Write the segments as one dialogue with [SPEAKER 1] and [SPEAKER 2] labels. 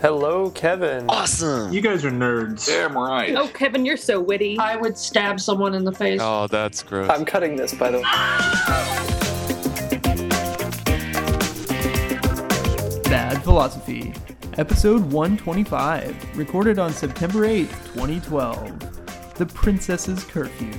[SPEAKER 1] Hello, Kevin.
[SPEAKER 2] Awesome.
[SPEAKER 3] You guys are nerds.
[SPEAKER 2] Damn right.
[SPEAKER 4] Oh, Kevin, you're so witty.
[SPEAKER 5] I would stab someone in the face.
[SPEAKER 6] Oh, that's gross.
[SPEAKER 1] I'm cutting this, by the way.
[SPEAKER 7] Bad Philosophy, episode 125, recorded on September 8th, 2012. The Princess's Curfew.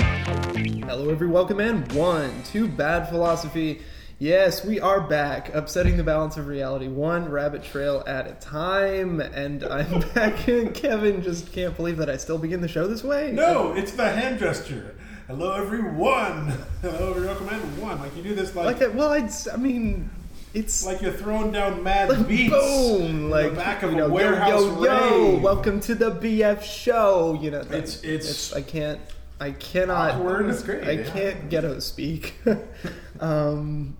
[SPEAKER 7] Hello, everyone. Welcome in. One, two, Bad Philosophy. Yes, we are back, upsetting the balance of reality, one rabbit trail at a time. And I'm back, and Kevin just can't believe that I still begin the show this way.
[SPEAKER 8] No, it's the hand gesture. Hello, everyone. Hello, everyone. Welcome in one. Like you do this,
[SPEAKER 7] Like
[SPEAKER 8] like
[SPEAKER 7] that. Well, I'd, si mean, it's
[SPEAKER 8] like you're throwing down mad beats. in
[SPEAKER 7] boom,
[SPEAKER 8] the
[SPEAKER 7] like
[SPEAKER 8] back of
[SPEAKER 7] you know,
[SPEAKER 8] a
[SPEAKER 7] yo,
[SPEAKER 8] warehouse
[SPEAKER 7] yo, yo,
[SPEAKER 8] raid.
[SPEAKER 7] welcome to the BF show. You know, that-
[SPEAKER 8] It's- it's
[SPEAKER 7] I can't, I cannot.
[SPEAKER 8] awkward, it's great,
[SPEAKER 7] I
[SPEAKER 8] yeah.
[SPEAKER 7] can't ghetto speak. um,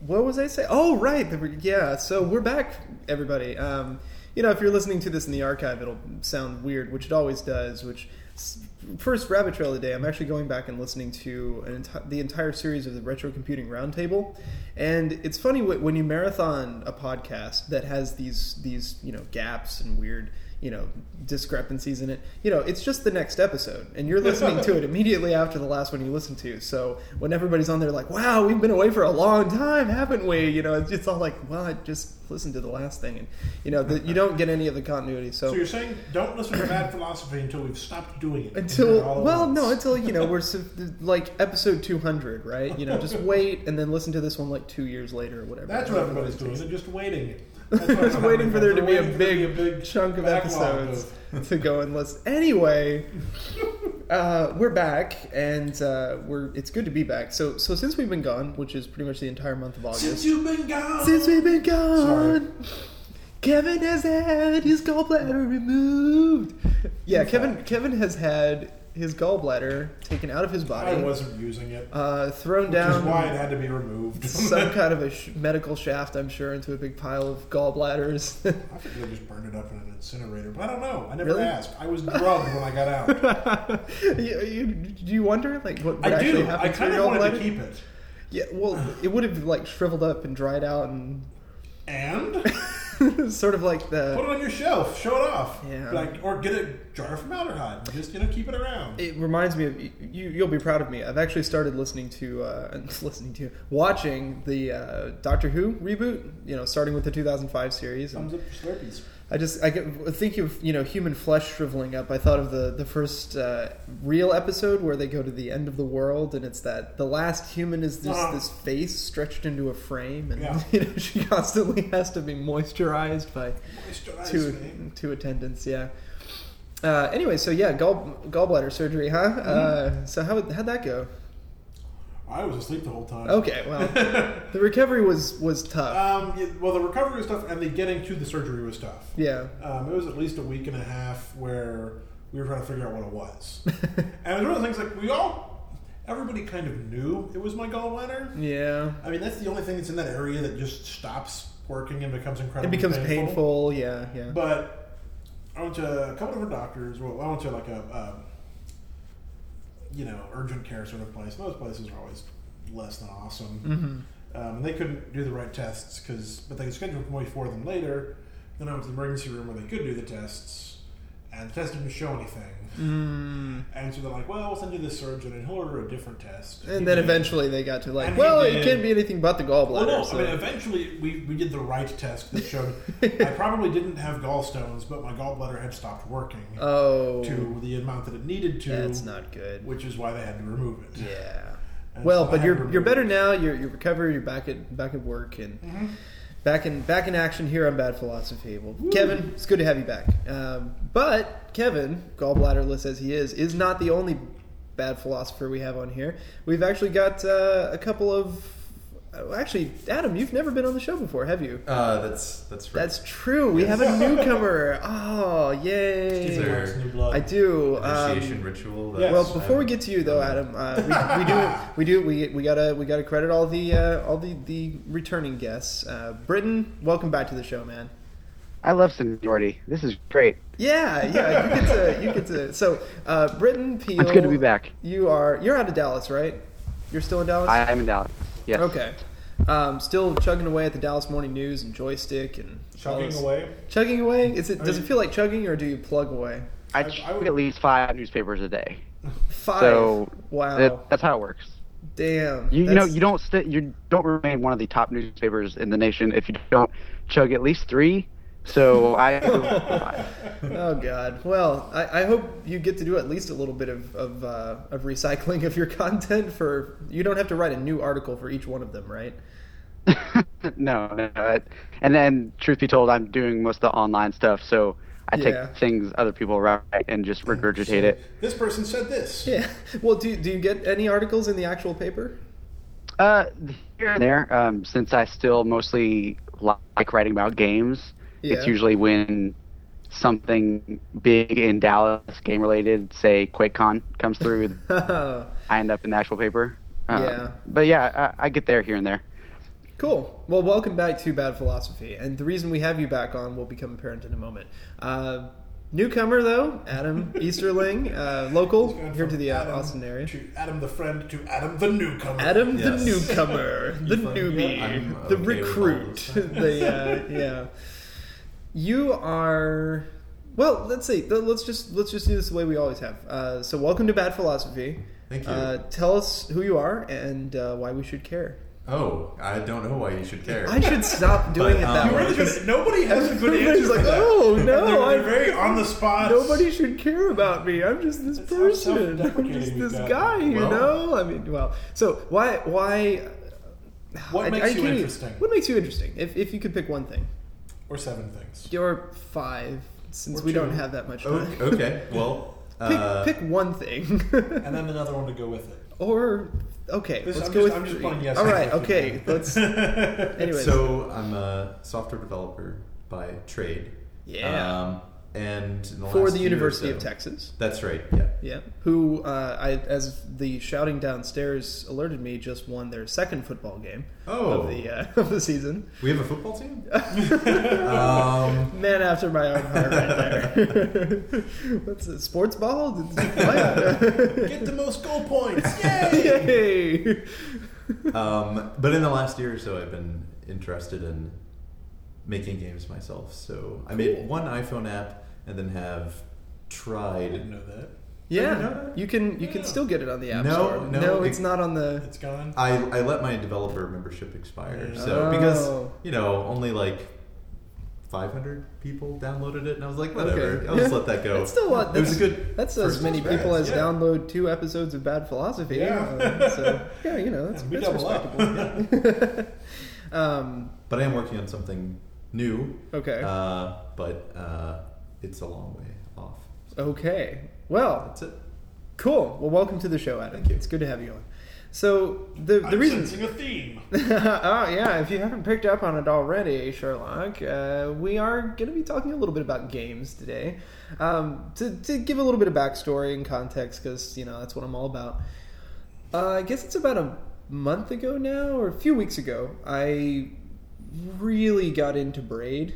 [SPEAKER 7] what was I say? Oh, right, the- yeah. So we're back, everybody. Um, you know, if you're listening to this in the archive, it'll sound weird, which it always does. Which s- first rabbit trail today, I'm actually going back and listening to an enti- the entire series of the Retro Computing Roundtable, and it's funny wh- when you marathon a podcast that has these these you know gaps and weird you know discrepancies in it you know it's just the next episode and you're listening to it immediately after the last one you listened to so when everybody's on there like wow we've been away for a long time haven't we you know it's, it's all like well i just listened to the last thing and you know the, you don't get any of the continuity
[SPEAKER 8] So you're saying don't listen to bad philosophy until we've stopped doing it.
[SPEAKER 7] until
[SPEAKER 8] And all at
[SPEAKER 7] well
[SPEAKER 8] once.
[SPEAKER 7] no until you know we're so- like episode 200 right you know just wait and then listen to this one like two years later or whatever
[SPEAKER 8] that's what everybody's doing. They're just waiting. That's what
[SPEAKER 7] just waiting for there to
[SPEAKER 8] They're
[SPEAKER 7] be a
[SPEAKER 8] waiting for
[SPEAKER 7] big,
[SPEAKER 8] there to be a big
[SPEAKER 7] chunk of
[SPEAKER 8] backlog
[SPEAKER 7] episodes
[SPEAKER 8] of-
[SPEAKER 7] to go and listen. Anyway, uh, we're back, and uh, we're it's good to be back. So, so since we've been gone, which is pretty much the entire month of August,
[SPEAKER 8] Since you've been gone.
[SPEAKER 7] since we've been gone, Kevin has had his gallbladder removed. Yeah, Kevin. Kevin has had his gallbladder taken out of his
[SPEAKER 8] I
[SPEAKER 7] body,
[SPEAKER 8] wasn't using it.
[SPEAKER 7] uh, thrown
[SPEAKER 8] which is
[SPEAKER 7] down
[SPEAKER 8] why it had to be removed.
[SPEAKER 7] some kind of a sh- medical shaft, I'm sure, into a big pile of gallbladders.
[SPEAKER 8] I think they just burned it up in an incinerator, but I don't know. I never
[SPEAKER 7] Really?
[SPEAKER 8] asked. I was drugged when I got out.
[SPEAKER 7] you, you, do you wonder like what, what
[SPEAKER 8] I
[SPEAKER 7] actually
[SPEAKER 8] do. I
[SPEAKER 7] happened
[SPEAKER 8] kind
[SPEAKER 7] to
[SPEAKER 8] of
[SPEAKER 7] your
[SPEAKER 8] wanted
[SPEAKER 7] gallbladder?
[SPEAKER 8] to keep it.
[SPEAKER 7] Yeah, well, it would have like shriveled up and dried out and
[SPEAKER 8] And put
[SPEAKER 7] sort of like
[SPEAKER 8] it
[SPEAKER 7] the.
[SPEAKER 8] on your shelf. Show it off.
[SPEAKER 7] Yeah.
[SPEAKER 8] Like, or get a jar from Outerhide. Just you know, keep it around.
[SPEAKER 7] It reminds me of you. You'll be proud of me. I've actually started listening to, uh, listening to, watching the uh, Doctor Who reboot. You know, starting with the 2005 series. And
[SPEAKER 8] Thumbs up for Slurpees.
[SPEAKER 7] I just I get thinking of you know human flesh shriveling up. I thought of the the first uh, real episode where they go to the end of the world, and it's that the last human is this
[SPEAKER 8] Ah.
[SPEAKER 7] this face stretched into a frame, and
[SPEAKER 8] Yeah.
[SPEAKER 7] you know she constantly has to be moisturized by
[SPEAKER 8] Moisturize,
[SPEAKER 7] two
[SPEAKER 8] man.
[SPEAKER 7] two attendants. Yeah. Uh, anyway, so yeah, gall, gallbladder surgery, huh? Uh, so how would- how'd that go?
[SPEAKER 8] I was asleep the whole time.
[SPEAKER 7] Okay, well, the recovery was was tough.
[SPEAKER 8] Um, yeah, well, the recovery was tough, and the getting to the surgery was tough.
[SPEAKER 7] Yeah.
[SPEAKER 8] Um, it was at least a week and a half where we were trying to figure out what it was. and it was one of the things like we all, everybody kind of knew it was my gallbladder.
[SPEAKER 7] Mm. Yeah.
[SPEAKER 8] I mean, that's the only thing that's in that area that just stops working and becomes
[SPEAKER 7] It
[SPEAKER 8] incredibly.
[SPEAKER 7] becomes painful. Yeah, yeah.
[SPEAKER 8] But I went to a couple different doctors. Well, I went to like a, um, you know, urgent care sort of place. Those places are always less than awesome.
[SPEAKER 7] Mm-hmm.
[SPEAKER 8] Um, and they couldn't do the right tests because, but they could schedule me for them later. Then I went to the emergency room where they could do the tests, and the test didn't show anything.
[SPEAKER 7] Mm.
[SPEAKER 8] And so they're like, "Well, we'll send you this surgeon, and he'll order a different test."
[SPEAKER 7] And then eventually they got to like,
[SPEAKER 8] And he
[SPEAKER 7] well, it
[SPEAKER 8] did.
[SPEAKER 7] can't be anything but the
[SPEAKER 8] Well,
[SPEAKER 7] gallbladder.
[SPEAKER 8] no,
[SPEAKER 7] so-
[SPEAKER 8] I mean, eventually we, we did the right test that showed I probably didn't have gallstones, but my gallbladder had stopped working
[SPEAKER 7] oh,
[SPEAKER 8] to the amount that it needed to.
[SPEAKER 7] that's not good.
[SPEAKER 8] Which is why they had to remove it.
[SPEAKER 7] yeah.
[SPEAKER 8] And
[SPEAKER 7] Well,
[SPEAKER 8] so I
[SPEAKER 7] but
[SPEAKER 8] had to
[SPEAKER 7] you're
[SPEAKER 8] remove
[SPEAKER 7] you're better
[SPEAKER 8] it.
[SPEAKER 7] now. You're you're recovered. You're back at back at work and
[SPEAKER 8] Mm-hmm.
[SPEAKER 7] back in back in action here on Bad Philosophy. Well, Kevin, it's good to have you back. Um, but Kevin, gallbladderless as he is, is not the only bad philosopher we have on here. We've actually got uh, a couple of. uh, Actually, Adam, you've never been on the show before, have you?
[SPEAKER 6] Uh, that's that's right.
[SPEAKER 7] That's true. We have a newcomer. Oh, yay!
[SPEAKER 6] Is there
[SPEAKER 8] It's new blood.
[SPEAKER 7] I do.
[SPEAKER 6] initiation
[SPEAKER 7] Um,
[SPEAKER 6] ritual.
[SPEAKER 8] Yes.
[SPEAKER 6] that's-
[SPEAKER 7] well, before we get to you though, Adam, uh, we, we do, we do, we, we gotta, we gotta credit all the, uh, all the, the returning guests. Uh, Britton, welcome back to the show, man.
[SPEAKER 9] I love seniority. This is great.
[SPEAKER 7] Yeah, yeah, you get to, you get to. So, uh, Britton Peel.
[SPEAKER 9] It's good to be back.
[SPEAKER 7] You are, you're out of Dallas, right? You're still in Dallas.
[SPEAKER 9] I am in Dallas. Yes.
[SPEAKER 7] Okay. Um, still chugging away at the Dallas Morning News and joystick and all
[SPEAKER 8] Chugging
[SPEAKER 7] those-
[SPEAKER 8] away.
[SPEAKER 7] Chugging away? Is it?
[SPEAKER 8] I
[SPEAKER 7] Does it
[SPEAKER 8] mean-
[SPEAKER 7] feel like chugging, or do you plug away?
[SPEAKER 9] I,
[SPEAKER 8] I- I
[SPEAKER 9] check
[SPEAKER 8] would-
[SPEAKER 9] at least five newspapers a day.
[SPEAKER 7] Five.
[SPEAKER 9] So
[SPEAKER 7] wow.
[SPEAKER 9] that, that's how it works.
[SPEAKER 7] Damn.
[SPEAKER 9] You, you know,
[SPEAKER 7] That's-
[SPEAKER 9] you don't st- you don't remain one of the top newspapers in the nation if you don't chug at least three. So I,
[SPEAKER 7] Oh God. Well, I, I hope you get to do at least a little bit of of, uh, of recycling of your content. For you don't have to write a new article for each one of them, right?
[SPEAKER 9] no, no. I- And then, truth be told, I'm doing most of the online stuff, so I
[SPEAKER 7] Yeah.
[SPEAKER 9] take things other people write and just regurgitate it.
[SPEAKER 8] This person said this.
[SPEAKER 7] Yeah. Well, do do you get any articles in the actual paper?
[SPEAKER 9] Uh, here and there, um, since I still mostly like writing about games,
[SPEAKER 7] Yeah.
[SPEAKER 9] it's usually when something big in Dallas game related, say QuakeCon, comes through. I end up in the actual paper. Uh,
[SPEAKER 7] Yeah.
[SPEAKER 9] But yeah, I, I get there here and there.
[SPEAKER 7] Cool. Well, welcome back to Bad Philosophy. And the reason we have you back on will become apparent in a moment. Uh, newcomer, though, Adam Easterling, uh, local,
[SPEAKER 8] Going
[SPEAKER 7] here
[SPEAKER 8] from
[SPEAKER 7] to the uh,
[SPEAKER 8] Adam
[SPEAKER 7] Austin area.
[SPEAKER 8] To Adam the friend to Adam the newcomer.
[SPEAKER 7] Adam,
[SPEAKER 6] Yes.
[SPEAKER 7] the newcomer, the
[SPEAKER 8] fucking
[SPEAKER 7] newbie,
[SPEAKER 8] yeah, I'm
[SPEAKER 7] the
[SPEAKER 6] okay with all
[SPEAKER 7] recruit,
[SPEAKER 6] this.
[SPEAKER 7] the uh, yeah. You are well. Let's see. th- Let's just let's just do this the way we always have. Uh, so, welcome to Bad Philosophy.
[SPEAKER 6] Thank you.
[SPEAKER 7] Uh, tell us who you are and uh, why we should care.
[SPEAKER 6] Oh, I don't know why you should care.
[SPEAKER 7] I should stop doing
[SPEAKER 6] But,
[SPEAKER 7] it
[SPEAKER 6] um,
[SPEAKER 7] that
[SPEAKER 8] You
[SPEAKER 7] way.
[SPEAKER 8] really
[SPEAKER 7] because
[SPEAKER 8] good. Nobody has a good
[SPEAKER 7] Everybody's
[SPEAKER 8] answer.
[SPEAKER 7] like,
[SPEAKER 8] for that.
[SPEAKER 7] "Oh, no,
[SPEAKER 8] They're- they're,
[SPEAKER 7] I'm-
[SPEAKER 8] very on the spot.
[SPEAKER 7] Nobody should care about me. I'm just this
[SPEAKER 8] It's how
[SPEAKER 7] person. I'm
[SPEAKER 8] self-deprecating
[SPEAKER 7] just
[SPEAKER 8] you've
[SPEAKER 7] this
[SPEAKER 8] gotten.
[SPEAKER 7] guy. You
[SPEAKER 6] Well.
[SPEAKER 7] know. I mean, well. So why why?
[SPEAKER 8] What
[SPEAKER 7] I-
[SPEAKER 8] makes
[SPEAKER 7] I
[SPEAKER 8] you
[SPEAKER 7] can't even-
[SPEAKER 8] interesting?
[SPEAKER 7] What makes you interesting? If if you could pick one thing.
[SPEAKER 8] Or seven things.
[SPEAKER 7] You're five, since
[SPEAKER 8] Or
[SPEAKER 7] we
[SPEAKER 8] two. Oh,
[SPEAKER 7] don't have that much
[SPEAKER 6] O-
[SPEAKER 7] time.
[SPEAKER 6] Oh, okay, well,
[SPEAKER 7] pick,
[SPEAKER 6] uh,
[SPEAKER 7] pick one thing,
[SPEAKER 8] And then another one to go with it.
[SPEAKER 7] or okay,
[SPEAKER 8] This-
[SPEAKER 7] let's
[SPEAKER 8] I'm
[SPEAKER 7] go
[SPEAKER 8] just-
[SPEAKER 7] with
[SPEAKER 8] I'm just
[SPEAKER 7] three.
[SPEAKER 8] playing yes
[SPEAKER 7] All
[SPEAKER 8] and
[SPEAKER 7] right,
[SPEAKER 8] no if you
[SPEAKER 7] okay,
[SPEAKER 8] want.
[SPEAKER 7] let's. Anyways,
[SPEAKER 6] so I'm a software developer by trade.
[SPEAKER 7] Yeah.
[SPEAKER 6] Um, and in the
[SPEAKER 7] for
[SPEAKER 6] last
[SPEAKER 7] the
[SPEAKER 6] year or
[SPEAKER 7] University of
[SPEAKER 6] so-
[SPEAKER 7] Texas,
[SPEAKER 6] That's right. Yeah.
[SPEAKER 7] yeah, who uh, I as the shouting downstairs alerted me just won their second football game
[SPEAKER 6] Oh,
[SPEAKER 7] of the uh, of the season.
[SPEAKER 6] we have a football team. um,
[SPEAKER 7] Man after my own heart, right there. What's it? Sports ball? Did- what?
[SPEAKER 8] Get the most goal points. Yay!
[SPEAKER 7] Yay!
[SPEAKER 6] um, but in the last year or so, I've been interested in making games myself. So I made one iPhone app, and then have
[SPEAKER 8] I didn't
[SPEAKER 6] tried.
[SPEAKER 8] know that.
[SPEAKER 6] Did you know
[SPEAKER 7] Yeah,
[SPEAKER 6] that?
[SPEAKER 7] you can you
[SPEAKER 8] Yeah.
[SPEAKER 7] can still get it on the app
[SPEAKER 6] No,
[SPEAKER 7] store.
[SPEAKER 6] no,
[SPEAKER 7] it's
[SPEAKER 6] it-
[SPEAKER 7] not on the.
[SPEAKER 8] It's gone.
[SPEAKER 6] I, I let my developer membership expire.
[SPEAKER 8] Yeah.
[SPEAKER 6] So because
[SPEAKER 7] Oh.
[SPEAKER 6] you know only like 500 people downloaded it, and I was like, whatever,
[SPEAKER 7] Okay.
[SPEAKER 6] I'll just let that go.
[SPEAKER 7] That's still a lot.
[SPEAKER 6] It was
[SPEAKER 7] that's-
[SPEAKER 6] a good.
[SPEAKER 7] That's
[SPEAKER 6] first
[SPEAKER 7] as many
[SPEAKER 6] experience.
[SPEAKER 7] people as
[SPEAKER 8] yeah.
[SPEAKER 7] download two episodes of Bad Philosophy.
[SPEAKER 8] Yeah.
[SPEAKER 7] Um, so yeah, you know that's,
[SPEAKER 8] Yeah, we
[SPEAKER 7] that's
[SPEAKER 8] double up.
[SPEAKER 7] respectable. Yeah. um,
[SPEAKER 6] But I am working on something new.
[SPEAKER 7] okay.
[SPEAKER 6] Uh, but uh, it's a long way off.
[SPEAKER 7] okay. Well,
[SPEAKER 6] That's it.
[SPEAKER 7] cool. Well, welcome to the show, Adam.
[SPEAKER 6] Thank you.
[SPEAKER 7] It's good to have you on. So the the
[SPEAKER 8] I'm
[SPEAKER 7] reason.
[SPEAKER 8] sensing a theme.
[SPEAKER 7] oh yeah, if you haven't picked up on it already, Sherlock, uh, we are going to be talking a little bit about games today. Um, to, to give a little bit of backstory and context, because you know that's what I'm all about. Uh, I guess it's about a month ago now, or a few weeks ago. I really got into Braid,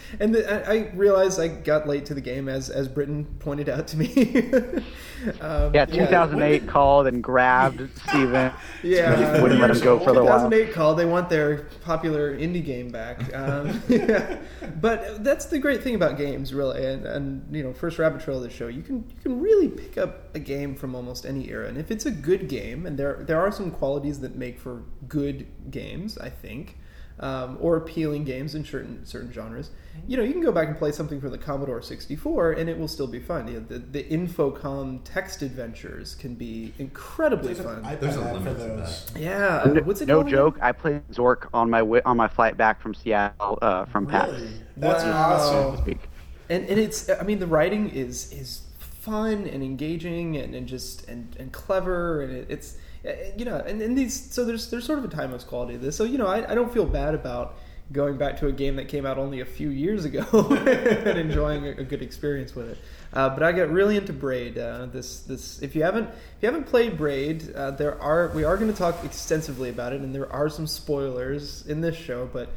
[SPEAKER 7] and the, I, I realized I got late to the game, as as Britain pointed out to me. um,
[SPEAKER 9] Yeah, 2008 called and grabbed Steven.
[SPEAKER 7] yeah,
[SPEAKER 9] wouldn't let him go for a little while.
[SPEAKER 7] 2008 call. They want their popular indie game back. Um, yeah. But that's the great thing about games, really. And, and you know, first rabbit trail of the show, you can you can really pick up a game from almost any era, and if it's a good game, and there there are some qualities that make for good games, I think. Um, or appealing games in certain certain genres, you know you can go back and play something from the Commodore 64, and it will still be fun. You know, the, the Infocom text adventures can be incredibly
[SPEAKER 8] There's
[SPEAKER 7] fun.
[SPEAKER 8] an iPad
[SPEAKER 6] There's a
[SPEAKER 8] app for
[SPEAKER 6] limit to
[SPEAKER 8] those.
[SPEAKER 6] that.
[SPEAKER 7] Yeah.
[SPEAKER 9] No,
[SPEAKER 7] Uh, What's it
[SPEAKER 9] no
[SPEAKER 7] called?
[SPEAKER 9] joke. I played Zork on my wi- on my flight back from Seattle uh, from PAX
[SPEAKER 8] Really? That's
[SPEAKER 7] Wow.
[SPEAKER 8] awesome.
[SPEAKER 9] this week.
[SPEAKER 7] And, and it's I mean the writing is is fun and engaging and, and just and, and clever and it, it's eh, you know and, and these so there's there's sort of a timeless quality to this. So you know I, I don't feel bad about going back to a game that came out only a few years ago and enjoying a, a good experience with it. Uh, but I got really into Braid. Uh, this this if you haven't if you haven't played Braid, uh, there are we are going to talk extensively about it and there are some spoilers in this show, but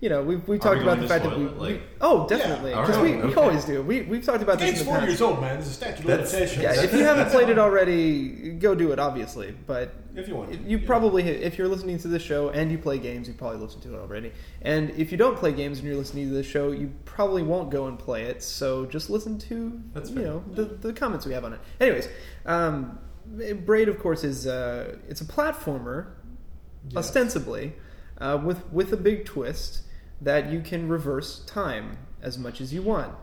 [SPEAKER 7] you know, we've, we've
[SPEAKER 6] Are
[SPEAKER 7] talked
[SPEAKER 6] we
[SPEAKER 7] about the
[SPEAKER 6] going to
[SPEAKER 7] fact that
[SPEAKER 6] spoil
[SPEAKER 7] we,
[SPEAKER 6] it? Like-
[SPEAKER 7] we- oh definitely
[SPEAKER 6] Yeah,
[SPEAKER 7] because
[SPEAKER 6] alright,
[SPEAKER 7] we, we
[SPEAKER 6] okay.
[SPEAKER 7] always do. We we've talked about this
[SPEAKER 8] Game's
[SPEAKER 7] in the
[SPEAKER 8] four
[SPEAKER 7] past.
[SPEAKER 8] years old, man. There's a statute of
[SPEAKER 6] That's-
[SPEAKER 8] limitations.
[SPEAKER 7] Yeah, if you haven't played it already, go do it. Obviously, but
[SPEAKER 8] If you want to,
[SPEAKER 7] you
[SPEAKER 8] yeah.
[SPEAKER 7] probably if you're listening to this show and you play games, you probably listened to it already. And if you don't play games and you're listening to this show, you probably won't go and play it. So just listen to
[SPEAKER 6] That's
[SPEAKER 7] you
[SPEAKER 6] fair.
[SPEAKER 7] know the, the comments we have on it. Anyways, um, Braid of course is uh, it's a platformer ostensibly, uh, with with a big twist that you can reverse time as much as you want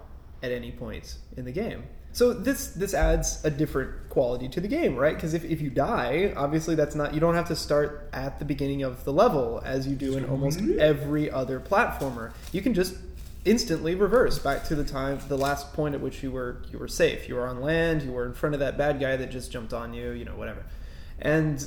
[SPEAKER 7] at any point in the game. So this this adds a different quality to the game, right? Because if, if you die, obviously that's not you don't have to start at the beginning of the level as you do in almost every other platformer. You can just instantly reverse back to the time the last point at which you were you were safe. You were on land, you were in front of that bad guy that just jumped on you, you know, whatever. And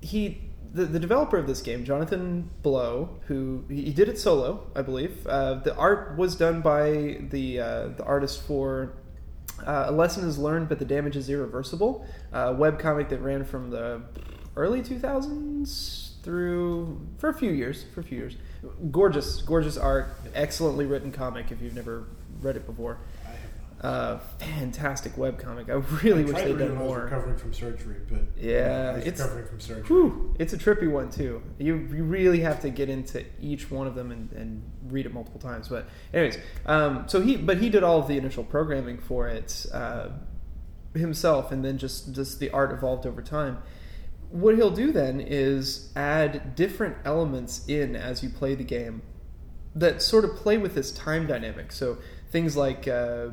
[SPEAKER 7] he the, the developer of this game jonathan blow who he he did it solo i believe uh, the art was done by the uh, the artist for uh, a lesson is learned but the damage is irreversible uh, webcomic that ran from the early 2000s through for a few years for a few years gorgeous gorgeous art excellently written comic if you've never read it before uh, fantastic webcomic i really wish
[SPEAKER 8] tried
[SPEAKER 7] they'd
[SPEAKER 8] to read
[SPEAKER 7] done
[SPEAKER 8] it when I was
[SPEAKER 7] more
[SPEAKER 8] recovering from surgery, but
[SPEAKER 7] Yeah,
[SPEAKER 8] I was
[SPEAKER 7] it's-
[SPEAKER 8] recovering from surgery.
[SPEAKER 7] Whew, it's a trippy one too. You you really have to get into each one of them and, and read it multiple times. But anyways, um, so he but he did all of the initial programming for it uh, himself, and then just just the art evolved over time. What he'll do then is add different elements in as you play the game that sort of play with this time dynamic. So things like uh,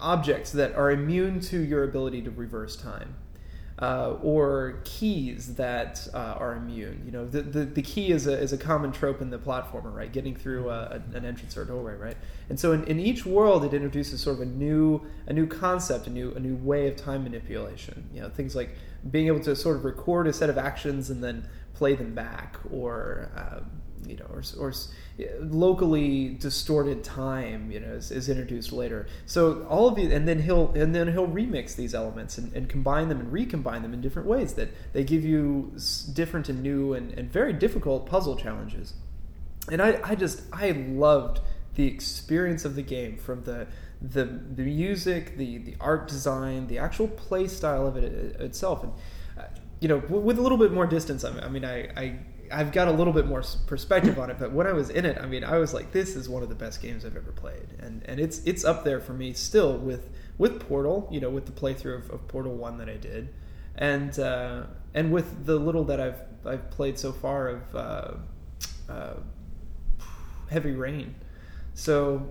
[SPEAKER 7] objects that are immune to your ability to reverse time, uh, or keys that uh, are immune. You know, the, the, the key is a, is a common trope in the platformer, right? Getting through a, an entrance or a doorway, right? And so in, in each world, it introduces sort of a new a new concept, a new a new way of time manipulation. You know, things like being able to sort of record a set of actions and then play them back, or uh, you know, or, or uh, locally distorted time, you know, is, is introduced later. So all of these, and then he'll and then he'll remix these elements and, and combine them and recombine them in different ways that they give you s- different and new and, and very difficult puzzle challenges and I, I just I loved the experience of the game from the the the music, the the art design, the actual play style of it i- itself, and uh, you know, w- with a little bit more distance, I mean, I mean, I. I I've got a little bit more s- perspective on it, but when I was in it, I mean, I was like, "This is one of the best games I've ever played," and and it's it's up there for me still with with Portal, you know, with the playthrough of, of Portal One that I did, and uh, and with the little that I've I've played so far of uh, uh, heavy rain. So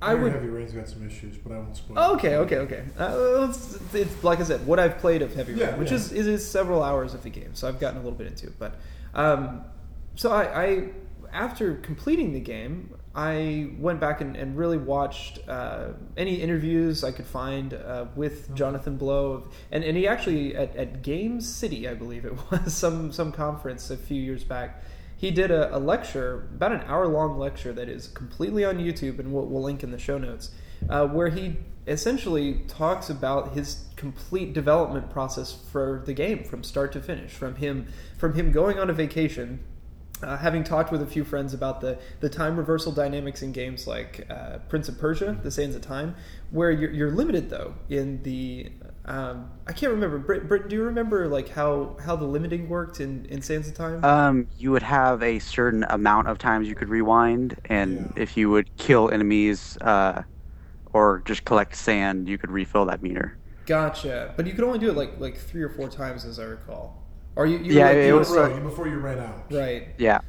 [SPEAKER 7] I
[SPEAKER 8] I
[SPEAKER 7] would.
[SPEAKER 8] Heavy Rain's got some issues, but I won't spoil.
[SPEAKER 7] Oh,
[SPEAKER 8] it.
[SPEAKER 7] okay, okay, okay. Uh, it's, it's like I said, what I've played of Heavy
[SPEAKER 8] Yeah,
[SPEAKER 7] Rain, which
[SPEAKER 8] yeah.
[SPEAKER 7] is, is is several hours of the game, so I've gotten a little bit into it. But um, so I, I after completing the game, I went back and, and really watched uh, any interviews I could find uh, with
[SPEAKER 8] Oh.
[SPEAKER 7] Jonathan Blow, of, and and he actually at, at Game City, I believe it was some some conference a few years back. He did a, a lecture, about an hour long lecture that is completely on YouTube, and we'll, we'll link in the show notes, uh, where he essentially talks about his complete development process for the game from start to finish, from him from him going on a vacation uh, having talked with a few friends about the, the time reversal dynamics in games like uh, Prince of Persia, The Sands of Time, where you're, you're limited though in the um, I can't remember. Brit, Brit, do you remember like how, how the limiting worked in, in Sands of Time?
[SPEAKER 9] Um, you would have a certain amount of times you could rewind, and
[SPEAKER 8] Yeah.
[SPEAKER 9] if you would kill enemies uh, or just collect sand, you could refill that meter.
[SPEAKER 7] gotcha. But you could only do it like like three or four times, as I recall. Or you, you
[SPEAKER 9] Yeah,
[SPEAKER 7] like,
[SPEAKER 9] it
[SPEAKER 7] you-
[SPEAKER 8] Before
[SPEAKER 9] was- uh,
[SPEAKER 8] you run- before you ran out.
[SPEAKER 7] right.
[SPEAKER 9] Yeah,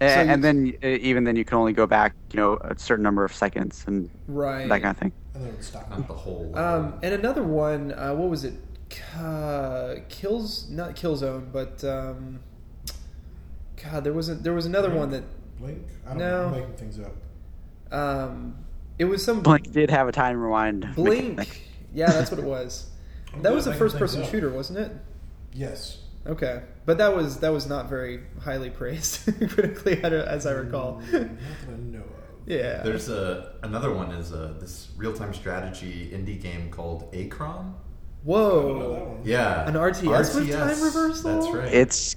[SPEAKER 9] A-
[SPEAKER 7] So
[SPEAKER 9] and,
[SPEAKER 7] you-
[SPEAKER 9] then uh, even then you can only go back, you know, a certain number of seconds and
[SPEAKER 7] Right.
[SPEAKER 9] that kind of thing.
[SPEAKER 8] and then it would stop.
[SPEAKER 6] Not the whole.
[SPEAKER 7] Um, and another one, uh, what was it? Uh, kills, not Killzone, but um, God, there wasn't. There was another one that
[SPEAKER 8] Blink. I don't
[SPEAKER 7] No.
[SPEAKER 8] know. I'm making things up.
[SPEAKER 7] um, it was some
[SPEAKER 9] Blink did have a time rewind. mechanic.
[SPEAKER 7] Blink. Yeah, that's what it was. That
[SPEAKER 8] good
[SPEAKER 7] was a
[SPEAKER 8] at making
[SPEAKER 7] first-person
[SPEAKER 8] things up.
[SPEAKER 7] shooter, wasn't it?
[SPEAKER 8] Yes.
[SPEAKER 7] Okay, but that was that was not very highly praised critically, I don't- as I recall.
[SPEAKER 8] Not that I know of.
[SPEAKER 7] yeah.
[SPEAKER 6] Mm. There's a another one is uh this real time strategy indie game called Akron,
[SPEAKER 8] I know that
[SPEAKER 7] Whoa.
[SPEAKER 8] one.
[SPEAKER 6] Yeah.
[SPEAKER 7] An RTS with time reversal?
[SPEAKER 6] That's right.
[SPEAKER 9] It's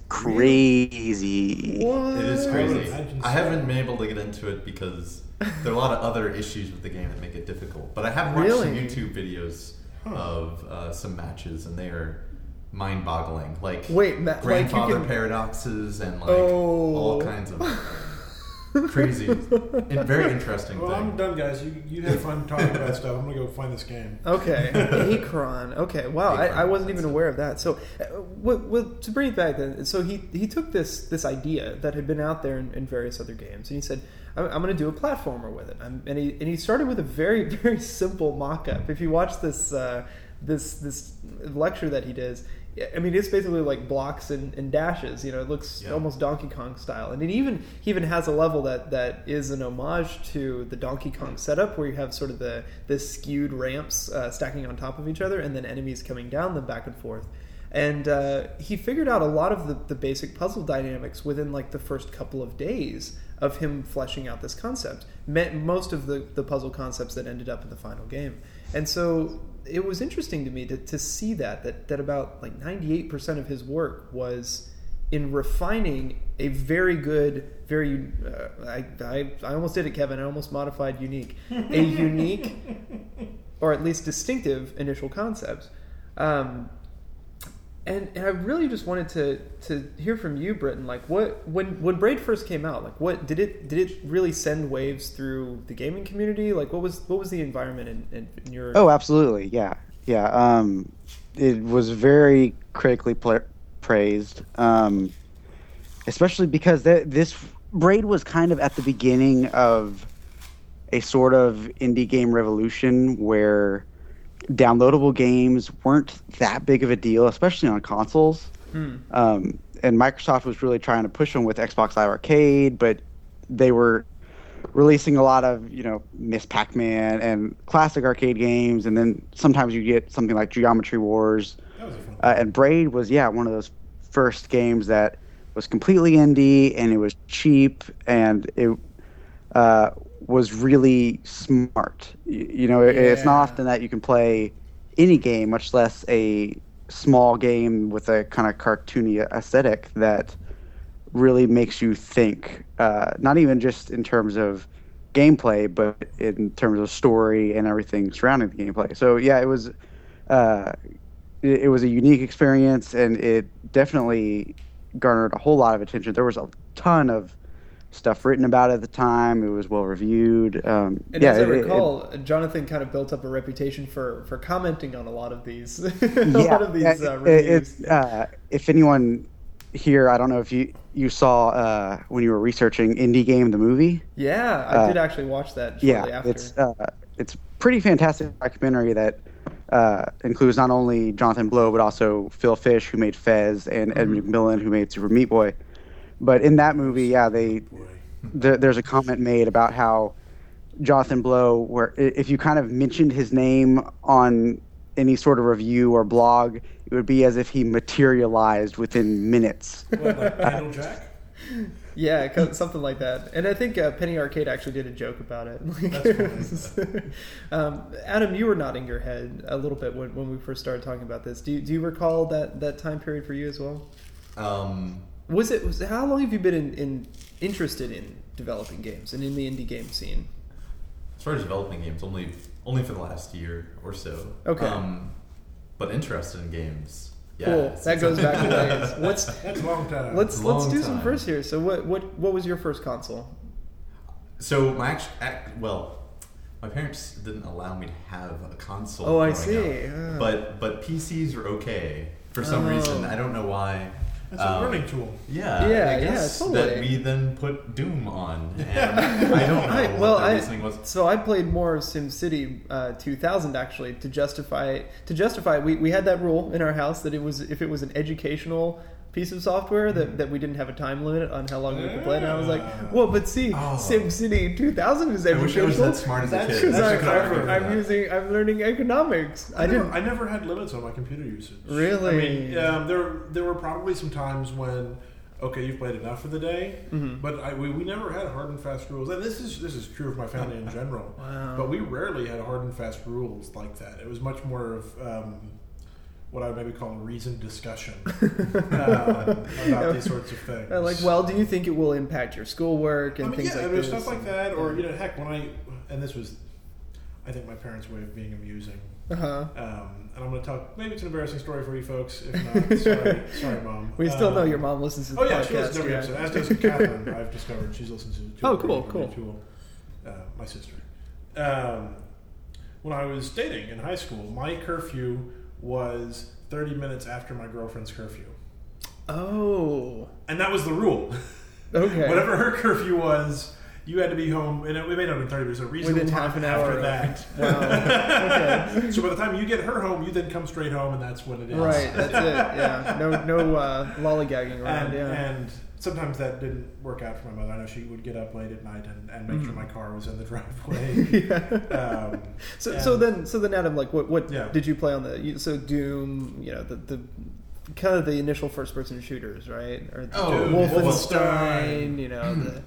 [SPEAKER 9] crazy.
[SPEAKER 7] What?
[SPEAKER 6] It is
[SPEAKER 8] I
[SPEAKER 6] crazy.
[SPEAKER 8] would imagine
[SPEAKER 6] I
[SPEAKER 8] so.
[SPEAKER 6] haven't been able to get into it because there are a lot of other issues with the game that make it difficult. But I have watched some
[SPEAKER 7] Really?
[SPEAKER 6] YouTube videos of uh, some matches, and they are mind-boggling. Like
[SPEAKER 7] Wait, ma- like you
[SPEAKER 6] grandfather
[SPEAKER 7] can-
[SPEAKER 6] paradoxes and like
[SPEAKER 7] Oh.
[SPEAKER 6] all kinds of crazy and very interesting
[SPEAKER 8] Well, I'm
[SPEAKER 6] things.
[SPEAKER 8] done, guys. You you had fun talking about stuff. I'm gonna go find this game.
[SPEAKER 7] Okay, Akron. Okay, wow, I, I
[SPEAKER 6] Akron,
[SPEAKER 7] wasn't even
[SPEAKER 6] that's it.
[SPEAKER 7] aware of that. So, uh, what, what, to bring it back then, so he he took this this idea that had been out there in, in various other games, and he said, "I'm, I'm going to do a platformer with it." I'm, and he and he started with a very very simple mock-up. If you watch this uh, this this lecture that he does, I mean, it's basically like blocks and, and dashes. You know, it looks
[SPEAKER 6] Yeah.
[SPEAKER 7] almost Donkey Kong style, and it even he even has a level that that is an homage to the Donkey Kong setup, where you have sort of the this skewed ramps uh, stacking on top of each other, and then enemies coming down them back and forth. And uh, he figured out a lot of the, the basic puzzle dynamics within like the first couple of days of him fleshing out this concept. Me- Most of the, the puzzle concepts that ended up in the final game. And so it was interesting to me to, to see that, that, that about like 98% of his work was in refining a very good, very uh, I, I I almost did it, Kevin. I almost modified unique, a unique or at least distinctive initial concept. Um, and, and I really just wanted to to hear from you, Britton. Like, what when when Braid first came out, like, what did it did it really send waves through the gaming community? Like, what was what was the environment in, in, in your?
[SPEAKER 9] Oh, absolutely. Yeah. Yeah. Um, it was very critically pla praised, um, especially because th- this Braid was kind of at the beginning of a sort of indie game revolution where downloadable games weren't that big of a deal, especially on consoles. Um, and Microsoft was really trying to push them with Xbox Live Arcade, but they were releasing a lot of you know Miss Pac-Man and classic arcade games, and then sometimes you get something like Geometry Wars.
[SPEAKER 8] That was a fun.
[SPEAKER 9] Uh, and Braid was yeah one of those first games that was completely indie and it was cheap and it uh, was really smart. You, you know, it, it's
[SPEAKER 7] Yeah.
[SPEAKER 9] not often that you can play any game, much less a small game with a kind of cartoony aesthetic that really makes you think. Uh, not even just in terms of gameplay, but in terms of story and everything surrounding the gameplay. So yeah, it was. Uh, it it was a unique experience, and it definitely garnered a whole lot of attention. There was a ton of stuff written about it at the time. It was well reviewed. Um,
[SPEAKER 7] and
[SPEAKER 9] yeah,
[SPEAKER 7] as I
[SPEAKER 9] it- it-
[SPEAKER 7] recall, Jonathan kind of built up a reputation for for commenting on a lot of these, a
[SPEAKER 9] yeah,
[SPEAKER 7] lot of these
[SPEAKER 9] it-
[SPEAKER 7] uh,
[SPEAKER 9] it-
[SPEAKER 7] reviews.
[SPEAKER 9] it's, uh, if anyone here, I don't know if you you saw uh, when you were researching indie game the movie.
[SPEAKER 7] yeah, I
[SPEAKER 9] uh,
[SPEAKER 7] did actually watch that. Shortly
[SPEAKER 9] yeah,
[SPEAKER 7] after.
[SPEAKER 9] it's uh, it's pretty fantastic documentary that uh, includes not only Jonathan Blow but also Phil Fish, who made Fez, and Ed
[SPEAKER 7] Mm-hmm.
[SPEAKER 9] McMillan, who made Super Meat Boy. But in that movie, yeah, they
[SPEAKER 8] Boy.
[SPEAKER 9] there, there's a comment made about how Jonathan Blow, where i- if you kind of mentioned his name on any sort of review or blog, it would be as if he materialized within minutes.
[SPEAKER 8] What, like Handle Jack?
[SPEAKER 7] Yeah, co- something like that. And I think uh, Penny Arcade actually did a joke about it. Like,
[SPEAKER 8] That's
[SPEAKER 7] um, Adam, you were nodding your head a little bit when, when we first started talking about this. Do you, do you recall that, that time period for you as well?
[SPEAKER 6] Um,
[SPEAKER 7] Was it was how long have you been in, in interested in developing games and in the indie game scene?
[SPEAKER 6] as far as developing games, only only for the last year or so.
[SPEAKER 7] Okay.
[SPEAKER 6] Um, but interested in games. Yeah.
[SPEAKER 7] cool, that goes back to days. What's
[SPEAKER 8] That's a long time.
[SPEAKER 7] let's let's
[SPEAKER 6] Long
[SPEAKER 7] do some
[SPEAKER 6] time.
[SPEAKER 7] first here. So what what what was your first console?
[SPEAKER 6] So my act, act well, my parents didn't allow me to have a console.
[SPEAKER 7] Oh, I
[SPEAKER 6] growing
[SPEAKER 7] see.
[SPEAKER 6] up.
[SPEAKER 7] Ah.
[SPEAKER 6] But but PCs were okay for some
[SPEAKER 7] Oh.
[SPEAKER 6] reason. I don't know why.
[SPEAKER 8] That's a
[SPEAKER 6] Um,
[SPEAKER 8] learning tool.
[SPEAKER 7] Yeah,
[SPEAKER 6] Yeah, I
[SPEAKER 7] yeah,
[SPEAKER 6] guess
[SPEAKER 7] totally.
[SPEAKER 6] That we then put Doom on, and I don't know
[SPEAKER 7] I-
[SPEAKER 6] what
[SPEAKER 7] well,
[SPEAKER 6] the
[SPEAKER 7] I-
[SPEAKER 6] reasoning was.
[SPEAKER 7] So I played more of SimCity uh, 2000 actually to justify to justify we, we had that rule in our house that it was if it was an educational piece of software
[SPEAKER 6] Mm-hmm.
[SPEAKER 7] that, that we didn't have a time limit on how long we could play and I was like well but see
[SPEAKER 6] Oh.
[SPEAKER 7] SimCity 2000 is
[SPEAKER 6] I wish I
[SPEAKER 7] educational
[SPEAKER 6] was that smart as a
[SPEAKER 8] That's-
[SPEAKER 6] kid.
[SPEAKER 8] that's
[SPEAKER 6] I
[SPEAKER 7] because
[SPEAKER 6] could
[SPEAKER 8] clever.
[SPEAKER 6] argue with
[SPEAKER 7] I'm, I'm
[SPEAKER 6] that.
[SPEAKER 7] using I'm learning economics I,
[SPEAKER 8] I,
[SPEAKER 7] didn't
[SPEAKER 8] never, I never had limits on my computer usage.
[SPEAKER 7] Really?
[SPEAKER 8] I mean, um, there there were probably some times when, okay, you've played enough for the day,
[SPEAKER 7] Mm-hmm.
[SPEAKER 8] but I, we, we never had hard and fast rules. And this is this is true of my family in general.
[SPEAKER 7] Wow.
[SPEAKER 8] But we rarely had hard and fast rules like that. It was much more of um, what I would maybe call a reasoned discussion uh, about these sorts of things.
[SPEAKER 7] Uh, like, well, do you think it will impact your schoolwork
[SPEAKER 8] I
[SPEAKER 7] and
[SPEAKER 8] mean,
[SPEAKER 7] things
[SPEAKER 8] yeah,
[SPEAKER 7] like
[SPEAKER 8] I mean,
[SPEAKER 7] this?
[SPEAKER 8] stuff like that, or you know, heck, when I and this was, I think my parents' way of being amusing.
[SPEAKER 7] Uh huh.
[SPEAKER 8] Um, and I'm going to talk. Maybe it's an embarrassing story for you folks. If not, Uh, sorry, sorry, mom.
[SPEAKER 7] We still know
[SPEAKER 8] Um,
[SPEAKER 7] your mom listens to the
[SPEAKER 8] Oh yeah,
[SPEAKER 7] podcast.
[SPEAKER 8] she listens to every
[SPEAKER 7] yeah.
[SPEAKER 8] episode. As does Catherine. I've discovered she's listened to. Tool
[SPEAKER 7] Oh, cool,
[SPEAKER 8] Room,
[SPEAKER 7] cool.
[SPEAKER 8] Tool, uh, my sister. Um, when I was dating in high school, my curfew was 30 minutes after my girlfriend's curfew,
[SPEAKER 7] oh,
[SPEAKER 8] and that was the rule.
[SPEAKER 7] okay.
[SPEAKER 8] Whatever her curfew was, you had to be home, and it, it may not have been 30 minutes, a reasonable
[SPEAKER 7] Within
[SPEAKER 8] time
[SPEAKER 7] half an
[SPEAKER 8] after
[SPEAKER 7] hour of-
[SPEAKER 8] that.
[SPEAKER 7] Wow. Okay.
[SPEAKER 8] so by the time you get her home, you then come straight home, and that's when it is.
[SPEAKER 7] Right. That's it. Yeah. No. No uh, lollygagging around.
[SPEAKER 8] and,
[SPEAKER 7] yeah.
[SPEAKER 8] and sometimes that didn't work out for my mother. I know she would get up late at night and, and make sure
[SPEAKER 7] Mm.
[SPEAKER 8] my car was in the driveway.
[SPEAKER 7] yeah.
[SPEAKER 8] um,
[SPEAKER 7] So, so
[SPEAKER 8] and-
[SPEAKER 7] then so then Adam like what what
[SPEAKER 8] Yeah.
[SPEAKER 7] did you play on the you, so Doom you know the the kind of the initial first person shooters right or
[SPEAKER 6] Oh,
[SPEAKER 7] Doom,
[SPEAKER 8] Wolfenstein.
[SPEAKER 7] Wolfenstein you know the,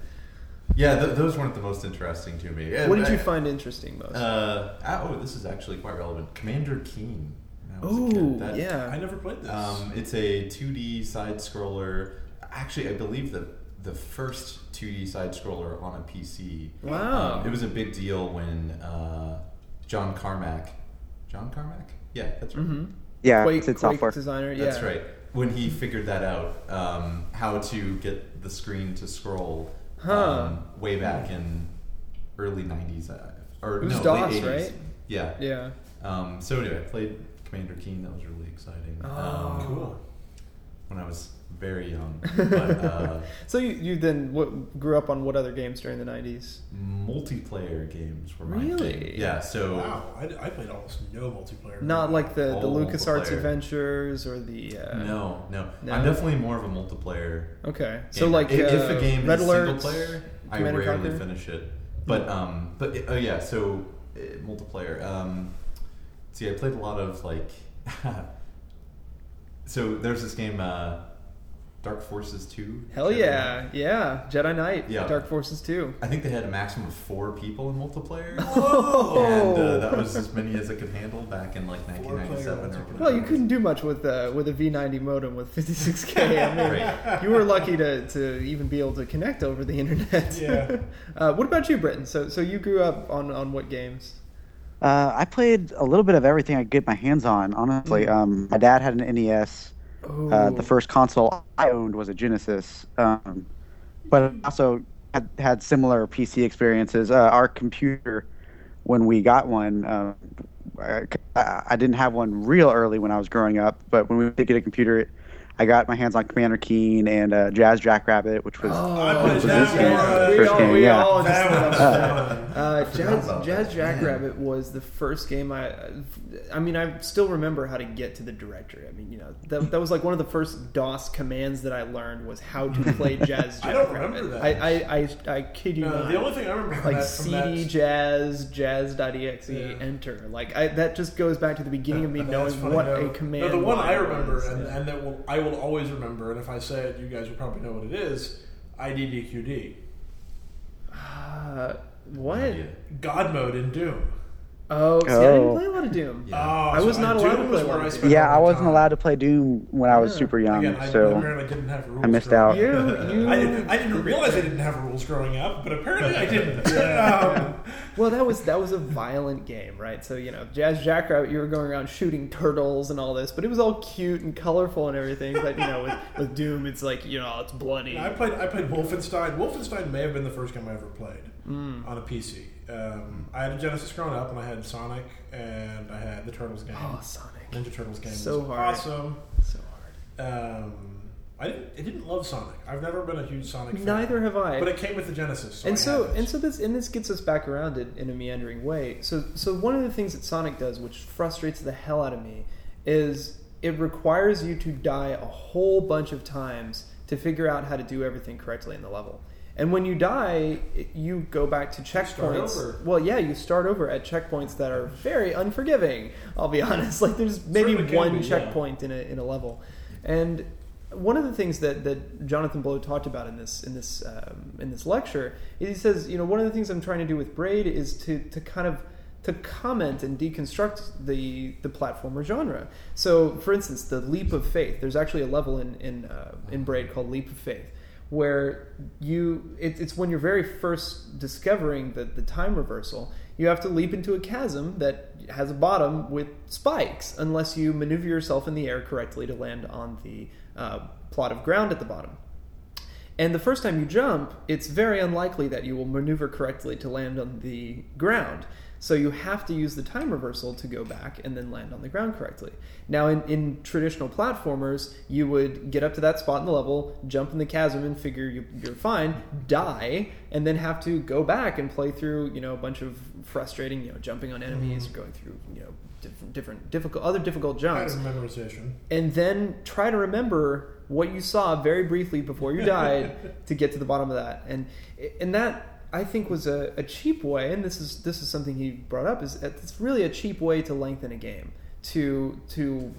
[SPEAKER 6] Yeah, th- those weren't the most interesting to me.
[SPEAKER 7] what did
[SPEAKER 6] I-
[SPEAKER 7] you find interesting most
[SPEAKER 6] Uh, ah, oh, this is actually quite relevant. Commander Keen. When I was a kid,
[SPEAKER 7] oh
[SPEAKER 6] that-
[SPEAKER 8] I
[SPEAKER 7] yeah
[SPEAKER 8] never played this.
[SPEAKER 6] Um, it's a 2D side scroller. Actually, I believe the the first 2D side scroller on a PC.
[SPEAKER 7] Wow.
[SPEAKER 6] Um, it was a big deal when uh, John Carmack. John Carmack? Yeah, that's right.
[SPEAKER 7] Mhm.
[SPEAKER 9] Yeah,
[SPEAKER 7] Quake,
[SPEAKER 9] it's in
[SPEAKER 7] Quake
[SPEAKER 9] software.
[SPEAKER 7] designer yeah
[SPEAKER 6] That's right. When he figured that out, um, how to get the screen to scroll,
[SPEAKER 7] Huh.
[SPEAKER 6] um, way back in early '90s, uh, or
[SPEAKER 7] It was
[SPEAKER 6] no,
[SPEAKER 7] DOS,
[SPEAKER 6] late 80s.
[SPEAKER 7] right?
[SPEAKER 6] Yeah.
[SPEAKER 7] yeah
[SPEAKER 6] Um, so anyway, I played Commander Keen. That was really exciting.
[SPEAKER 7] Oh.
[SPEAKER 6] Um,
[SPEAKER 8] cool.
[SPEAKER 6] When I was very young, but uh,
[SPEAKER 7] so you, you then what grew up on what other games during the nineties
[SPEAKER 6] multiplayer games were my
[SPEAKER 7] Really?
[SPEAKER 6] thing. Yeah. So
[SPEAKER 8] Wow, I, I played almost no multiplayer.
[SPEAKER 7] not like the the
[SPEAKER 6] All
[SPEAKER 7] LucasArts
[SPEAKER 6] multiplayer.
[SPEAKER 7] Adventures or the uh,
[SPEAKER 6] no, no,
[SPEAKER 7] No?
[SPEAKER 6] I'm definitely more of a multiplayer.
[SPEAKER 7] okay so
[SPEAKER 6] gamer.
[SPEAKER 7] like
[SPEAKER 6] if,
[SPEAKER 7] uh,
[SPEAKER 6] if a game
[SPEAKER 7] Red
[SPEAKER 6] is
[SPEAKER 7] Alert,
[SPEAKER 6] single player, I
[SPEAKER 7] Command and
[SPEAKER 6] rarely
[SPEAKER 7] Conquer?
[SPEAKER 6] finish it. But um, but oh yeah, so uh, multiplayer. Um, see, I played a lot of like. so there's this game, uh, Dark Forces Two.
[SPEAKER 7] Hell
[SPEAKER 6] Jedi
[SPEAKER 7] yeah, yeah. Jedi Knight,
[SPEAKER 6] Yeah.
[SPEAKER 7] Dark Forces 2.
[SPEAKER 6] I think they had a maximum of four people in multiplayer.
[SPEAKER 7] Whoa!
[SPEAKER 6] And uh,
[SPEAKER 7] Oh.
[SPEAKER 6] that was as many as I could handle back in like 1997 or whatever.
[SPEAKER 7] Well, you couldn't do much with uh, with a V90 modem with 56k. I mean,
[SPEAKER 6] Right.
[SPEAKER 7] you were lucky to, to even be able to connect over the internet.
[SPEAKER 8] Yeah.
[SPEAKER 7] uh, what about you, Britton? So so you grew up on, on what games?
[SPEAKER 9] Uh, I played a little bit of everything I could get my hands on. Honestly,
[SPEAKER 8] Hmm.
[SPEAKER 9] um, my dad had an NES. Uh, the first console I owned was a Genesis, um, but I also had, had similar PC experiences. Uh, our computer, when we got one, um, I, I didn't have one real early when I was growing up, but when we did get a computer, I got my hands on Commander Keen and uh, Jazz Jackrabbit, which was
[SPEAKER 8] Oh, I played
[SPEAKER 9] was
[SPEAKER 8] that
[SPEAKER 9] this game?
[SPEAKER 8] one.
[SPEAKER 7] Oh. we
[SPEAKER 9] First
[SPEAKER 7] all,
[SPEAKER 9] game,
[SPEAKER 7] we
[SPEAKER 9] yeah.
[SPEAKER 7] all oh, just
[SPEAKER 8] That
[SPEAKER 7] went
[SPEAKER 8] was
[SPEAKER 7] up there.
[SPEAKER 8] fun.
[SPEAKER 7] Uh,
[SPEAKER 6] forgot
[SPEAKER 7] Jazz,
[SPEAKER 6] about
[SPEAKER 7] Jazz
[SPEAKER 6] that.
[SPEAKER 7] Jackrabbit was the first game I. I mean, I still remember how to get to the directory. I mean, you know, that, that was like one of the first DOS commands that I learned was how to play Jazz Jackrabbit.
[SPEAKER 8] I don't remember that.
[SPEAKER 7] I, I, I, I kid you
[SPEAKER 8] No,
[SPEAKER 7] not.
[SPEAKER 8] Uh, the only thing I remember from
[SPEAKER 7] like
[SPEAKER 8] that, from
[SPEAKER 7] CD
[SPEAKER 8] that,
[SPEAKER 7] jazz jazz.exe
[SPEAKER 8] Yeah.
[SPEAKER 7] E, enter like I, that just goes back to the beginning of me
[SPEAKER 8] That's
[SPEAKER 7] knowing
[SPEAKER 8] funny,
[SPEAKER 7] what
[SPEAKER 8] no.
[SPEAKER 7] a command.
[SPEAKER 8] No, the one I
[SPEAKER 7] line
[SPEAKER 8] remember,
[SPEAKER 7] was,
[SPEAKER 8] and,
[SPEAKER 7] yeah.
[SPEAKER 8] and that will, I will always remember, and if I say it, you guys will probably know what it is. IDDQD,
[SPEAKER 7] uh, what?
[SPEAKER 6] Yeah.
[SPEAKER 8] God mode in Doom.
[SPEAKER 7] Oh, see, I didn't
[SPEAKER 9] Oh.
[SPEAKER 7] play a lot of Doom.
[SPEAKER 6] Yeah.
[SPEAKER 8] Oh,
[SPEAKER 7] I was
[SPEAKER 8] so
[SPEAKER 7] not
[SPEAKER 8] Doom
[SPEAKER 7] allowed to
[SPEAKER 8] was
[SPEAKER 7] play
[SPEAKER 8] where
[SPEAKER 7] one.
[SPEAKER 8] spent all
[SPEAKER 9] yeah,
[SPEAKER 8] my
[SPEAKER 9] I wasn't
[SPEAKER 8] time.
[SPEAKER 9] allowed to play Doom when I was
[SPEAKER 7] Yeah.
[SPEAKER 9] super young,
[SPEAKER 8] Again, I
[SPEAKER 9] so
[SPEAKER 8] apparently didn't have rules.
[SPEAKER 9] I missed
[SPEAKER 8] growing
[SPEAKER 9] out.
[SPEAKER 7] You,
[SPEAKER 8] up.
[SPEAKER 7] you.
[SPEAKER 8] I didn't, I didn't realize I didn't have rules growing up, but apparently I didn't. Um,
[SPEAKER 7] Well, that was that was a violent game, right? So you know, Jazz Jackrabbit, you were going around shooting turtles and all this, but it was all cute and colorful and everything. But you know, with, with Doom, it's like you know, it's bloody.
[SPEAKER 8] I played I played Wolfenstein. Wolfenstein may have been the first game I ever played
[SPEAKER 7] Mm.
[SPEAKER 8] on a PC. Um, I had a Genesis growing up, and I had Sonic, and I had the Turtles game,
[SPEAKER 7] Oh, Sonic,
[SPEAKER 8] Ninja Turtles game.
[SPEAKER 7] So
[SPEAKER 8] was
[SPEAKER 7] hard.
[SPEAKER 8] awesome.
[SPEAKER 7] so hard.
[SPEAKER 8] Um, I didn't I didn't love Sonic. I've never been a huge Sonic. fan.
[SPEAKER 7] Neither have I.
[SPEAKER 8] But it came with the Genesis, so I
[SPEAKER 7] and so
[SPEAKER 8] have it.
[SPEAKER 7] and so this and this gets us back around it in a meandering way. So so one of the things that Sonic does, which frustrates the hell out of me, is it requires you to die a whole bunch of times to figure out how to do everything correctly in the level. And when you die, it- you go back to checkpoints.
[SPEAKER 8] over.
[SPEAKER 7] Well, yeah, you start over at checkpoints that are very unforgiving. I'll be honest. Like there's maybe
[SPEAKER 8] Certainly can
[SPEAKER 7] one
[SPEAKER 8] be, yeah.
[SPEAKER 7] checkpoint in a in a level, and one of the things that, that Jonathan Blow talked about in this in this um, in this lecture is he says you know one of the things I'm trying to do with Braid is to to kind of to comment and deconstruct the the platformer genre. So, for instance, the leap of faith. There's actually a level in in uh, in Braid called Leap of Faith, where you it, it's when you're very first discovering the the time reversal. You have to leap into a chasm that has a bottom with spikes, unless you maneuver yourself in the air correctly to land on the uh, plot of ground at the bottom. And the first time you jump, it's very unlikely that you will maneuver correctly to land on the ground. So you have to use the time reversal to go back and then land on the ground correctly. Now, in, in traditional platformers, you would get up to that spot in the level, jump in the chasm, and figure you, you're fine, die, and then have to go back and play through you know a bunch of frustrating you know jumping on enemies, going through you know different, different difficult other difficult jumps
[SPEAKER 8] Pattern memorization.
[SPEAKER 7] and then try to remember what you saw very briefly before you died to get to the bottom of that. And and that I think was a, a cheap way, and this is this is something he brought up is that it's really a cheap way to lengthen a game to to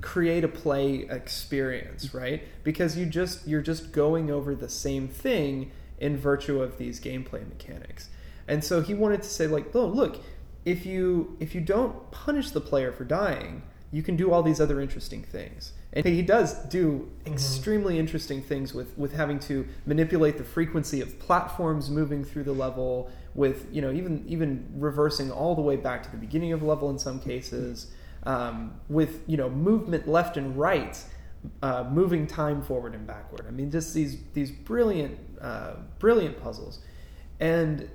[SPEAKER 7] create a play experience, right? Because you just you're just going over the same thing in virtue of these gameplay mechanics. And so he wanted to say like, "Oh, look, if you if you don't punish the player for dying, you can do all these other interesting things." And he does do extremely interesting things with with having to manipulate the frequency of platforms moving through the level with, you know, even even reversing all the way back to the beginning of the level in some cases. Um, with you know movement left and right uh, moving time forward and backward. I mean, just these these brilliant uh, brilliant puzzles, and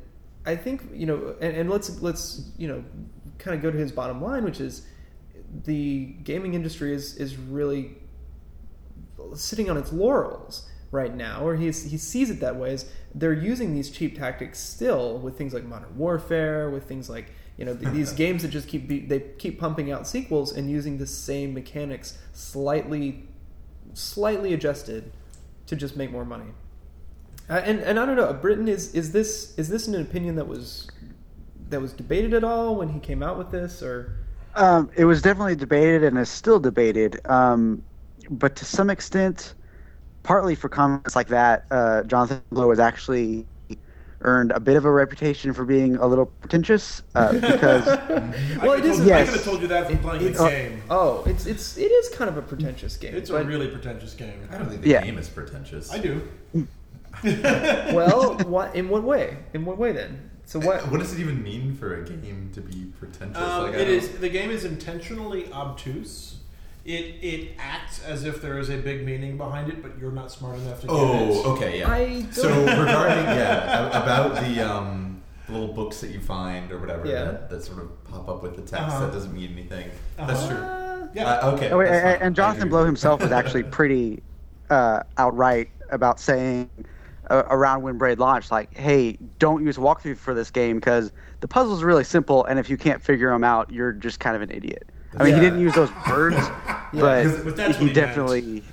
[SPEAKER 7] I think you know, and, and let's let's you know, kind of go to his bottom line, which is the gaming industry is is really sitting on its laurels right now, or he's, he sees it that way, is they're using these cheap tactics still with things like Modern Warfare, with things like you know th- these games that just keep be- they keep pumping out sequels and using the same mechanics slightly slightly adjusted to just make more money. Uh, and and I don't know, Britain is is this is this an opinion that was that was debated at all when he came out with this or
[SPEAKER 9] Um, it was definitely debated and is still debated, um, but to some extent, partly for comments like that, uh, Jonathan Blow has actually earned a bit of a reputation for being a little pretentious uh, because
[SPEAKER 8] I
[SPEAKER 7] well it
[SPEAKER 8] could've
[SPEAKER 7] is
[SPEAKER 8] told, I
[SPEAKER 9] yes.
[SPEAKER 8] could have told you that from playing
[SPEAKER 7] it's-
[SPEAKER 8] the game.
[SPEAKER 7] Oh, it's it's it is kind of a pretentious game.
[SPEAKER 8] It's a
[SPEAKER 7] but-
[SPEAKER 8] really pretentious game.
[SPEAKER 6] I don't think the
[SPEAKER 9] Yeah.
[SPEAKER 6] game is pretentious.
[SPEAKER 8] I do.
[SPEAKER 7] Mm. well, what in what way? In what way then? So what?
[SPEAKER 6] What does it even mean for a game to be pretentious?
[SPEAKER 8] Um,
[SPEAKER 6] like, I
[SPEAKER 8] it
[SPEAKER 6] don't-
[SPEAKER 8] is the game is intentionally obtuse. It it acts as if there is a big meaning behind it, but you're not smart enough to get it.
[SPEAKER 6] Oh, okay, yeah.
[SPEAKER 7] I don't.
[SPEAKER 6] So regarding yeah a- about the um, little books that you find or whatever
[SPEAKER 7] Yeah.
[SPEAKER 6] that, that sort of pop up with the text
[SPEAKER 8] Uh-huh.
[SPEAKER 6] that doesn't mean anything. That's true.
[SPEAKER 7] Uh,
[SPEAKER 8] Yeah.
[SPEAKER 6] Uh, okay.
[SPEAKER 9] Oh, wait,
[SPEAKER 6] that's
[SPEAKER 9] and,
[SPEAKER 6] fine.
[SPEAKER 9] and
[SPEAKER 6] I
[SPEAKER 9] Jonathan
[SPEAKER 6] agree.
[SPEAKER 9] Blow himself was actually pretty uh, outright about saying uh, around when Braid launched, like, "Hey, don't use walkthrough for this game because the puzzle's really simple, and if you can't figure them out, you're just kind of an idiot." I mean,
[SPEAKER 7] Yeah.
[SPEAKER 9] he didn't use those words, but,
[SPEAKER 6] 'Cause-
[SPEAKER 8] but that's what
[SPEAKER 9] he
[SPEAKER 8] he meant.
[SPEAKER 9] definitely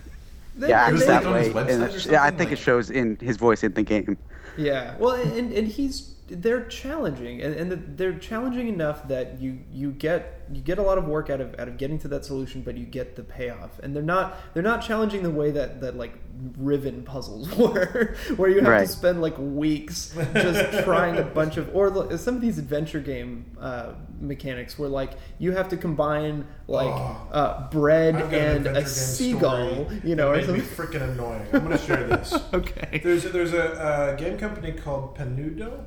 [SPEAKER 7] they-
[SPEAKER 9] yeah,
[SPEAKER 7] they-
[SPEAKER 9] acts
[SPEAKER 6] was
[SPEAKER 9] that
[SPEAKER 6] like on
[SPEAKER 9] way.
[SPEAKER 6] his website
[SPEAKER 9] And
[SPEAKER 6] or
[SPEAKER 9] it's- yeah, I
[SPEAKER 6] something,
[SPEAKER 9] think
[SPEAKER 6] like-
[SPEAKER 9] it shows in his voice in the game.
[SPEAKER 7] Yeah. Well, and and he's they're challenging, and, and they're challenging enough that you you get you get a lot of work out of out of getting to that solution, but you get the payoff. And they're not they're not challenging the way that that like Riven puzzles were, where you have
[SPEAKER 9] Right.
[SPEAKER 7] to spend like weeks just trying a bunch of or look, some of these adventure game uh, mechanics where like you have to combine like
[SPEAKER 8] Oh.
[SPEAKER 7] uh, bread
[SPEAKER 8] I've got an
[SPEAKER 7] and
[SPEAKER 8] adventure
[SPEAKER 7] a
[SPEAKER 8] game
[SPEAKER 7] seagull,
[SPEAKER 8] story
[SPEAKER 7] you know, or
[SPEAKER 8] that made me
[SPEAKER 7] something.
[SPEAKER 8] freaking annoying. I'm going to share this.
[SPEAKER 7] Okay.
[SPEAKER 8] There's a, there's a, uh game company called Penudo.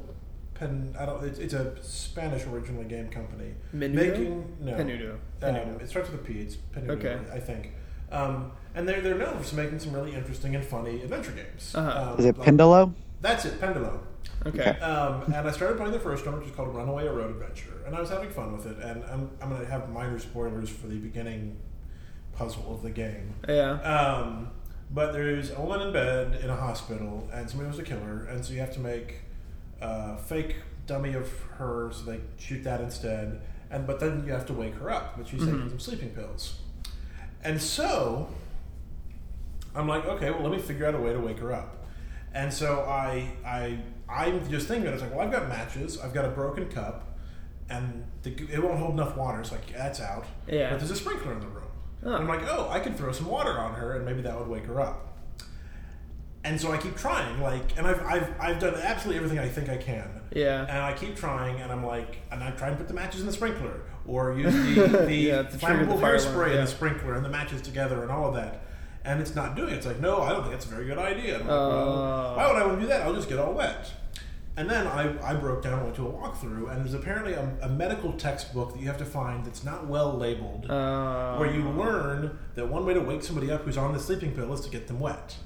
[SPEAKER 8] Pen, I don't. It's, it's a Spanish originally game company.
[SPEAKER 7] Menudo?
[SPEAKER 8] Making no.
[SPEAKER 7] Penudo.
[SPEAKER 8] Um,
[SPEAKER 7] Penudo.
[SPEAKER 8] It starts with a P. It's Penudo,
[SPEAKER 7] Okay.
[SPEAKER 8] I think. Um, and they're they're known for making some really interesting and funny adventure games.
[SPEAKER 7] Uh-huh.
[SPEAKER 8] Um,
[SPEAKER 9] Is it
[SPEAKER 8] like-
[SPEAKER 9] Pendolo?
[SPEAKER 8] That's it, Pendulo.
[SPEAKER 7] Okay.
[SPEAKER 8] Um, and I started playing the first one, which is called Runaway a Road Adventure, and I was having fun with it. And I'm, I'm going to have minor spoilers for the beginning puzzle of the game.
[SPEAKER 7] Yeah.
[SPEAKER 8] Um, but there's a woman in bed in a hospital, and somebody was a killer, and so you have to make a fake dummy of her, so they shoot that instead. And but then you have to wake her up, but she's taking some sleeping pills, and so I'm like, okay, well, let me figure out a way to wake her up. And so I, I, I'm just thinking, I was like, well, I've got matches, I've got a broken cup, and the, it won't hold enough water, so like that's out.
[SPEAKER 7] Yeah.
[SPEAKER 8] But there's a sprinkler in the room.
[SPEAKER 7] Oh.
[SPEAKER 8] And I'm like, oh, I could throw some water on her, and maybe that would wake her up. and so I keep trying. Like, and I've I've I've done absolutely everything I think I can.
[SPEAKER 7] Yeah.
[SPEAKER 8] And I keep trying, and I'm like, and I try and put the matches in the sprinkler, or use the, the
[SPEAKER 7] Yeah, to trigger the
[SPEAKER 8] flammable
[SPEAKER 7] fire
[SPEAKER 8] hairspray
[SPEAKER 7] alarm,
[SPEAKER 8] in
[SPEAKER 7] yeah.
[SPEAKER 8] the sprinkler and the matches together and all of that. And it's not doing it. It's like, no, I don't think that's a very good idea. And I'm like, well,
[SPEAKER 7] Oh.
[SPEAKER 8] why would I want to do that? I'll just get all wet. And then I, I broke down and went to a walkthrough, and there's apparently a, a medical textbook that you have to find that's not well labeled,
[SPEAKER 7] Uh,
[SPEAKER 8] where you learn that one way to wake somebody up who's on the sleeping pill is to get them wet.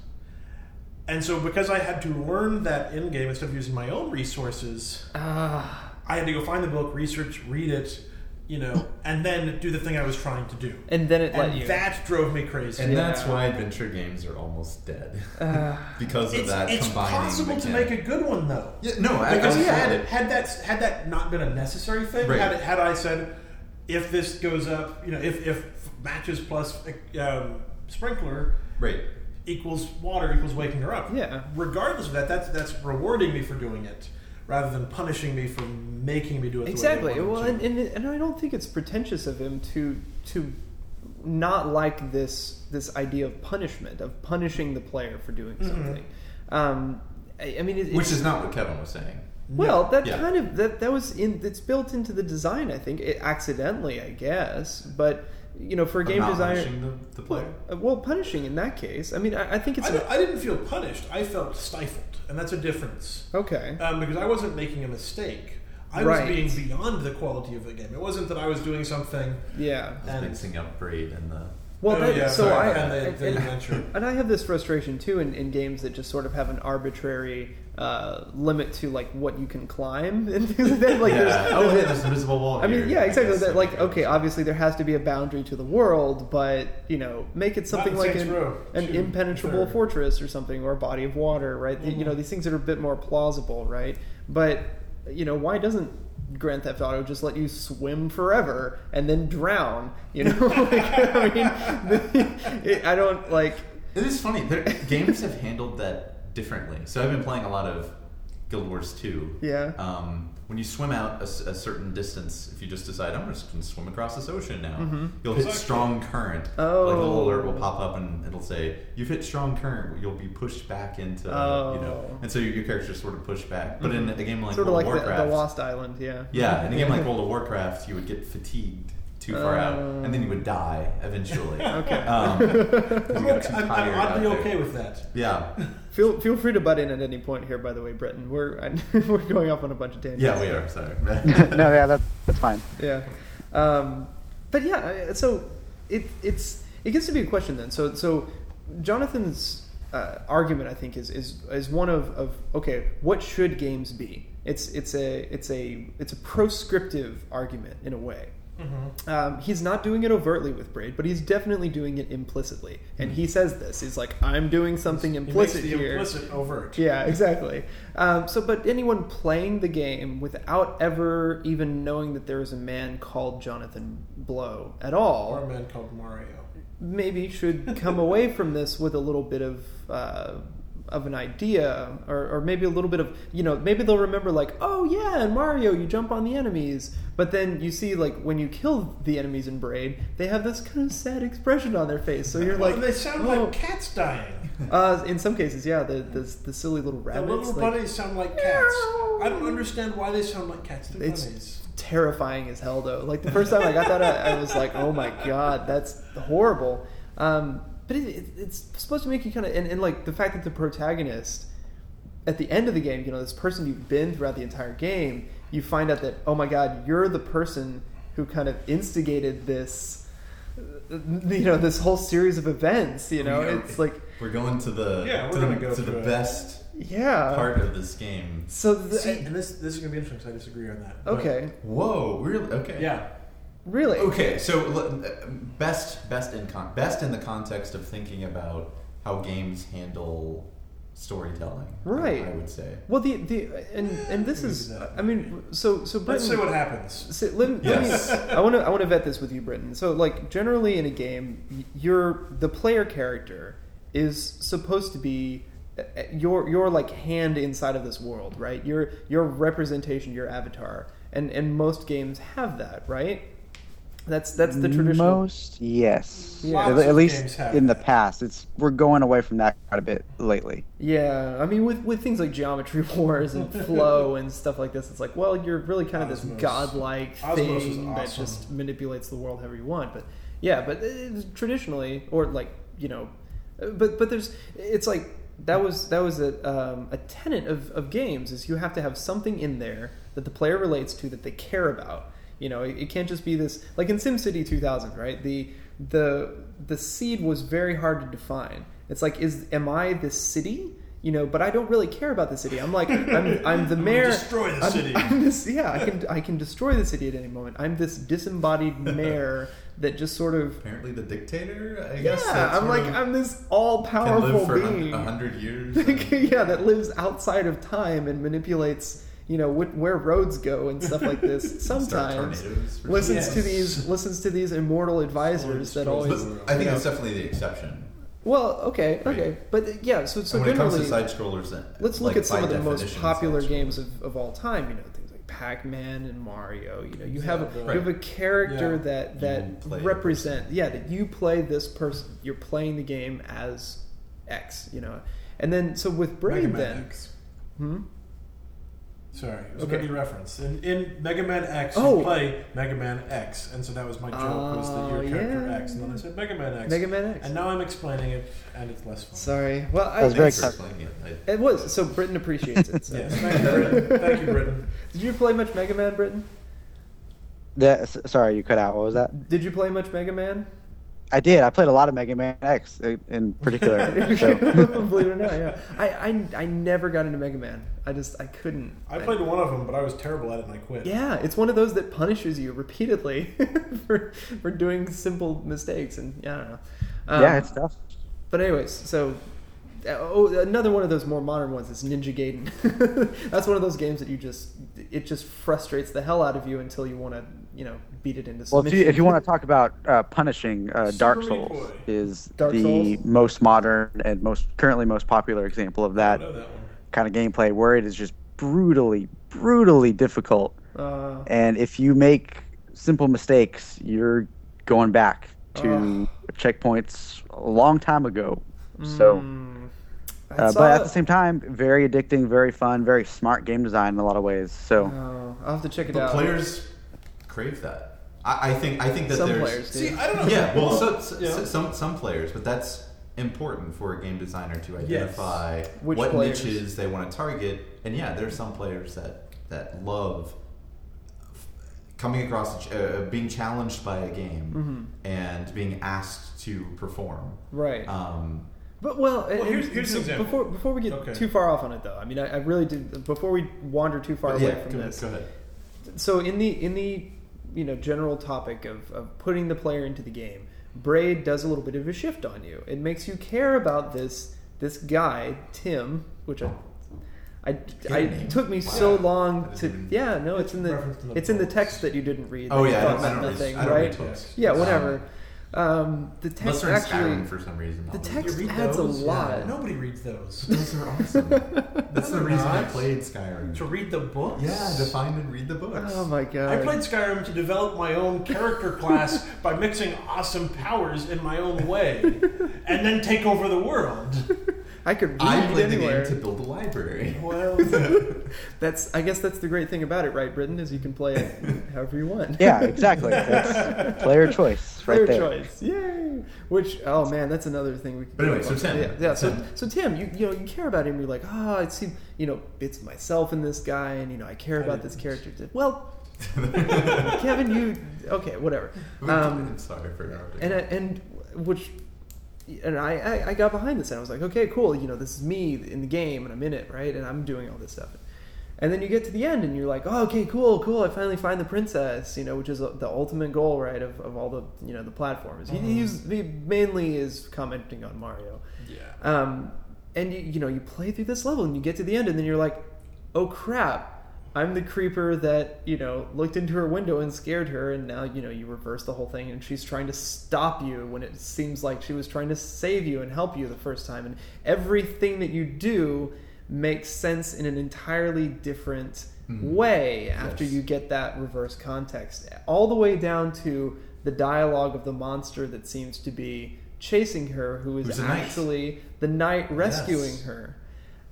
[SPEAKER 8] And so, because I had to learn that in game instead of using my own resources,
[SPEAKER 7] ah.
[SPEAKER 8] I had to go find the book, research, read it, you know, and then do the thing I was trying to do.
[SPEAKER 7] and then it let
[SPEAKER 8] And
[SPEAKER 7] you.
[SPEAKER 8] that drove me crazy.
[SPEAKER 6] And that's
[SPEAKER 7] Yeah.
[SPEAKER 6] why adventure games are almost dead because of
[SPEAKER 8] it's
[SPEAKER 6] that
[SPEAKER 8] it's
[SPEAKER 6] combining.
[SPEAKER 8] possible to make
[SPEAKER 6] mechanic.
[SPEAKER 8] a good one though.
[SPEAKER 6] Yeah, no, I,
[SPEAKER 8] Because
[SPEAKER 6] I was
[SPEAKER 8] had,
[SPEAKER 6] for it.
[SPEAKER 8] had that had that not been a necessary thing,
[SPEAKER 6] Right.
[SPEAKER 8] had, had I said, if this goes up, you know, if if matches plus um, sprinkler
[SPEAKER 6] Right.
[SPEAKER 8] equals water equals waking her up.
[SPEAKER 7] Yeah.
[SPEAKER 8] Regardless of that, that's that's rewarding me for doing it rather than punishing me for making me do it.
[SPEAKER 7] Exactly.
[SPEAKER 8] The way they wanted
[SPEAKER 7] Well,
[SPEAKER 8] to.
[SPEAKER 7] and, and, and I don't think it's pretentious of him to to not like this this idea of punishment of punishing the player for doing something. Um, I, I mean, it,
[SPEAKER 6] Which
[SPEAKER 7] it's-
[SPEAKER 6] is not what Kevin was saying.
[SPEAKER 7] well, that
[SPEAKER 6] yeah.
[SPEAKER 7] kind of that that was in it's built into the design. I think it, accidentally, I guess, but you know, for a
[SPEAKER 6] Of
[SPEAKER 7] game
[SPEAKER 6] not
[SPEAKER 7] designer.
[SPEAKER 6] punishing the, the player.
[SPEAKER 7] Uh, Well, punishing in that case. I mean, I, I think it's
[SPEAKER 8] I,
[SPEAKER 7] a-
[SPEAKER 8] don't- I didn't feel punished. I felt stifled, and that's a difference.
[SPEAKER 7] okay.
[SPEAKER 8] Um, because I wasn't making a mistake. I
[SPEAKER 7] Right.
[SPEAKER 8] was being beyond the quality of the game. It wasn't that I was doing something.
[SPEAKER 7] Yeah.
[SPEAKER 6] I was
[SPEAKER 8] And-
[SPEAKER 6] mixing up braid and the.
[SPEAKER 7] Well,
[SPEAKER 8] Oh,
[SPEAKER 7] that,
[SPEAKER 8] yeah,
[SPEAKER 7] so
[SPEAKER 8] sorry,
[SPEAKER 7] I
[SPEAKER 8] and the, the
[SPEAKER 7] and-
[SPEAKER 8] adventure.
[SPEAKER 7] And I have this frustration too in, in games that just sort of have an arbitrary uh, limit to like what you can climb and things like that. Like
[SPEAKER 6] yeah.
[SPEAKER 7] there's,
[SPEAKER 6] oh, yeah, there's an invisible wall.
[SPEAKER 7] I mean,
[SPEAKER 6] here.
[SPEAKER 7] yeah, exactly.
[SPEAKER 6] guess
[SPEAKER 7] That,
[SPEAKER 6] I
[SPEAKER 7] like,
[SPEAKER 6] can-
[SPEAKER 7] okay, obviously there has to be a boundary to the world, but you know, make it something
[SPEAKER 8] in
[SPEAKER 7] like
[SPEAKER 8] Saints
[SPEAKER 7] an,
[SPEAKER 8] Row,
[SPEAKER 7] an
[SPEAKER 8] two,
[SPEAKER 7] impenetrable
[SPEAKER 8] third.
[SPEAKER 7] fortress or something, or a body of water, right? The- You know, these things that are a bit more plausible, right? But you know, why doesn't Grand Theft Auto just let you swim forever and then drown? You know, like, I mean, it, I don't like.
[SPEAKER 6] It is funny. There, games have handled that differently. So I've been playing a lot of Guild Wars 2.
[SPEAKER 7] Yeah.
[SPEAKER 6] Um, when you swim out a, s- a certain distance, if you just decide, I'm just going to swim across this ocean now,
[SPEAKER 7] Mm-hmm.
[SPEAKER 6] you'll hit
[SPEAKER 8] Exactly.
[SPEAKER 6] strong current. Like a
[SPEAKER 7] Oh.
[SPEAKER 6] little alert will pop up and it'll say, You've hit strong current. You'll be pushed back into, you
[SPEAKER 7] Oh. Mm-hmm.
[SPEAKER 6] know. And so your, your character's sort of pushed back. But in a game like
[SPEAKER 7] sort of like
[SPEAKER 6] World of
[SPEAKER 7] the,
[SPEAKER 6] Warcraft.
[SPEAKER 7] the Lost Island, yeah.
[SPEAKER 6] Yeah, in a game like World of Warcraft, you would get fatigued too far out,
[SPEAKER 8] Oh.
[SPEAKER 6] and then you would die eventually.
[SPEAKER 7] Okay.
[SPEAKER 6] Um, 'cause you
[SPEAKER 8] I'm,
[SPEAKER 6] got
[SPEAKER 8] okay,
[SPEAKER 6] too
[SPEAKER 8] I'm,
[SPEAKER 6] tired
[SPEAKER 8] I'm
[SPEAKER 6] out
[SPEAKER 8] oddly
[SPEAKER 6] there.
[SPEAKER 8] okay with that.
[SPEAKER 6] Yeah,
[SPEAKER 7] Feel feel free to butt in at any point here. By the way, Breton, we're we're going off on a bunch of tangents.
[SPEAKER 6] yeah, we are. Sorry.
[SPEAKER 9] no, yeah, that's that's fine.
[SPEAKER 7] yeah. Um, but yeah, I- so it it's it gets to be a question then. So so Jonathan's uh, argument, I think, is is is one of, of okay, what should games be? It's it's a it's a it's a proscriptive argument in a way.
[SPEAKER 8] Mm-hmm.
[SPEAKER 7] Um, he's not doing it overtly with Braid, but he's definitely doing it implicitly. And he says this. He's like, "I'm doing something
[SPEAKER 8] It Mm. makes
[SPEAKER 7] implicit
[SPEAKER 8] the
[SPEAKER 7] here."
[SPEAKER 8] implicit overt.
[SPEAKER 7] Yeah, exactly. Um, so, but anyone playing the game without ever even knowing that there is a man called Jonathan Blow at
[SPEAKER 8] Or a
[SPEAKER 7] all,
[SPEAKER 8] man called Mario.
[SPEAKER 7] maybe should come away from this with a little bit of. Uh, of an idea, or, or maybe a little bit of, you know, maybe they'll remember, like, oh yeah, in Mario, you jump on the enemies. But then you see, like, when you kill the enemies in Braid, they have this kind of sad expression on their face. So you're
[SPEAKER 8] Well,
[SPEAKER 7] like,
[SPEAKER 8] and they sound
[SPEAKER 7] oh.
[SPEAKER 8] like cats dying.
[SPEAKER 7] uh, in some cases, yeah, the, the, the silly little
[SPEAKER 8] The
[SPEAKER 7] rabbits.
[SPEAKER 8] little
[SPEAKER 7] like-
[SPEAKER 8] bunnies sound like cats. I don't understand why they sound like cats. They're
[SPEAKER 7] It's-
[SPEAKER 8] bunnies.
[SPEAKER 7] terrifying as hell though like the first time i got that i, I was like oh my god that's horrible um, but it, it, it's supposed to make you kind of and, and like the fact that the protagonist at the end of the game you know this person you've been throughout the entire game you find out that oh my god you're the person who kind of instigated this uh, you know this whole series of events you know it's like
[SPEAKER 6] we're going to the
[SPEAKER 8] Yeah, we're
[SPEAKER 6] to, the,
[SPEAKER 8] gonna go
[SPEAKER 6] to the
[SPEAKER 8] through it.
[SPEAKER 6] best
[SPEAKER 7] yeah
[SPEAKER 6] part of this game.
[SPEAKER 7] so the, uh,
[SPEAKER 8] See, and this this is gonna be interesting. 'cause I disagree on that. But-
[SPEAKER 7] okay
[SPEAKER 6] Whoa, really? Okay.
[SPEAKER 8] Yeah.
[SPEAKER 7] really
[SPEAKER 6] Okay, so l- uh, best best in con- best in the context of thinking about how games handle storytelling.
[SPEAKER 7] Right.
[SPEAKER 6] I would say.
[SPEAKER 7] well the, the and and this is i mean so so Britain,
[SPEAKER 8] Let's see what happens.
[SPEAKER 7] So, let, let
[SPEAKER 6] Yes.
[SPEAKER 7] me, I want to I want to vet this with you, Britton. So, like generally in a game, y- your the player character is supposed to be uh, uh, your your like hand inside of this world, right? Your your representation, your avatar, and and most games have that, right? That's that's the traditional.
[SPEAKER 9] Most, yes.
[SPEAKER 7] Yeah.
[SPEAKER 9] At,
[SPEAKER 8] Lots
[SPEAKER 9] at
[SPEAKER 8] of
[SPEAKER 9] least
[SPEAKER 8] games have
[SPEAKER 9] in the
[SPEAKER 8] that.
[SPEAKER 9] past, it's we're going away from that quite a bit lately.
[SPEAKER 7] Yeah, I mean, with with things like Geometry Wars and Flow and stuff like this, it's like, well, you're really kind of this
[SPEAKER 8] Osmos.
[SPEAKER 7] godlike
[SPEAKER 8] Osmos is
[SPEAKER 7] thing that
[SPEAKER 8] awesome.
[SPEAKER 7] just manipulates the world however you want. But yeah, but it's traditionally, or like you know, but but there's it's like that was that was a um, a tenet of of games is you have to have something in there that the player relates to that they care about. You know, it, it can't just be this like in SimCity 2000, right? The the the seed was very hard to define. It's like, is am I the city? You know, but I don't really care about the city. I'm like, I'm, I'm the
[SPEAKER 8] gonna
[SPEAKER 7] mayor.
[SPEAKER 8] destroy the
[SPEAKER 7] I'm-
[SPEAKER 8] city.
[SPEAKER 7] I'm this, yeah, I can I can destroy the city at any moment. I'm this disembodied mayor that just sort of.
[SPEAKER 6] Apparently, the dictator. I
[SPEAKER 7] Yeah,
[SPEAKER 6] guess. that
[SPEAKER 7] I'm
[SPEAKER 6] sort
[SPEAKER 7] like
[SPEAKER 6] of
[SPEAKER 7] I'm this all
[SPEAKER 6] Can live
[SPEAKER 7] powerful
[SPEAKER 6] for
[SPEAKER 7] being.
[SPEAKER 6] a hundred years.
[SPEAKER 7] yeah, that lives outside of time and manipulates, you know, wh- where roads go and stuff like this.
[SPEAKER 6] Start
[SPEAKER 7] Sometimes
[SPEAKER 6] tornadoes or
[SPEAKER 7] listens
[SPEAKER 8] something.
[SPEAKER 7] to these listens to these immortal advisors that always.
[SPEAKER 6] something. But I think
[SPEAKER 7] you know.
[SPEAKER 6] that's definitely the exception.
[SPEAKER 7] Well, okay,
[SPEAKER 6] Right.
[SPEAKER 7] okay, but uh, yeah. So so
[SPEAKER 6] and when it comes
[SPEAKER 7] generally,
[SPEAKER 6] to side scrollers, uh,
[SPEAKER 7] let's look at some of the most popular games of, of all time. You know, things like Pac-Man and Mario. You know, you have a,
[SPEAKER 8] Zelda.
[SPEAKER 7] you have a character
[SPEAKER 8] Yeah.
[SPEAKER 7] that that
[SPEAKER 6] play the
[SPEAKER 7] represent yeah that you play this person. You're playing the game as X. You know, and then so with
[SPEAKER 8] Mega
[SPEAKER 7] Braid
[SPEAKER 8] Man
[SPEAKER 7] then.
[SPEAKER 8] X.
[SPEAKER 7] Hmm?
[SPEAKER 8] Sorry, it was
[SPEAKER 7] Okay.
[SPEAKER 8] a nerdy reference. In, in Mega Man X,
[SPEAKER 7] Oh.
[SPEAKER 8] you play Mega Man X, and so that was my joke was that your
[SPEAKER 7] Oh,
[SPEAKER 8] character
[SPEAKER 7] yeah.
[SPEAKER 8] X, and then I said Mega Man X,
[SPEAKER 7] Mega Man X.
[SPEAKER 8] and now I'm explaining it, and it's less fun.
[SPEAKER 7] Sorry. Well, I,
[SPEAKER 9] That was very
[SPEAKER 7] it's-
[SPEAKER 9] cut.
[SPEAKER 7] it was so Britain appreciates it. So.
[SPEAKER 8] Yes, thank you, Britain. thank you, Britain.
[SPEAKER 7] Did you play much Mega Man, Britain?
[SPEAKER 9] That, s- sorry, you cut out. What was that?
[SPEAKER 7] Did you play much Mega Man?
[SPEAKER 9] I did. I played a lot of Mega Man X uh, in particular. so.
[SPEAKER 7] Believe it or not, yeah. I, I I never got into Mega Man. I just I couldn't.
[SPEAKER 8] I played one of them, but I was terrible at it, and I quit.
[SPEAKER 7] Yeah, it's one of those that punishes you repeatedly for for doing simple mistakes, and yeah, I don't know. Um,
[SPEAKER 9] yeah, it's tough.
[SPEAKER 7] But anyways, so uh, oh, another one of those more modern ones is Ninja Gaiden. That's one of those games that you just it just frustrates the hell out of you until you want to you know beat it into
[SPEAKER 9] Well, if
[SPEAKER 7] submission.
[SPEAKER 9] you, if you want to talk about uh, punishing, uh, Dark
[SPEAKER 8] Super Meat
[SPEAKER 9] Souls
[SPEAKER 8] Boy.
[SPEAKER 9] is
[SPEAKER 7] Dark
[SPEAKER 9] the
[SPEAKER 7] Souls?
[SPEAKER 9] most modern and most currently most popular example of
[SPEAKER 8] I
[SPEAKER 9] that
[SPEAKER 8] know that one.
[SPEAKER 9] kind of gameplay, where it is just brutally, brutally difficult.
[SPEAKER 7] uh,
[SPEAKER 9] And if you make simple mistakes, you're going back to checkpoints a long time ago. So,
[SPEAKER 7] mm, I
[SPEAKER 9] uh,
[SPEAKER 7] saw
[SPEAKER 9] but at
[SPEAKER 7] that-
[SPEAKER 9] the same time, very addicting, very fun, very smart game design in a lot of ways. So,
[SPEAKER 7] Oh, I'll have to check it
[SPEAKER 6] But
[SPEAKER 7] out.
[SPEAKER 6] players crave that. I, I think. I think that
[SPEAKER 7] Some
[SPEAKER 6] there's.
[SPEAKER 7] players do.
[SPEAKER 8] See, I don't know.
[SPEAKER 6] Yeah, well, so, so-
[SPEAKER 8] Yeah.
[SPEAKER 6] so- some some players, but that's important for a game designer to identify
[SPEAKER 7] Which
[SPEAKER 6] what
[SPEAKER 7] players?
[SPEAKER 6] niches they want to target. And yeah, there's some players that that love coming across a ch- uh, being challenged by a game and being asked to perform.
[SPEAKER 7] Mm-hmm. Right.
[SPEAKER 6] Um,
[SPEAKER 7] But well, and-
[SPEAKER 8] here's-
[SPEAKER 7] and
[SPEAKER 8] here's an
[SPEAKER 7] so
[SPEAKER 8] example.
[SPEAKER 7] Before before we get
[SPEAKER 8] Okay.
[SPEAKER 7] too far off on it, though, I mean, I, I really did. Before we wander too far
[SPEAKER 6] but
[SPEAKER 7] away
[SPEAKER 6] yeah,
[SPEAKER 7] from
[SPEAKER 6] go,
[SPEAKER 7] this,
[SPEAKER 6] go ahead.
[SPEAKER 7] so in the in the you know general topic of, of putting the player into the game, Braid does a little bit of a shift on you. It makes you care about this this guy Tim, which I. I, I
[SPEAKER 6] Tim.
[SPEAKER 7] took me so long
[SPEAKER 6] didn't
[SPEAKER 7] to
[SPEAKER 6] even-
[SPEAKER 7] yeah no it's in the
[SPEAKER 8] reference to the
[SPEAKER 7] it's in the
[SPEAKER 8] books.
[SPEAKER 7] text that you didn't read
[SPEAKER 6] Oh
[SPEAKER 7] that you
[SPEAKER 6] yeah, I
[SPEAKER 7] thought
[SPEAKER 6] don't, I
[SPEAKER 7] meant
[SPEAKER 6] don't,
[SPEAKER 7] nothing,
[SPEAKER 6] read, I don't
[SPEAKER 7] right
[SPEAKER 6] read books.
[SPEAKER 7] yeah
[SPEAKER 6] Um,
[SPEAKER 7] whatever um, the
[SPEAKER 6] Unless
[SPEAKER 7] text
[SPEAKER 6] they're in Skyrim
[SPEAKER 7] actually
[SPEAKER 6] for some reason.
[SPEAKER 7] the
[SPEAKER 6] I'll read
[SPEAKER 7] text
[SPEAKER 8] You read
[SPEAKER 7] adds
[SPEAKER 8] those?
[SPEAKER 7] a lot
[SPEAKER 8] Yeah, Nobody reads those.
[SPEAKER 6] Those are awesome. That's the
[SPEAKER 8] they're
[SPEAKER 6] reason I
[SPEAKER 8] not.
[SPEAKER 6] played Skyrim.
[SPEAKER 8] to read the books?
[SPEAKER 6] Yeah, to find and read the books.
[SPEAKER 7] Oh my god!
[SPEAKER 8] I played Skyrim to develop my own character class by mixing awesome powers in my own way, and then take over the world.
[SPEAKER 7] I could read
[SPEAKER 6] I
[SPEAKER 7] it
[SPEAKER 6] played the
[SPEAKER 7] anywhere.
[SPEAKER 6] game to build a library.
[SPEAKER 8] Well,
[SPEAKER 7] That's. I guess that's the great thing about it, right, Britain? Is you can play it however you want.
[SPEAKER 9] yeah, exactly. That's player choice
[SPEAKER 7] Player
[SPEAKER 9] right there.
[SPEAKER 7] choice. Yay! Which, oh man, that's another thing we. Can
[SPEAKER 6] But anyway, so Tim.
[SPEAKER 7] Yeah, yeah. So,
[SPEAKER 6] Tim.
[SPEAKER 7] so Tim, you you know you care about him. You're like, ah, oh, it seems you know it's myself and this guy, and you know I care about this character. Well, Kevin, you okay? Whatever. Um,
[SPEAKER 6] I'm sorry for interrupting.
[SPEAKER 7] and I, and which and I, I I got behind this and I was like, okay, cool, you know, this is me in the game and I'm in it, right? And I'm doing all this stuff. And then you get to the end and you're like, oh, okay, cool, cool. I finally find the princess, you know, which is the ultimate goal, right, of, of all the you know the platforms. He, he's, he mainly is commenting on Mario.
[SPEAKER 8] yeah.
[SPEAKER 7] Um, and you, you know, you play through this level and you get to the end, and then you're like, oh crap. I'm the creeper that, you know, looked into her window and scared her, and now, you know, you reverse the whole thing, and she's trying to stop you when it seems like she was trying to save you and help you the first time. And everything that you do makes sense in an entirely different way after
[SPEAKER 6] Hmm. Yes.
[SPEAKER 7] you get that reverse context, all the way down to the dialogue of the monster that seems to be chasing her, who is
[SPEAKER 6] Who's a knight.
[SPEAKER 7] actually the knight rescuing
[SPEAKER 6] Yes.
[SPEAKER 7] her.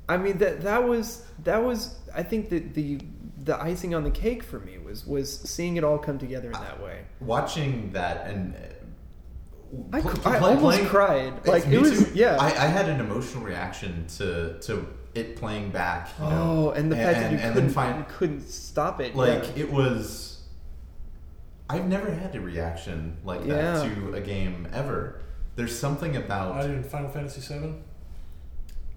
[SPEAKER 7] I mean that that was that was I think that the the icing on the cake for me was was seeing it all come together in that way.
[SPEAKER 6] watching that and uh,
[SPEAKER 7] I
[SPEAKER 6] pl-
[SPEAKER 7] cr- I
[SPEAKER 6] play-
[SPEAKER 7] almost
[SPEAKER 6] playing-
[SPEAKER 7] cried.
[SPEAKER 6] It's-
[SPEAKER 7] Like,
[SPEAKER 6] me
[SPEAKER 7] it was-
[SPEAKER 6] too.
[SPEAKER 7] yeah.
[SPEAKER 6] I, I had an emotional reaction to to it playing back. You know?
[SPEAKER 7] Oh, and the fact that you
[SPEAKER 6] and
[SPEAKER 7] couldn't,
[SPEAKER 6] then find
[SPEAKER 7] you couldn't stop it.
[SPEAKER 6] like
[SPEAKER 7] yeah.
[SPEAKER 6] it was. I've never had a reaction like that
[SPEAKER 7] Yeah.
[SPEAKER 6] to a game ever. There's something about
[SPEAKER 8] I did in Final Fantasy VII.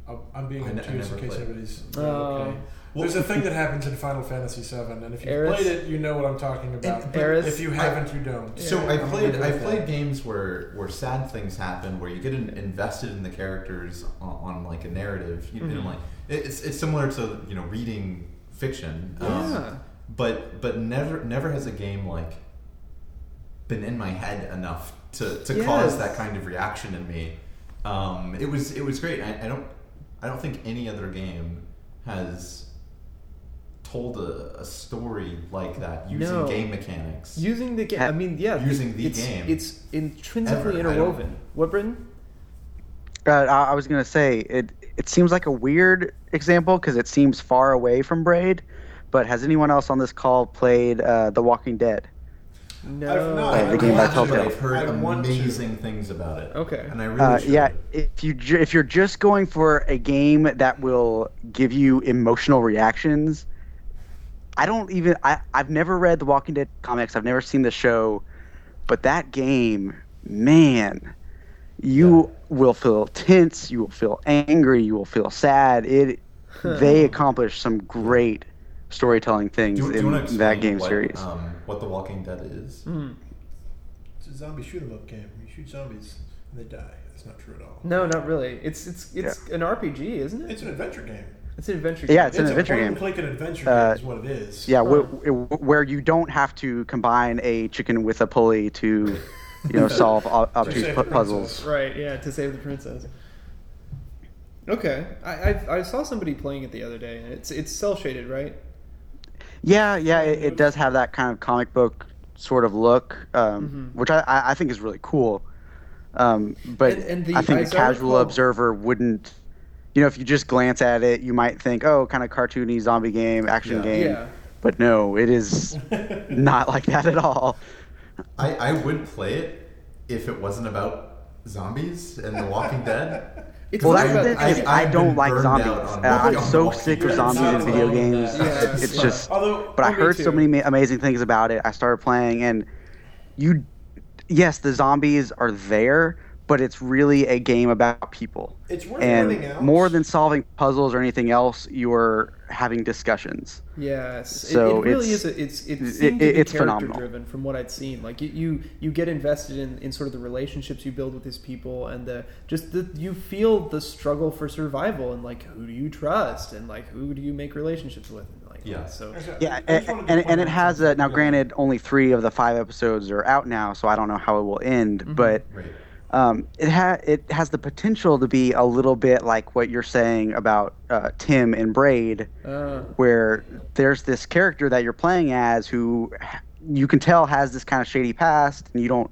[SPEAKER 8] I'm- I'm being
[SPEAKER 6] I ne- I
[SPEAKER 8] obtuse in
[SPEAKER 6] never
[SPEAKER 8] case
[SPEAKER 6] played.
[SPEAKER 8] everybody's.
[SPEAKER 7] Oh.
[SPEAKER 8] okay.
[SPEAKER 6] Well-
[SPEAKER 8] There's a thing that happens in Final Fantasy VII, and if you've
[SPEAKER 7] Eris?
[SPEAKER 8] played it, you know what I'm talking about.
[SPEAKER 6] And-
[SPEAKER 8] But
[SPEAKER 7] Eris?
[SPEAKER 8] if you haven't, you don't.
[SPEAKER 6] So
[SPEAKER 7] Yeah.
[SPEAKER 6] I played. I
[SPEAKER 8] Yeah.
[SPEAKER 6] played games where where sad things happen, where you get in, invested in the characters on, on like a narrative. You
[SPEAKER 7] Mm-hmm.
[SPEAKER 6] know, like it- it's it's similar to you know reading fiction. um,
[SPEAKER 7] Yeah.
[SPEAKER 6] but but never never has a game like been in my head enough to, to
[SPEAKER 7] Yes.
[SPEAKER 6] cause that kind of reaction in me. Um, it was it was great. I, I don't I don't think any other game has told a, a story like that using
[SPEAKER 7] No.
[SPEAKER 6] game mechanics.
[SPEAKER 7] using the game. I mean, yeah,
[SPEAKER 6] Using the
[SPEAKER 7] it's,
[SPEAKER 6] game.
[SPEAKER 7] It's intrinsically
[SPEAKER 6] Ever. I don't-
[SPEAKER 7] interwoven. What, Britain?
[SPEAKER 9] Uh, I I was gonna say it. It seems like a weird example because it seems far away from Braid. But has anyone else on this call played uh, The Walking Dead?
[SPEAKER 7] No.
[SPEAKER 8] I've not.
[SPEAKER 9] Uh, the
[SPEAKER 6] I
[SPEAKER 9] game by
[SPEAKER 6] want to,
[SPEAKER 9] Telltale.
[SPEAKER 6] but I've heard
[SPEAKER 8] I want to.
[SPEAKER 6] amazing things about it.
[SPEAKER 7] Okay.
[SPEAKER 6] And I really
[SPEAKER 9] Uh,
[SPEAKER 6] should.
[SPEAKER 9] yeah, if you ju- if you're just going for a game that will give you emotional reactions, I don't even I I've never read The Walking Dead comics. I've never seen the show, but that game, man, you will feel tense, you will feel angry, you will feel sad. It they accomplished some great storytelling things
[SPEAKER 6] Do, do you
[SPEAKER 9] in
[SPEAKER 6] want to
[SPEAKER 9] that game
[SPEAKER 6] what,
[SPEAKER 9] series.
[SPEAKER 6] Um, what The Walking Dead is?
[SPEAKER 8] It's a zombie shoot 'em up game. You shoot zombies and they die. That's not true at all.
[SPEAKER 7] No, not really. It's it's it's an RPG, isn't it?
[SPEAKER 8] It's an adventure game.
[SPEAKER 7] It's an adventure.
[SPEAKER 9] Yeah,
[SPEAKER 7] game.
[SPEAKER 9] It's an adventure game.
[SPEAKER 8] Click an adventure
[SPEAKER 9] Uh,
[SPEAKER 8] game is what it is.
[SPEAKER 9] Yeah, where, where you don't have to combine a chicken with a pulley to, you know, solve ob- obtuse
[SPEAKER 8] save
[SPEAKER 9] pu-
[SPEAKER 8] the
[SPEAKER 9] puzzles.
[SPEAKER 7] right. Yeah, to save the princess. Okay, I, I I saw somebody playing it the other day, and it's it's cell shaded, right?
[SPEAKER 9] Yeah, yeah, it, it does have that kind of comic book sort of look, um,
[SPEAKER 7] Mm-hmm.
[SPEAKER 9] which I, I I think is really cool. Um, but
[SPEAKER 7] And- and the-
[SPEAKER 9] I think
[SPEAKER 7] I
[SPEAKER 9] a
[SPEAKER 7] saw-
[SPEAKER 9] casual
[SPEAKER 7] oh.
[SPEAKER 9] observer wouldn't, you know, if you just glance at it, you might think, oh, kind of cartoony zombie game, action
[SPEAKER 6] Yeah.
[SPEAKER 9] game.
[SPEAKER 7] Yeah.
[SPEAKER 9] But no, it is not like that at all.
[SPEAKER 6] I, I would play it if it wasn't about zombies and The Walking Dead.
[SPEAKER 7] It's
[SPEAKER 9] Well,
[SPEAKER 7] not
[SPEAKER 9] that's
[SPEAKER 7] about-
[SPEAKER 9] the thing. is
[SPEAKER 6] I've
[SPEAKER 9] I don't
[SPEAKER 6] been
[SPEAKER 9] like
[SPEAKER 6] burned
[SPEAKER 9] zombies.
[SPEAKER 6] out on
[SPEAKER 9] Uh, I'm
[SPEAKER 6] walking
[SPEAKER 9] so
[SPEAKER 6] on
[SPEAKER 9] sick
[SPEAKER 6] walking
[SPEAKER 9] of
[SPEAKER 8] You're
[SPEAKER 9] zombies
[SPEAKER 8] not
[SPEAKER 9] in video
[SPEAKER 8] alone in
[SPEAKER 9] games.
[SPEAKER 8] that.
[SPEAKER 7] Yeah,
[SPEAKER 9] it's
[SPEAKER 7] yeah.
[SPEAKER 9] just.
[SPEAKER 8] Although
[SPEAKER 9] But I
[SPEAKER 7] Me
[SPEAKER 9] heard so
[SPEAKER 7] too.
[SPEAKER 9] many ma- amazing things about it. I started playing, and you, yes, the zombies are there, but it's really a game about people.
[SPEAKER 8] it's worth pointing
[SPEAKER 9] And
[SPEAKER 8] out.
[SPEAKER 9] more than solving puzzles or anything else, you're having discussions.
[SPEAKER 7] Yes, it-
[SPEAKER 9] So
[SPEAKER 7] it, really is.
[SPEAKER 9] it's-
[SPEAKER 7] A, it's it
[SPEAKER 9] it-
[SPEAKER 7] seemed to
[SPEAKER 9] it-
[SPEAKER 7] be
[SPEAKER 9] it's
[SPEAKER 7] character
[SPEAKER 9] phenomenal.
[SPEAKER 7] driven from what I'd seen. Like you, you, you get invested in, in sort of the relationships you build with these people, and the just the you feel the struggle for survival, and like who do you trust, and like who do you make relationships with, and like
[SPEAKER 6] Yeah.
[SPEAKER 7] So
[SPEAKER 8] Actually, I-
[SPEAKER 9] Yeah,
[SPEAKER 8] I
[SPEAKER 9] and,
[SPEAKER 8] just wanted to
[SPEAKER 9] and,
[SPEAKER 8] point
[SPEAKER 9] and it
[SPEAKER 8] out
[SPEAKER 9] has a, now.
[SPEAKER 8] something.
[SPEAKER 9] Granted, only three of the five episodes are out now, so I don't know how it will end, but.
[SPEAKER 6] Right.
[SPEAKER 9] um, it ha- it has the potential to be a little bit like what you're saying about uh, Tim and Braid,
[SPEAKER 7] uh,
[SPEAKER 9] where there's this character that you're playing as who you can tell has this kind of shady past, and you don't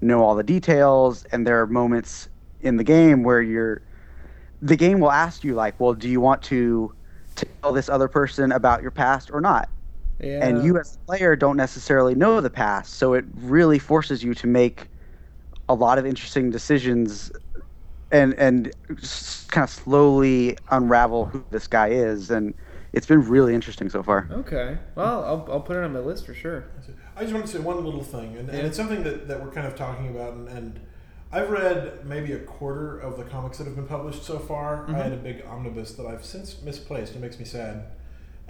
[SPEAKER 9] know all the details, and there are moments in the game where you're the game will ask you like, well, do you want to tell this other person about your past or not?
[SPEAKER 7] yeah,
[SPEAKER 9] and you as a player don't necessarily know the past so it really forces you to make a lot of interesting decisions and and s- kind of slowly unravel who this guy is and it's been really interesting so far
[SPEAKER 7] okay. Well, I'll, I'll put it on my list for sure.
[SPEAKER 8] I just wanted to say one little thing, and,
[SPEAKER 7] Yeah.
[SPEAKER 8] and it's something that, that we're kind of talking about. And, and I've read maybe a quarter of the comics that have been published so far.
[SPEAKER 9] Mm-hmm.
[SPEAKER 8] I had a big omnibus that I've since misplaced. It makes me sad.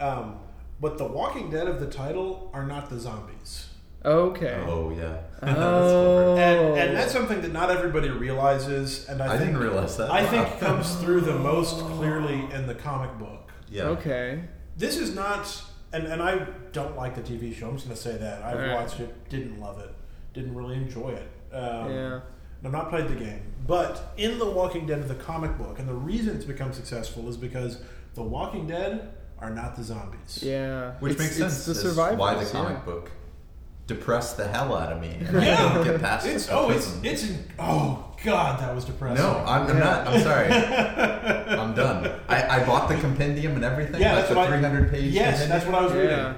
[SPEAKER 8] Um, but the Walking Dead of the title are not the zombies.
[SPEAKER 7] Okay.
[SPEAKER 6] Oh yeah.
[SPEAKER 7] Oh.
[SPEAKER 8] And, and that's something that not everybody realizes, and I,
[SPEAKER 6] I
[SPEAKER 8] think,
[SPEAKER 6] didn't realize that.
[SPEAKER 8] I think
[SPEAKER 6] Wow.
[SPEAKER 8] comes through the most clearly in the comic book.
[SPEAKER 6] yeah.
[SPEAKER 7] Okay.
[SPEAKER 8] This is not, and, and I don't like the TV show. I'm just going to say that. I've
[SPEAKER 7] Alright.
[SPEAKER 8] watched it, didn't love it, didn't really enjoy it. Um,
[SPEAKER 7] Yeah.
[SPEAKER 8] and I've not played the game, but in The Walking Dead, the comic book, and the reason it's become successful is because The Walking Dead are not the zombies.
[SPEAKER 7] Yeah.
[SPEAKER 6] Which
[SPEAKER 7] It's-
[SPEAKER 6] makes
[SPEAKER 7] it's
[SPEAKER 6] sense.
[SPEAKER 7] The
[SPEAKER 6] is
[SPEAKER 7] survivors.
[SPEAKER 6] Why the
[SPEAKER 7] yeah.
[SPEAKER 6] comic book? depressed the hell out of me. And I couldn't get past
[SPEAKER 8] It's
[SPEAKER 6] the
[SPEAKER 8] oh, it's
[SPEAKER 6] autism.
[SPEAKER 8] it's oh god, that was depressing.
[SPEAKER 6] No, I'm, I'm not. I'm sorry. I'm done. I, I bought the compendium and everything.
[SPEAKER 8] yeah,
[SPEAKER 6] like
[SPEAKER 8] that's
[SPEAKER 6] the
[SPEAKER 8] what
[SPEAKER 6] 300
[SPEAKER 8] I,
[SPEAKER 6] page.
[SPEAKER 8] Yes, that's what I was
[SPEAKER 7] Yeah.
[SPEAKER 8] reading.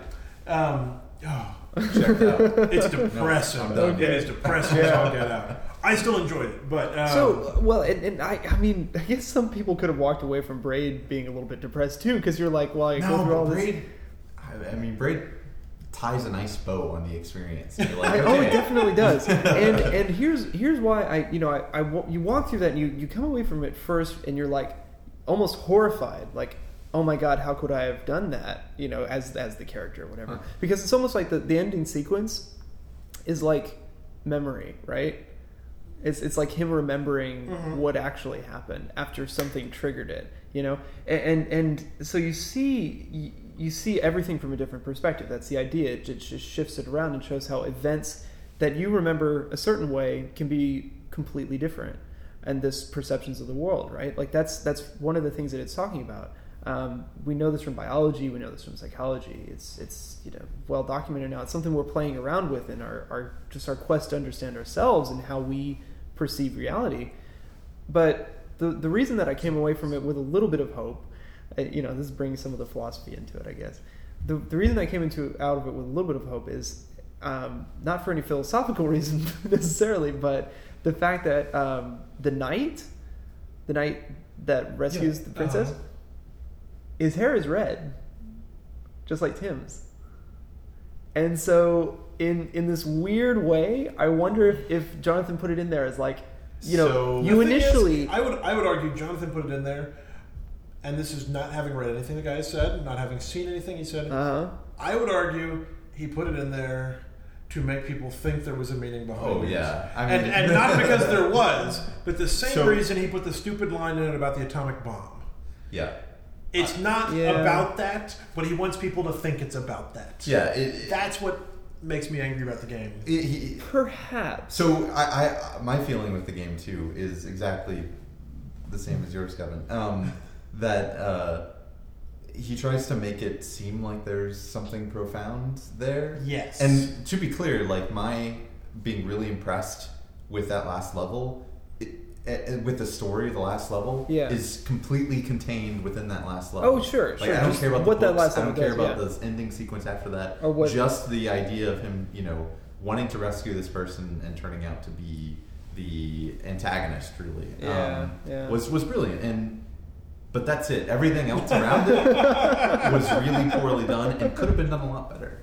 [SPEAKER 8] Um, oh,
[SPEAKER 6] Checked out.
[SPEAKER 8] it's depressing.
[SPEAKER 6] I'm done.
[SPEAKER 8] It is depressing. as all get out. I still enjoyed it, but um,
[SPEAKER 7] So well, and, and I, I mean, I guess some people could have walked away from Braid being a little bit depressed too, because you're like, well, I go
[SPEAKER 6] No,
[SPEAKER 7] through all
[SPEAKER 6] but
[SPEAKER 7] this.
[SPEAKER 6] Braid. I, I mean, Braid ties a nice bow on the experience. You're like,
[SPEAKER 7] I, oh,
[SPEAKER 6] okay.
[SPEAKER 7] it definitely does. and and here's here's why I you know I, I wa- you walk through that and you you come away from it first and you're like almost horrified like oh my god how could I have done that you know as as the character or whatever
[SPEAKER 6] Huh.
[SPEAKER 7] because it's almost like the the ending sequence is like memory right. It's, it's like him remembering what actually happened after something triggered it, you know, and and, and so you see you, you see everything from a different perspective. That's the idea. It just just shifts it around and shows how events that you remember a certain way can be completely different, and this perceptions of the world, right? Like that's that's one of the things that it's talking about. Um, we know this from biology. We know this from psychology. It's it's you know well documented now. It's something we're playing around with in our, our just our quest to understand ourselves and how we perceive reality. But the the reason that I came away from it with a little bit of hope, uh, you know, this brings some of the philosophy into it, I guess. The the reason I came into out of it with a little bit of hope is um, not for any philosophical reason necessarily, but the fact that um, the knight, the knight that rescues
[SPEAKER 8] Yeah,
[SPEAKER 7] the princess,
[SPEAKER 8] uh-huh.
[SPEAKER 7] his hair is red, just like Tim's. And so, in in this weird way, I wonder if, if Jonathan put it in there as like, you know,
[SPEAKER 6] So-
[SPEAKER 7] you
[SPEAKER 8] The thing is,
[SPEAKER 7] initially,
[SPEAKER 8] I would I would argue Jonathan put it in there, and this is not having read anything the guy has said, not having seen anything he said.
[SPEAKER 7] uh-huh.
[SPEAKER 8] I would argue he put it in there to make people think there was a meaning behind
[SPEAKER 6] Oh,
[SPEAKER 8] it.
[SPEAKER 6] yeah. I mean-
[SPEAKER 8] and, and not because there was, but the same
[SPEAKER 6] So-
[SPEAKER 8] reason he put the stupid line in it about the atomic bomb.
[SPEAKER 6] Yeah.
[SPEAKER 8] It's not
[SPEAKER 7] Yeah.
[SPEAKER 8] about that, but he wants people to think it's about that.
[SPEAKER 6] Yeah. It, it,
[SPEAKER 8] That's what makes me angry about the game.
[SPEAKER 7] Mm.
[SPEAKER 6] it, he-
[SPEAKER 7] perhaps.
[SPEAKER 6] So I, I my feeling with the game too is exactly the same as yours, Kevin. Um, that uh, he tries to make it seem like there's something profound there.
[SPEAKER 8] Yes.
[SPEAKER 6] And to be clear, like my being really impressed with that last level, it, eh, eh, with the story of the last level,
[SPEAKER 7] Yeah.
[SPEAKER 6] is completely contained within that last level.
[SPEAKER 7] Oh, sure,
[SPEAKER 6] Like
[SPEAKER 7] sure.
[SPEAKER 6] I don't
[SPEAKER 7] Just
[SPEAKER 6] care about
[SPEAKER 7] what
[SPEAKER 6] the
[SPEAKER 7] that
[SPEAKER 6] books,
[SPEAKER 7] last
[SPEAKER 6] I don't
[SPEAKER 7] level
[SPEAKER 6] care
[SPEAKER 7] does,
[SPEAKER 6] about
[SPEAKER 7] yeah.
[SPEAKER 6] the ending sequence after that.
[SPEAKER 7] Or what-
[SPEAKER 6] Just the idea of him, you know, wanting to rescue this person and turning out to be the antagonist, really. Um,
[SPEAKER 7] Yeah, yeah.
[SPEAKER 6] Was was brilliant and. But that's it. Everything else around it was really poorly done and could have been done a lot better.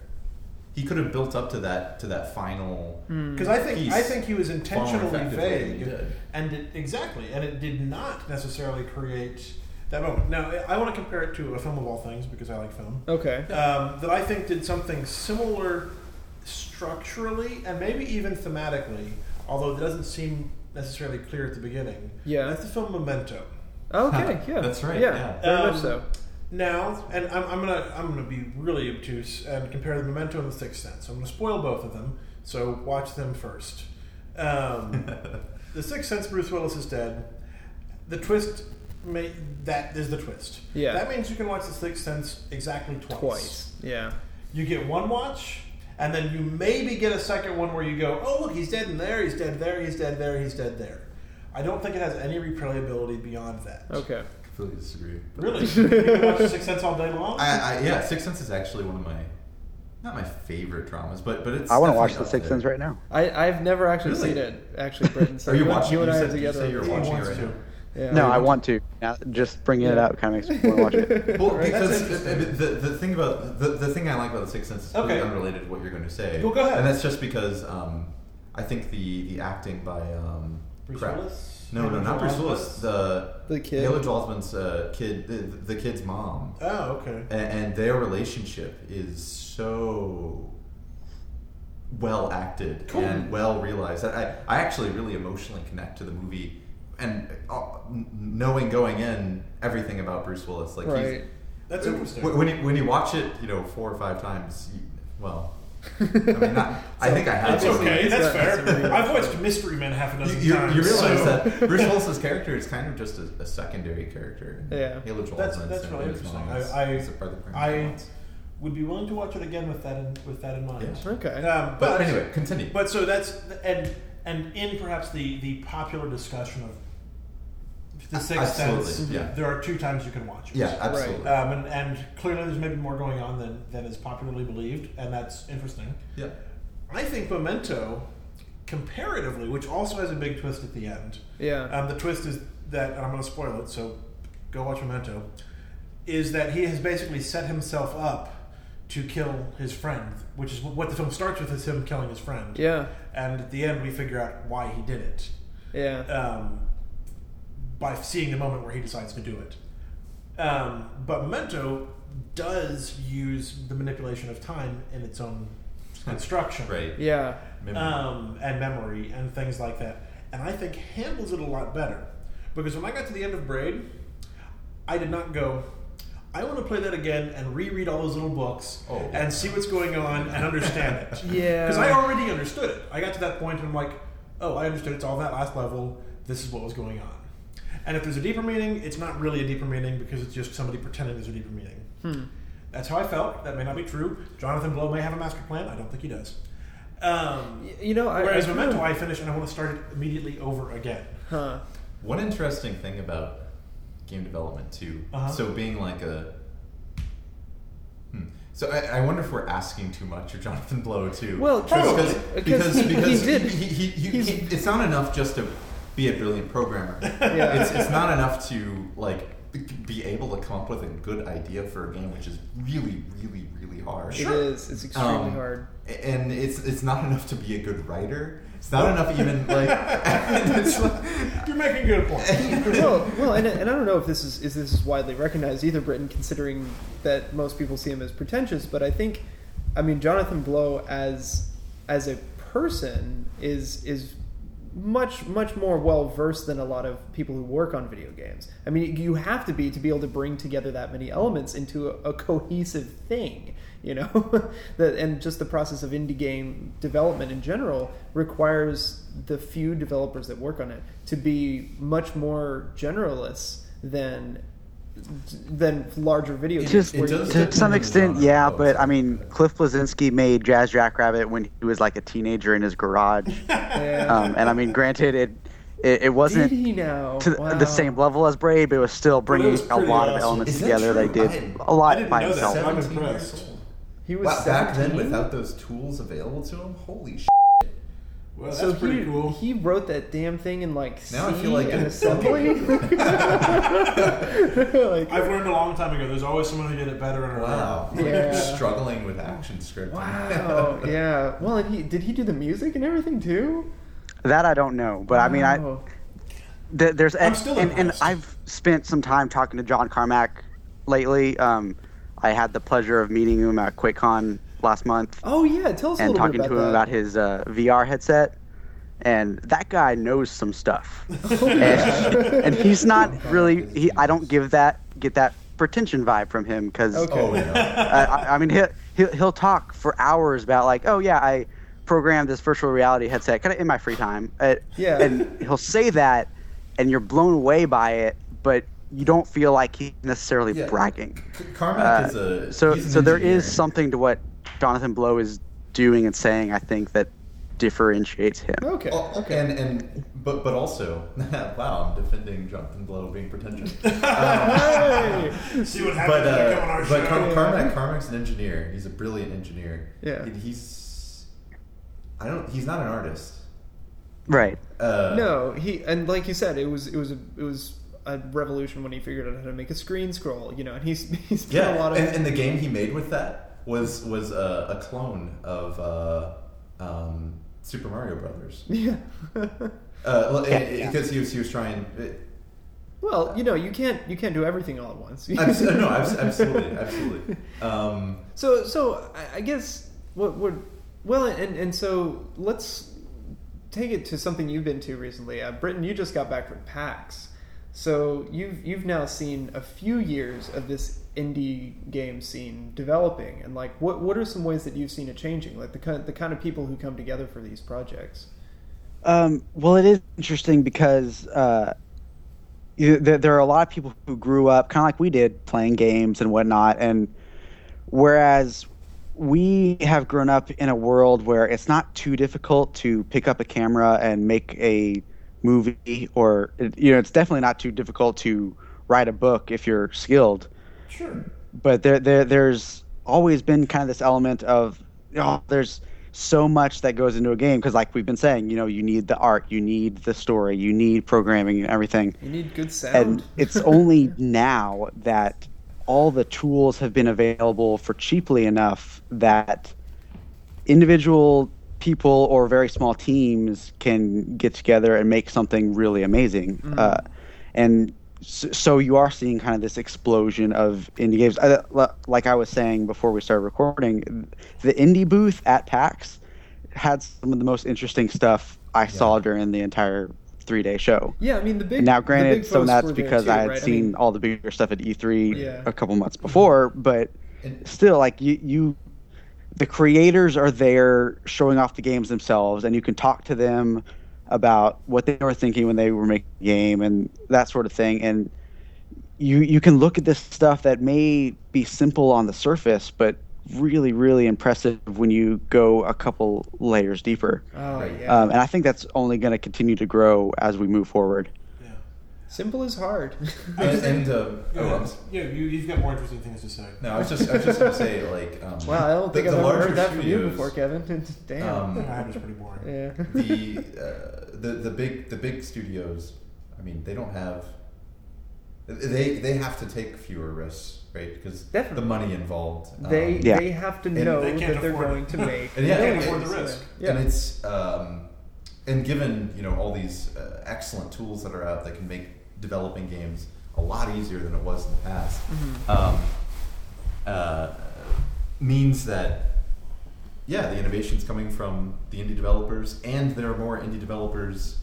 [SPEAKER 6] He could have built up to that to that final
[SPEAKER 7] Hmm.
[SPEAKER 8] Because I think
[SPEAKER 6] He's
[SPEAKER 8] I think he was intentionally
[SPEAKER 6] effectively than he
[SPEAKER 8] vague,
[SPEAKER 6] did.
[SPEAKER 8] and it, exactly, and it did not necessarily create that moment. Now, I- I want to compare it to a film of all things because I like film
[SPEAKER 7] Okay.
[SPEAKER 8] um, that I think did something similar structurally and maybe even thematically, although it doesn't seem necessarily clear at the beginning.
[SPEAKER 7] Yeah.
[SPEAKER 8] that's the film Memento.
[SPEAKER 7] Okay. Yeah.
[SPEAKER 6] That's right,
[SPEAKER 7] Yeah.
[SPEAKER 6] yeah.
[SPEAKER 7] Very much
[SPEAKER 8] Um,
[SPEAKER 7] so.
[SPEAKER 8] Now, and I'm, I'm gonna I'm gonna be really obtuse and compare the Memento and the Sixth Sense. I'm gonna spoil both of them, so watch them first. Um, the Sixth Sense, Bruce Willis is dead. The twist, may, that is the twist.
[SPEAKER 7] Yeah.
[SPEAKER 8] That means you can watch the Sixth Sense exactly
[SPEAKER 7] Twice. Yeah.
[SPEAKER 8] you get one watch, and then you maybe get a second one where you go, oh, look, he's dead in there, he's dead there, he's dead there, he's dead there. I don't think it has any replayability beyond that.
[SPEAKER 7] Okay.
[SPEAKER 6] Completely disagree.
[SPEAKER 8] Really? you can watch Six Sense all day long?
[SPEAKER 6] I, I yeah, Sixth Sense is actually one of my not my favorite dramas, but but it's.
[SPEAKER 9] I want to
[SPEAKER 6] definitely
[SPEAKER 9] watch The
[SPEAKER 6] up
[SPEAKER 9] Sixth
[SPEAKER 6] there.
[SPEAKER 9] Sense right now.
[SPEAKER 7] I I've never actually
[SPEAKER 6] Really?
[SPEAKER 7] seen it. Actually, Britain. So
[SPEAKER 6] Are you
[SPEAKER 7] and-
[SPEAKER 6] watching-
[SPEAKER 7] You and
[SPEAKER 6] you
[SPEAKER 7] I
[SPEAKER 6] said-
[SPEAKER 7] are
[SPEAKER 6] you
[SPEAKER 7] together.
[SPEAKER 6] say you're
[SPEAKER 8] He
[SPEAKER 6] watching
[SPEAKER 8] wants
[SPEAKER 6] it right
[SPEAKER 8] to.
[SPEAKER 6] now.
[SPEAKER 7] yeah.
[SPEAKER 9] No, I want to. Now, just bringing it
[SPEAKER 7] Yeah.
[SPEAKER 9] up kind of makes me want to watch it.
[SPEAKER 6] Well,
[SPEAKER 7] Right.
[SPEAKER 6] because
[SPEAKER 8] That's
[SPEAKER 6] the, the, the thing about the, the thing I like about the Sixth Sense is completely
[SPEAKER 8] Okay.
[SPEAKER 6] unrelated to what you're going to say.
[SPEAKER 8] Well, go ahead.
[SPEAKER 6] And that's just because um, I think the the acting by um,
[SPEAKER 8] Bruce
[SPEAKER 6] crap.
[SPEAKER 8] Willis?
[SPEAKER 6] No, no,
[SPEAKER 8] Haley
[SPEAKER 6] not
[SPEAKER 8] Joel
[SPEAKER 6] Bruce Willis. The
[SPEAKER 7] The kid.
[SPEAKER 6] Haley Joel Osment's uh, kid, the, the kid's mom,
[SPEAKER 8] Oh, okay.
[SPEAKER 6] and, and their relationship is so well acted
[SPEAKER 8] Cool.
[SPEAKER 6] and well realized. I, I actually really emotionally connect to the movie, and uh, n- knowing going in everything about Bruce Willis, like he's,
[SPEAKER 7] Right.
[SPEAKER 8] That's interesting.
[SPEAKER 6] when when you, when you watch it, you know, four or five times, you, well, I mean, not, I think I have.
[SPEAKER 8] That's
[SPEAKER 6] seen
[SPEAKER 8] okay,
[SPEAKER 6] it.
[SPEAKER 8] that's
[SPEAKER 7] That's
[SPEAKER 8] fair. I've watched Mystery Men half a
[SPEAKER 6] You,
[SPEAKER 8] dozen
[SPEAKER 6] you,
[SPEAKER 8] times.
[SPEAKER 6] you realize
[SPEAKER 8] so-
[SPEAKER 6] that Bruce Willis's character is kind of just a, a secondary character.
[SPEAKER 7] Yeah.
[SPEAKER 6] Haley Joel
[SPEAKER 8] That's-
[SPEAKER 6] Osment's
[SPEAKER 8] that's
[SPEAKER 6] and
[SPEAKER 8] really
[SPEAKER 6] his
[SPEAKER 8] interesting.
[SPEAKER 6] mom is-
[SPEAKER 8] I- I-
[SPEAKER 6] is a part of the
[SPEAKER 8] I-
[SPEAKER 6] parents.
[SPEAKER 8] would be willing to watch it again with that in, with that in mind.
[SPEAKER 6] Yeah.
[SPEAKER 7] Okay.
[SPEAKER 8] Um,
[SPEAKER 6] But anyway, continue.
[SPEAKER 8] But so that's and and in perhaps the the popular discussion of the Sixth
[SPEAKER 6] absolutely,
[SPEAKER 8] Sense,
[SPEAKER 6] yeah.
[SPEAKER 8] there are two times you can watch it.
[SPEAKER 6] yeah, absolutely.
[SPEAKER 8] Um, and, and clearly, there's maybe more going on than, than is popularly believed, and that's interesting.
[SPEAKER 6] Yeah.
[SPEAKER 8] I think Memento, comparatively, which also has a big twist at the end,
[SPEAKER 7] yeah.
[SPEAKER 8] um, the twist is that, and I'm going to spoil it, so go watch Memento, is that he has basically set himself up to kill his friend, which is what the film starts with is him killing his friend.
[SPEAKER 7] yeah.
[SPEAKER 8] And at the end, we figure out why he did it
[SPEAKER 7] Yeah.
[SPEAKER 6] uh,
[SPEAKER 8] um, by seeing the moment where he decides to do it. Um, but Memento does use the manipulation of time in its own construction.
[SPEAKER 6] Right.
[SPEAKER 7] yeah.
[SPEAKER 6] Memory.
[SPEAKER 8] um, and memory and things like that. And I think handles it a lot better because when I got to the end of Braid, I did not go. I want to play that again and reread all those little books
[SPEAKER 6] Oh.
[SPEAKER 8] and see what's going on and understand it.
[SPEAKER 7] Yeah.
[SPEAKER 8] because I already understood it. I got to that point and I'm like, oh, I understood. It's all that last level. This is what was going on. And if there's a deeper meaning, it's not really a deeper meaning because it's just somebody pretending there's a deeper meaning. That's how I felt. That may not be true. Jonathan Blow may have a master plan. I don't think he does. Um,
[SPEAKER 7] You know, I,
[SPEAKER 8] whereas
[SPEAKER 7] I feel-
[SPEAKER 8] Memento, I finish and I want to start it immediately over again.
[SPEAKER 7] Huh.
[SPEAKER 6] One interesting thing about game development too,
[SPEAKER 8] Uh-huh.
[SPEAKER 6] so being like a, hmm. so I, I wonder if we're asking too much of Jonathan Blow too.
[SPEAKER 7] Well,
[SPEAKER 6] Just
[SPEAKER 7] probably, because
[SPEAKER 6] because because,
[SPEAKER 7] he-
[SPEAKER 6] because
[SPEAKER 7] he did.
[SPEAKER 6] He, he, he-
[SPEAKER 7] He's-
[SPEAKER 6] he- it's not enough just to be a brilliant programmer.
[SPEAKER 7] Yeah.
[SPEAKER 6] It's it's not enough to like be able to come up with a good idea for a game, which is really really really hard.
[SPEAKER 7] It is. It's extremely
[SPEAKER 6] Um,
[SPEAKER 7] hard.
[SPEAKER 6] And it's it's not enough to be a good writer. It's not enough even like. it's like
[SPEAKER 8] You're making a good point.
[SPEAKER 7] well, well, and, and I don't know if this is, is this is widely recognized either, Britain, considering that most people see him as pretentious. But I think, I mean, Jonathan Blow as as a person is is much much more well versed than a lot of people who work on video games. I mean, you have to be to be able to bring together that many elements into a, a cohesive thing. You know, that and just the process of indie game development in general requires the few developers that work on it to be much more generalists than than larger video games.
[SPEAKER 9] Just-
[SPEAKER 6] it
[SPEAKER 7] where-
[SPEAKER 6] does-
[SPEAKER 9] to some extent, yeah,
[SPEAKER 6] Oh,
[SPEAKER 9] but I
[SPEAKER 6] sorry.
[SPEAKER 9] mean, Cliff Blazinski made Jazz Jackrabbit when he was like a teenager in his garage,
[SPEAKER 7] yeah.
[SPEAKER 9] um, and I mean, granted, it it, it
[SPEAKER 7] did
[SPEAKER 9] wasn't
[SPEAKER 7] he now?
[SPEAKER 9] to
[SPEAKER 7] Wow.
[SPEAKER 9] the same level as Braid, but it was still bringing
[SPEAKER 8] was
[SPEAKER 9] a
[SPEAKER 8] pretty
[SPEAKER 9] lot of
[SPEAKER 8] awesome.
[SPEAKER 9] elements
[SPEAKER 6] Is that
[SPEAKER 9] together. They
[SPEAKER 6] true?
[SPEAKER 9] did
[SPEAKER 6] I-
[SPEAKER 9] a
[SPEAKER 8] I
[SPEAKER 9] lot
[SPEAKER 8] didn't
[SPEAKER 9] by
[SPEAKER 8] know that.
[SPEAKER 9] himself.
[SPEAKER 8] I'm
[SPEAKER 6] 17 years
[SPEAKER 8] impressed.
[SPEAKER 6] old.
[SPEAKER 7] He was
[SPEAKER 6] Wow, back then
[SPEAKER 7] 17?
[SPEAKER 6] without those tools available to him, holy sh!
[SPEAKER 8] Well, that's
[SPEAKER 7] so
[SPEAKER 8] pretty
[SPEAKER 7] he,
[SPEAKER 8] cool.
[SPEAKER 7] he wrote that damn thing in like
[SPEAKER 6] Now I
[SPEAKER 7] C
[SPEAKER 6] feel like
[SPEAKER 7] and
[SPEAKER 6] a-
[SPEAKER 7] assembly. Like,
[SPEAKER 8] I've learned a long time ago. There's always someone who did it better and
[SPEAKER 6] Wow,
[SPEAKER 7] Yeah.
[SPEAKER 6] struggling with action script.
[SPEAKER 7] wow. Yeah. Well, and he did he do the music and everything too? Oh.
[SPEAKER 9] That I don't know, but I mean, I
[SPEAKER 7] Wow.
[SPEAKER 9] th- there's
[SPEAKER 8] I'm still
[SPEAKER 9] and, and
[SPEAKER 8] impressed.
[SPEAKER 9] I've spent some time talking to John Carmack lately. Um, I had the pleasure of meeting him at QuakeCon last month.
[SPEAKER 7] Oh yeah, tell us a
[SPEAKER 9] and
[SPEAKER 7] little
[SPEAKER 9] talking
[SPEAKER 7] bit
[SPEAKER 9] to
[SPEAKER 7] about
[SPEAKER 9] him
[SPEAKER 7] that.
[SPEAKER 9] about his uh, VR headset. And that guy knows some stuff, and, and he's not really. He, I don't give that get that pretension vibe from him because
[SPEAKER 7] Okay.
[SPEAKER 6] Oh yeah.
[SPEAKER 9] I, I mean he'll, he'll he'll talk for hours about like oh yeah I programmed this virtual reality headset kind of in my free time. Uh,
[SPEAKER 7] Yeah.
[SPEAKER 9] and he'll say that, and you're blown away by it, but you don't feel like he's necessarily
[SPEAKER 6] Yeah.
[SPEAKER 9] bragging.
[SPEAKER 6] C- Carmack
[SPEAKER 9] Uh,
[SPEAKER 6] is a
[SPEAKER 9] So,
[SPEAKER 6] he's an
[SPEAKER 9] so there
[SPEAKER 6] engineer.
[SPEAKER 9] is something to what Jonathan Blow is doing and saying. I think that differentiates him.
[SPEAKER 7] Okay.
[SPEAKER 6] Oh, okay, and and but but also, wow, I'm defending Jonathan Blow being pretentious.
[SPEAKER 7] Hey!
[SPEAKER 6] Oh.
[SPEAKER 8] See what happens
[SPEAKER 6] but
[SPEAKER 8] when you
[SPEAKER 6] uh,
[SPEAKER 8] come on our
[SPEAKER 6] but
[SPEAKER 8] show.
[SPEAKER 6] Car- Carmack Carmack's an engineer. He's a brilliant engineer.
[SPEAKER 7] Yeah.
[SPEAKER 6] And he's I don't. He's not an artist.
[SPEAKER 9] Right.
[SPEAKER 6] Uh,
[SPEAKER 7] No, he and like you said, it was it was a it was a revolution when he figured out how to make a screen scroll. You know, and he's he spent
[SPEAKER 6] Yeah,
[SPEAKER 7] a lot of
[SPEAKER 6] and, and the game he made with that was was a, a clone of uh, um, Super Mario Brothers.
[SPEAKER 7] yeah.
[SPEAKER 6] Uh, well,
[SPEAKER 9] Yeah,
[SPEAKER 6] it- it-
[SPEAKER 9] yeah.
[SPEAKER 6] because he was he was trying. It,
[SPEAKER 7] well, you know, you can't you can't do everything all at once.
[SPEAKER 6] abs- uh, no, abs- absolutely, absolutely. Um,
[SPEAKER 7] So, so I, I guess what what well, and and so let's take it to something you've been to recently. Uh, Britton, you just got back from PAX, so you've you've now seen a few years of this indie game scene developing, and like what what are some ways that you've seen it changing, like the kind the kind of people who come together for these projects.
[SPEAKER 9] Um, well, it is interesting because uh, you, there, there are a lot of people who grew up kind of like we did playing games and whatnot, and Whereas we have grown up in a world where it's not too difficult to pick up a camera and make a movie, or you know, it's definitely not too difficult to write a book if you're skilled.
[SPEAKER 8] Sure.
[SPEAKER 9] But there, there, there's always been kind of this element of oh, there's so much that goes into a game because, like we've been saying, you know, you need the art, you need the story, you need programming and everything.
[SPEAKER 7] You need good sound.
[SPEAKER 9] And it's only now that all the tools have been available for cheaply enough that individual people or very small teams can get together and make something really amazing. Uh, and so, so you are seeing kind of this explosion of indie games. I, li- like I was saying before we started recording, the indie booth at PAX had some of the most interesting stuff I saw during the entire three day show.
[SPEAKER 7] yeah, I mean the big.
[SPEAKER 9] Now,
[SPEAKER 7] the big
[SPEAKER 9] granted, some of
[SPEAKER 7] folks
[SPEAKER 9] that's
[SPEAKER 7] were there
[SPEAKER 9] because
[SPEAKER 7] too,
[SPEAKER 9] I had
[SPEAKER 7] right? I
[SPEAKER 9] seen
[SPEAKER 7] mean,
[SPEAKER 9] all the bigger stuff at E3
[SPEAKER 7] Yeah.
[SPEAKER 9] a couple months before, but
[SPEAKER 6] And-
[SPEAKER 9] still, like you, you, the creators are there showing off the games themselves, and you can talk to them about what they were thinking when they were making the game and that sort of thing. And you, you can look at this stuff that may be simple on the surface, but really, really impressive when you go a couple layers deeper.
[SPEAKER 7] oh, yeah.
[SPEAKER 9] Um, and I think that's only going to continue to grow as we move forward.
[SPEAKER 8] Yeah.
[SPEAKER 7] Simple is hard.
[SPEAKER 6] And, and um,
[SPEAKER 8] Go
[SPEAKER 6] oh,
[SPEAKER 8] ahead.
[SPEAKER 6] I'm s-
[SPEAKER 8] yeah, you, you've got more interesting things to say.
[SPEAKER 6] no, I was just I was just gonna say like um,
[SPEAKER 7] wow, I don't think
[SPEAKER 6] the, the
[SPEAKER 7] I've ever
[SPEAKER 6] larger
[SPEAKER 7] heard that from you
[SPEAKER 6] studios,
[SPEAKER 7] before, Kevin. Damn.
[SPEAKER 6] Um,
[SPEAKER 8] That was pretty boring.
[SPEAKER 7] yeah.
[SPEAKER 6] the uh, the the big the big studios. I mean, they don't have. They they have to take fewer risks, right? Because the
[SPEAKER 7] Definitely.
[SPEAKER 6] money involved. um,
[SPEAKER 7] They
[SPEAKER 9] Yeah.
[SPEAKER 7] they have to
[SPEAKER 6] they
[SPEAKER 7] know
[SPEAKER 8] can't
[SPEAKER 7] that they're
[SPEAKER 8] afford it.
[SPEAKER 7] going to make.
[SPEAKER 6] And yeah,
[SPEAKER 8] They can't
[SPEAKER 6] and
[SPEAKER 8] afford the
[SPEAKER 6] it's-
[SPEAKER 8] risk.
[SPEAKER 7] Yeah.
[SPEAKER 6] And it's um, and given you know all these uh, excellent tools that are out that can make developing games a lot easier than it was in the past,
[SPEAKER 7] Mm-hmm.
[SPEAKER 6] um, uh, means that yeah, the innovation's coming from the indie developers, and there are more indie developers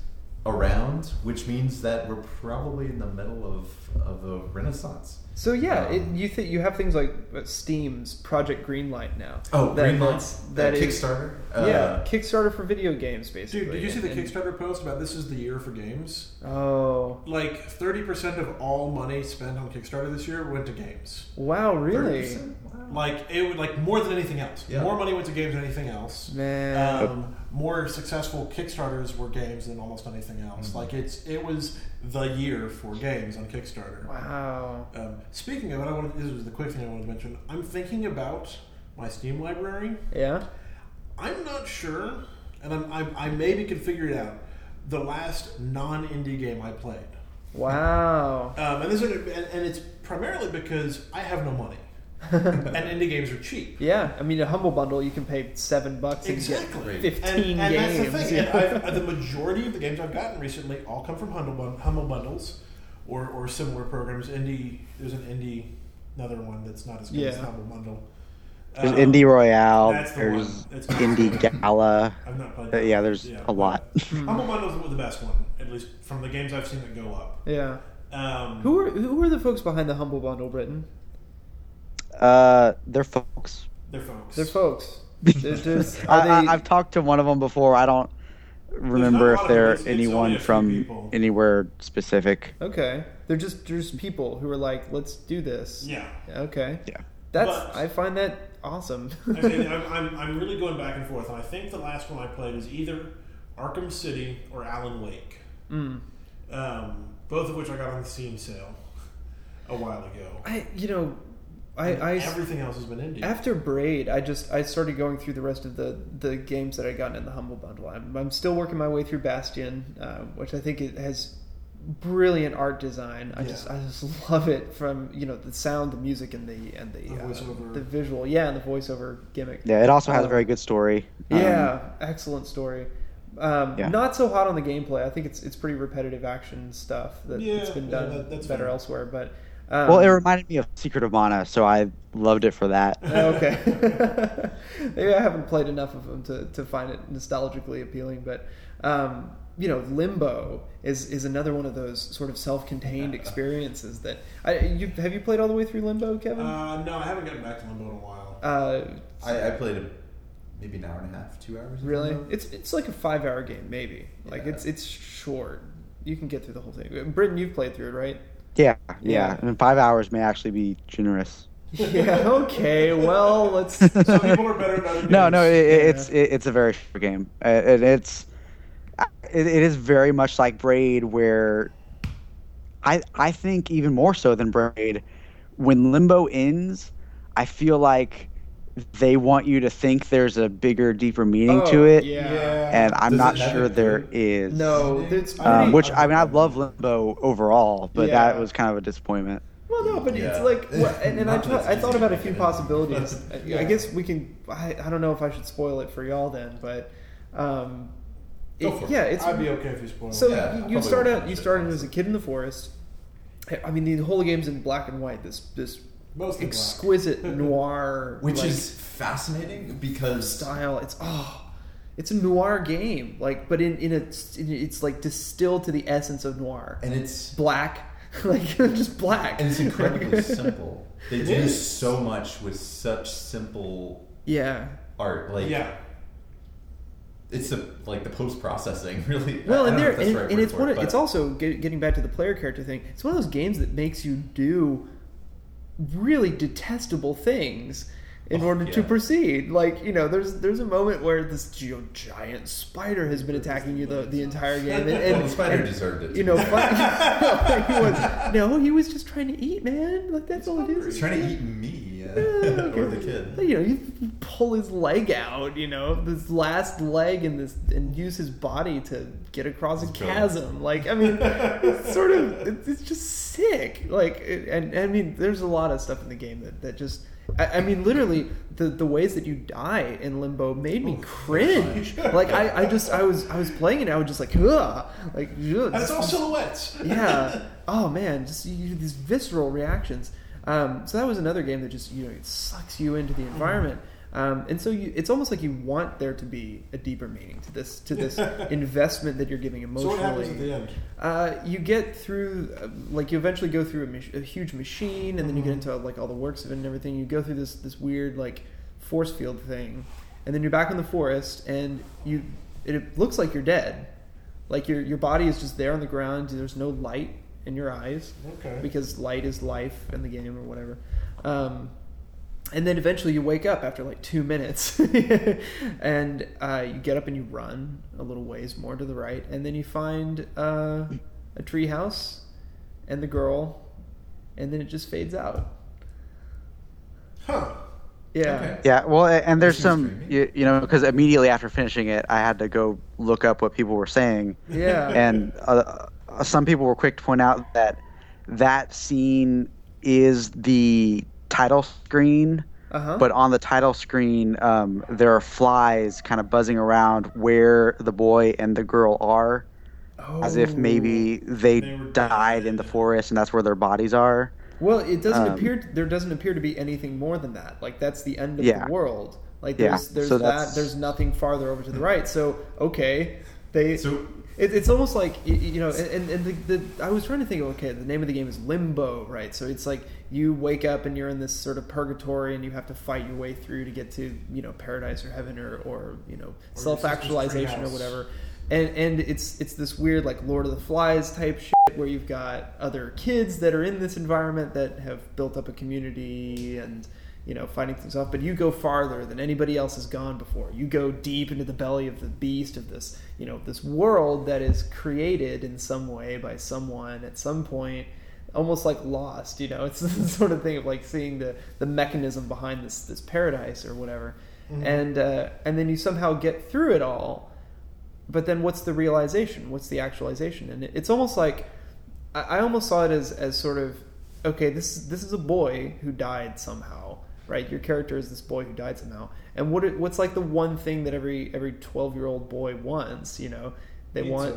[SPEAKER 6] around, which means that we're probably in the middle of of a renaissance.
[SPEAKER 7] So yeah, it,
[SPEAKER 6] Um,
[SPEAKER 7] you think you have things like uh, Steam's Project Greenlight now.
[SPEAKER 6] Oh,
[SPEAKER 7] That-
[SPEAKER 6] Greenlight,
[SPEAKER 7] that
[SPEAKER 6] that
[SPEAKER 7] is-
[SPEAKER 6] Kickstarter, uh,
[SPEAKER 7] yeah, Kickstarter for video games, basically.
[SPEAKER 8] uh, Dude, did you see the
[SPEAKER 7] and-
[SPEAKER 8] Kickstarter post about this is the year for games?
[SPEAKER 7] Oh
[SPEAKER 8] Like 30% of all money spent on Kickstarter this year went to games.
[SPEAKER 7] wow, really?
[SPEAKER 6] 30%? Wow.
[SPEAKER 8] Like it would like more than anything else.
[SPEAKER 6] Yeah.
[SPEAKER 8] More money went to games than anything else.
[SPEAKER 7] Man,
[SPEAKER 8] Um, more successful Kickstarters were games than almost anything else. Like it's it was the year for games on Kickstarter.
[SPEAKER 7] wow.
[SPEAKER 8] Um, speaking of it, I wanted, this was the quick thing I wanted to mention. I'm thinking about my Steam library.
[SPEAKER 7] Yeah.
[SPEAKER 8] I'm not sure, and I'm, I'm, I maybe can figure it out. The last non-indie game I played,
[SPEAKER 7] Wow.
[SPEAKER 8] um, and this is, and, and it's primarily because I have no money, and indie games are cheap.
[SPEAKER 7] Yeah, I mean a humble bundle you can pay seven bucks and
[SPEAKER 8] Exactly.
[SPEAKER 7] get fifteen
[SPEAKER 8] and,
[SPEAKER 7] games.
[SPEAKER 8] And that's the thing. And I've, uh, the majority of the games I've gotten recently all come from Humble, Bun- Humble Bundles or, or similar programs. Indie, there's an indie, another one that's not as good as
[SPEAKER 7] Yeah.
[SPEAKER 8] Humble Bundle.
[SPEAKER 9] There's
[SPEAKER 8] Um,
[SPEAKER 9] Indie Royale.
[SPEAKER 8] that's the
[SPEAKER 9] there's
[SPEAKER 8] one. That's-
[SPEAKER 9] Indie Gala.
[SPEAKER 8] I've not played
[SPEAKER 9] Uh,
[SPEAKER 8] that.
[SPEAKER 9] yeah, there's a lot.
[SPEAKER 7] Hmm.
[SPEAKER 8] Humble Bundle's the best one, at least from the games I've seen that go up.
[SPEAKER 7] yeah.
[SPEAKER 8] Um,
[SPEAKER 7] Who are who are the folks behind the humble bundle, Britain?
[SPEAKER 9] Uh, they're folks.
[SPEAKER 8] They're folks.
[SPEAKER 7] They're folks. They're just, are
[SPEAKER 9] I, I,
[SPEAKER 7] they-
[SPEAKER 9] I've talked to one of them before. I don't remember
[SPEAKER 8] There's not a lot
[SPEAKER 9] if
[SPEAKER 8] of them.
[SPEAKER 9] they're
[SPEAKER 8] It's- it's only
[SPEAKER 9] anyone
[SPEAKER 8] a few people.
[SPEAKER 9] from anywhere specific.
[SPEAKER 7] okay. They're just they're just people who are like, let's do this.
[SPEAKER 8] Yeah.
[SPEAKER 7] Okay.
[SPEAKER 9] Yeah.
[SPEAKER 7] That's
[SPEAKER 8] But-
[SPEAKER 7] I find that awesome.
[SPEAKER 8] I mean, I'm, I'm, I'm really going back and forth, and I think the last one I played is either Arkham City or Alan Wake.
[SPEAKER 7] Mm.
[SPEAKER 8] Um, both of which I got on the Steam sale a while ago.
[SPEAKER 7] I you know, I I s-
[SPEAKER 8] Everything else has been indie.
[SPEAKER 7] after Braid, I just I started going through the rest of the the games that I gotten in the Humble Bundle. I'm, I'm still working my way through Bastion, um, which I think it has brilliant art design. I
[SPEAKER 8] Yeah.
[SPEAKER 7] just I just love it from you know the sound, the music, and the and the uh,
[SPEAKER 8] The voiceover.
[SPEAKER 7] the visual, yeah, and the voiceover gimmick.
[SPEAKER 9] Yeah, it also has a
[SPEAKER 8] Uh,
[SPEAKER 7] Um,
[SPEAKER 9] very good story. Um,
[SPEAKER 7] Yeah, excellent story. Um,
[SPEAKER 9] Yeah.
[SPEAKER 7] Not so hot on the gameplay. I think it's it's pretty repetitive action stuff that, that's
[SPEAKER 8] Yeah,
[SPEAKER 7] been
[SPEAKER 8] yeah,
[SPEAKER 7] done
[SPEAKER 8] that- that's
[SPEAKER 7] better
[SPEAKER 8] fair.
[SPEAKER 7] elsewhere. But um,
[SPEAKER 9] well, it reminded me of Secret of Mana, so I loved it for that.
[SPEAKER 8] Uh,
[SPEAKER 7] okay. Maybe I haven't played enough of them to, to find it nostalgically appealing, but um, you know, Limbo is is another one of those sort of self-contained experiences that I you have you played all the way through Limbo, Kevin? Uh,
[SPEAKER 8] uh, no, I haven't gotten back to Limbo in a while.
[SPEAKER 6] I, I played a, maybe an hour and a half, two hours. of
[SPEAKER 7] really?
[SPEAKER 6] Limbo.
[SPEAKER 7] It's it's like a 5-hour game maybe. Like
[SPEAKER 6] Yeah.
[SPEAKER 7] it's it's short. You can get through the whole thing. Britton, you've played through it, right?
[SPEAKER 9] Yeah, yeah,
[SPEAKER 7] Yeah.
[SPEAKER 9] And five hours may actually be generous.
[SPEAKER 7] yeah. Okay. Well, let's.
[SPEAKER 8] Some people are better at other
[SPEAKER 9] No,
[SPEAKER 8] games.
[SPEAKER 9] no, it, it- it's it, it's a very fair game. Uh, It, it's uh, it, it is very much like Braid, where I I think even more so than Braid, when Limbo ends, I feel like they want you to think there's a bigger, deeper meaning
[SPEAKER 7] Oh,
[SPEAKER 9] to it,
[SPEAKER 7] Yeah.
[SPEAKER 9] and I'm
[SPEAKER 6] Does
[SPEAKER 9] not
[SPEAKER 6] it have
[SPEAKER 9] sure
[SPEAKER 6] it?
[SPEAKER 9] there is.
[SPEAKER 7] No, it's pretty.
[SPEAKER 9] Um, which I mean, I love Limbo overall, but
[SPEAKER 7] Yeah.
[SPEAKER 9] that was kind of a disappointment.
[SPEAKER 7] Well, no, but it's
[SPEAKER 6] Yeah.
[SPEAKER 7] like, well, and, and I,
[SPEAKER 6] Not
[SPEAKER 7] t-
[SPEAKER 6] that
[SPEAKER 7] I thought
[SPEAKER 6] easy.
[SPEAKER 7] about a few possibilities. I- I
[SPEAKER 8] Yeah.
[SPEAKER 7] guess we can. I, I don't know if I should spoil it for y'all then, but um,
[SPEAKER 6] Go
[SPEAKER 7] it-
[SPEAKER 6] for it.
[SPEAKER 7] yeah, it's
[SPEAKER 8] I'd be okay if you spoil.
[SPEAKER 7] so
[SPEAKER 8] it.
[SPEAKER 6] Yeah, I
[SPEAKER 7] you, you
[SPEAKER 6] probably
[SPEAKER 7] start
[SPEAKER 6] won't
[SPEAKER 7] out.
[SPEAKER 6] watch
[SPEAKER 7] You
[SPEAKER 6] it.
[SPEAKER 7] started as a kid in the forest. I- I mean, the whole game's in black and white. This this
[SPEAKER 8] mostly black.
[SPEAKER 7] exquisite noir,
[SPEAKER 6] Which
[SPEAKER 7] like,
[SPEAKER 6] is fascinating because
[SPEAKER 7] style. It's oh, it's a noir game. Like, but in in a, it's like distilled to the essence of noir.
[SPEAKER 6] and it's
[SPEAKER 7] black, like just black.
[SPEAKER 6] and it's incredibly simple. They
[SPEAKER 8] It
[SPEAKER 6] do
[SPEAKER 8] is.
[SPEAKER 6] so much with such simple
[SPEAKER 7] yeah.
[SPEAKER 6] art. Like
[SPEAKER 8] Yeah,
[SPEAKER 6] it's the like the post processing really.
[SPEAKER 7] Well,
[SPEAKER 6] I- I
[SPEAKER 7] and
[SPEAKER 6] don't know
[SPEAKER 7] there,
[SPEAKER 6] if that's
[SPEAKER 7] and,
[SPEAKER 6] the right
[SPEAKER 7] and
[SPEAKER 6] word
[SPEAKER 7] it's
[SPEAKER 6] for
[SPEAKER 7] one.
[SPEAKER 6] it,
[SPEAKER 7] Of,
[SPEAKER 6] but
[SPEAKER 7] it's also get, getting back to the player character thing. It's one of those games that makes you do really detestable things in
[SPEAKER 6] Oh,
[SPEAKER 7] order to
[SPEAKER 6] yeah.
[SPEAKER 7] proceed. Like you know, there's there's a moment where this gi- giant spider has been attacking you the, the entire game, and,
[SPEAKER 6] well,
[SPEAKER 7] and
[SPEAKER 6] the Oh, spider
[SPEAKER 7] and,
[SPEAKER 6] deserved it.
[SPEAKER 7] you know, fi- he was, no, he was just trying to eat, man. Like that's all it is.
[SPEAKER 6] he's trying to eat me uh,
[SPEAKER 7] Yeah,
[SPEAKER 6] or the
[SPEAKER 7] okay.
[SPEAKER 6] kid.
[SPEAKER 7] You know, you pull his leg out. You know, this last leg, and this, and use his body to get across a
[SPEAKER 6] brilliant.
[SPEAKER 7] chasm. Like, I mean, it's sort of, it, it's just sick. Like, it, and I mean, there's a lot of stuff in the game that that just, I, I mean, literally, the the ways that you die in Limbo made
[SPEAKER 6] Oh,
[SPEAKER 7] me cringe. Like, I, I just, I was, I was playing it, and I was just like, ugh, like, ugh,
[SPEAKER 8] and it's all silhouettes.
[SPEAKER 7] yeah. Oh man, just you, you- these visceral reactions. Um, so that was another game that just you know it sucks you into the environment,
[SPEAKER 8] Mm-hmm.
[SPEAKER 7] um, and so you, it's almost like you want there to be a deeper meaning to this to this investment that you're giving
[SPEAKER 8] so
[SPEAKER 7] emotionally.
[SPEAKER 8] what happens at the end?
[SPEAKER 7] Uh, you get through, uh, like, you eventually go through a, mach- a huge machine, and then you get into like all the works of it and everything. You go through this this weird like force field thing, and then you're back in the forest, and you it, looks like you're dead, like your your body is just there on the ground. There's no light in your eyes
[SPEAKER 8] Okay.
[SPEAKER 7] because light is life in the game or whatever. Um, and then eventually you wake up after like two minutes, and uh, you get up and you run a little ways more to the right, and then you find uh, a tree house and the girl, and then it just fades out.
[SPEAKER 8] Huh.
[SPEAKER 7] Yeah.
[SPEAKER 6] Okay.
[SPEAKER 9] Yeah, well, a- and there's
[SPEAKER 6] Seems
[SPEAKER 9] some,
[SPEAKER 6] creepy.
[SPEAKER 9] you, you know, because immediately after finishing it, I had to go look up what people were saying.
[SPEAKER 7] Yeah.
[SPEAKER 9] and uh, uh, some people were quick to point out that that scene is the title screen
[SPEAKER 7] Uh huh.
[SPEAKER 9] but on the title screen um, there are flies kind of buzzing around where the boy and the girl are as if maybe they,
[SPEAKER 8] They were
[SPEAKER 9] died in the forest and that's where their bodies are
[SPEAKER 7] Well, it doesn't
[SPEAKER 9] Um,
[SPEAKER 7] appear there doesn't appear to be anything more than that. Like that's the end of
[SPEAKER 9] Yeah.
[SPEAKER 7] the world. Like
[SPEAKER 9] Yeah,
[SPEAKER 7] there's there's
[SPEAKER 9] so
[SPEAKER 7] that
[SPEAKER 9] that's-
[SPEAKER 7] there's nothing farther over to the right. So okay, they
[SPEAKER 6] So
[SPEAKER 7] it, it's almost like y- y- you know and, and the, the i was trying to think okay the name of the game is limbo right so it's like you wake up and you're in this sort of purgatory and you have to fight your way through to get to you know paradise or heaven or, or you know
[SPEAKER 8] this
[SPEAKER 7] self-actualization or
[SPEAKER 8] treehouse.
[SPEAKER 7] whatever and and it's it's this weird like lord of the flies type shit where you've got other kids that are in this environment that have built up a community and you know finding things off but you go farther than anybody else has gone before you go deep into the belly of the beast of this you know this world that is created in some way by someone at some point almost like lost you know it's the sort of thing of like seeing the the mechanism behind this this paradise or whatever and uh, and then you somehow get through it all but then what's the realization what's the actualization and it- it's almost like i, I almost saw it as, as sort of okay this this is a boy who died somehow right your character is this boy who died somehow and what it- what's like the one thing that every every 12 year old boy wants you know they
[SPEAKER 8] Pizza.
[SPEAKER 7] want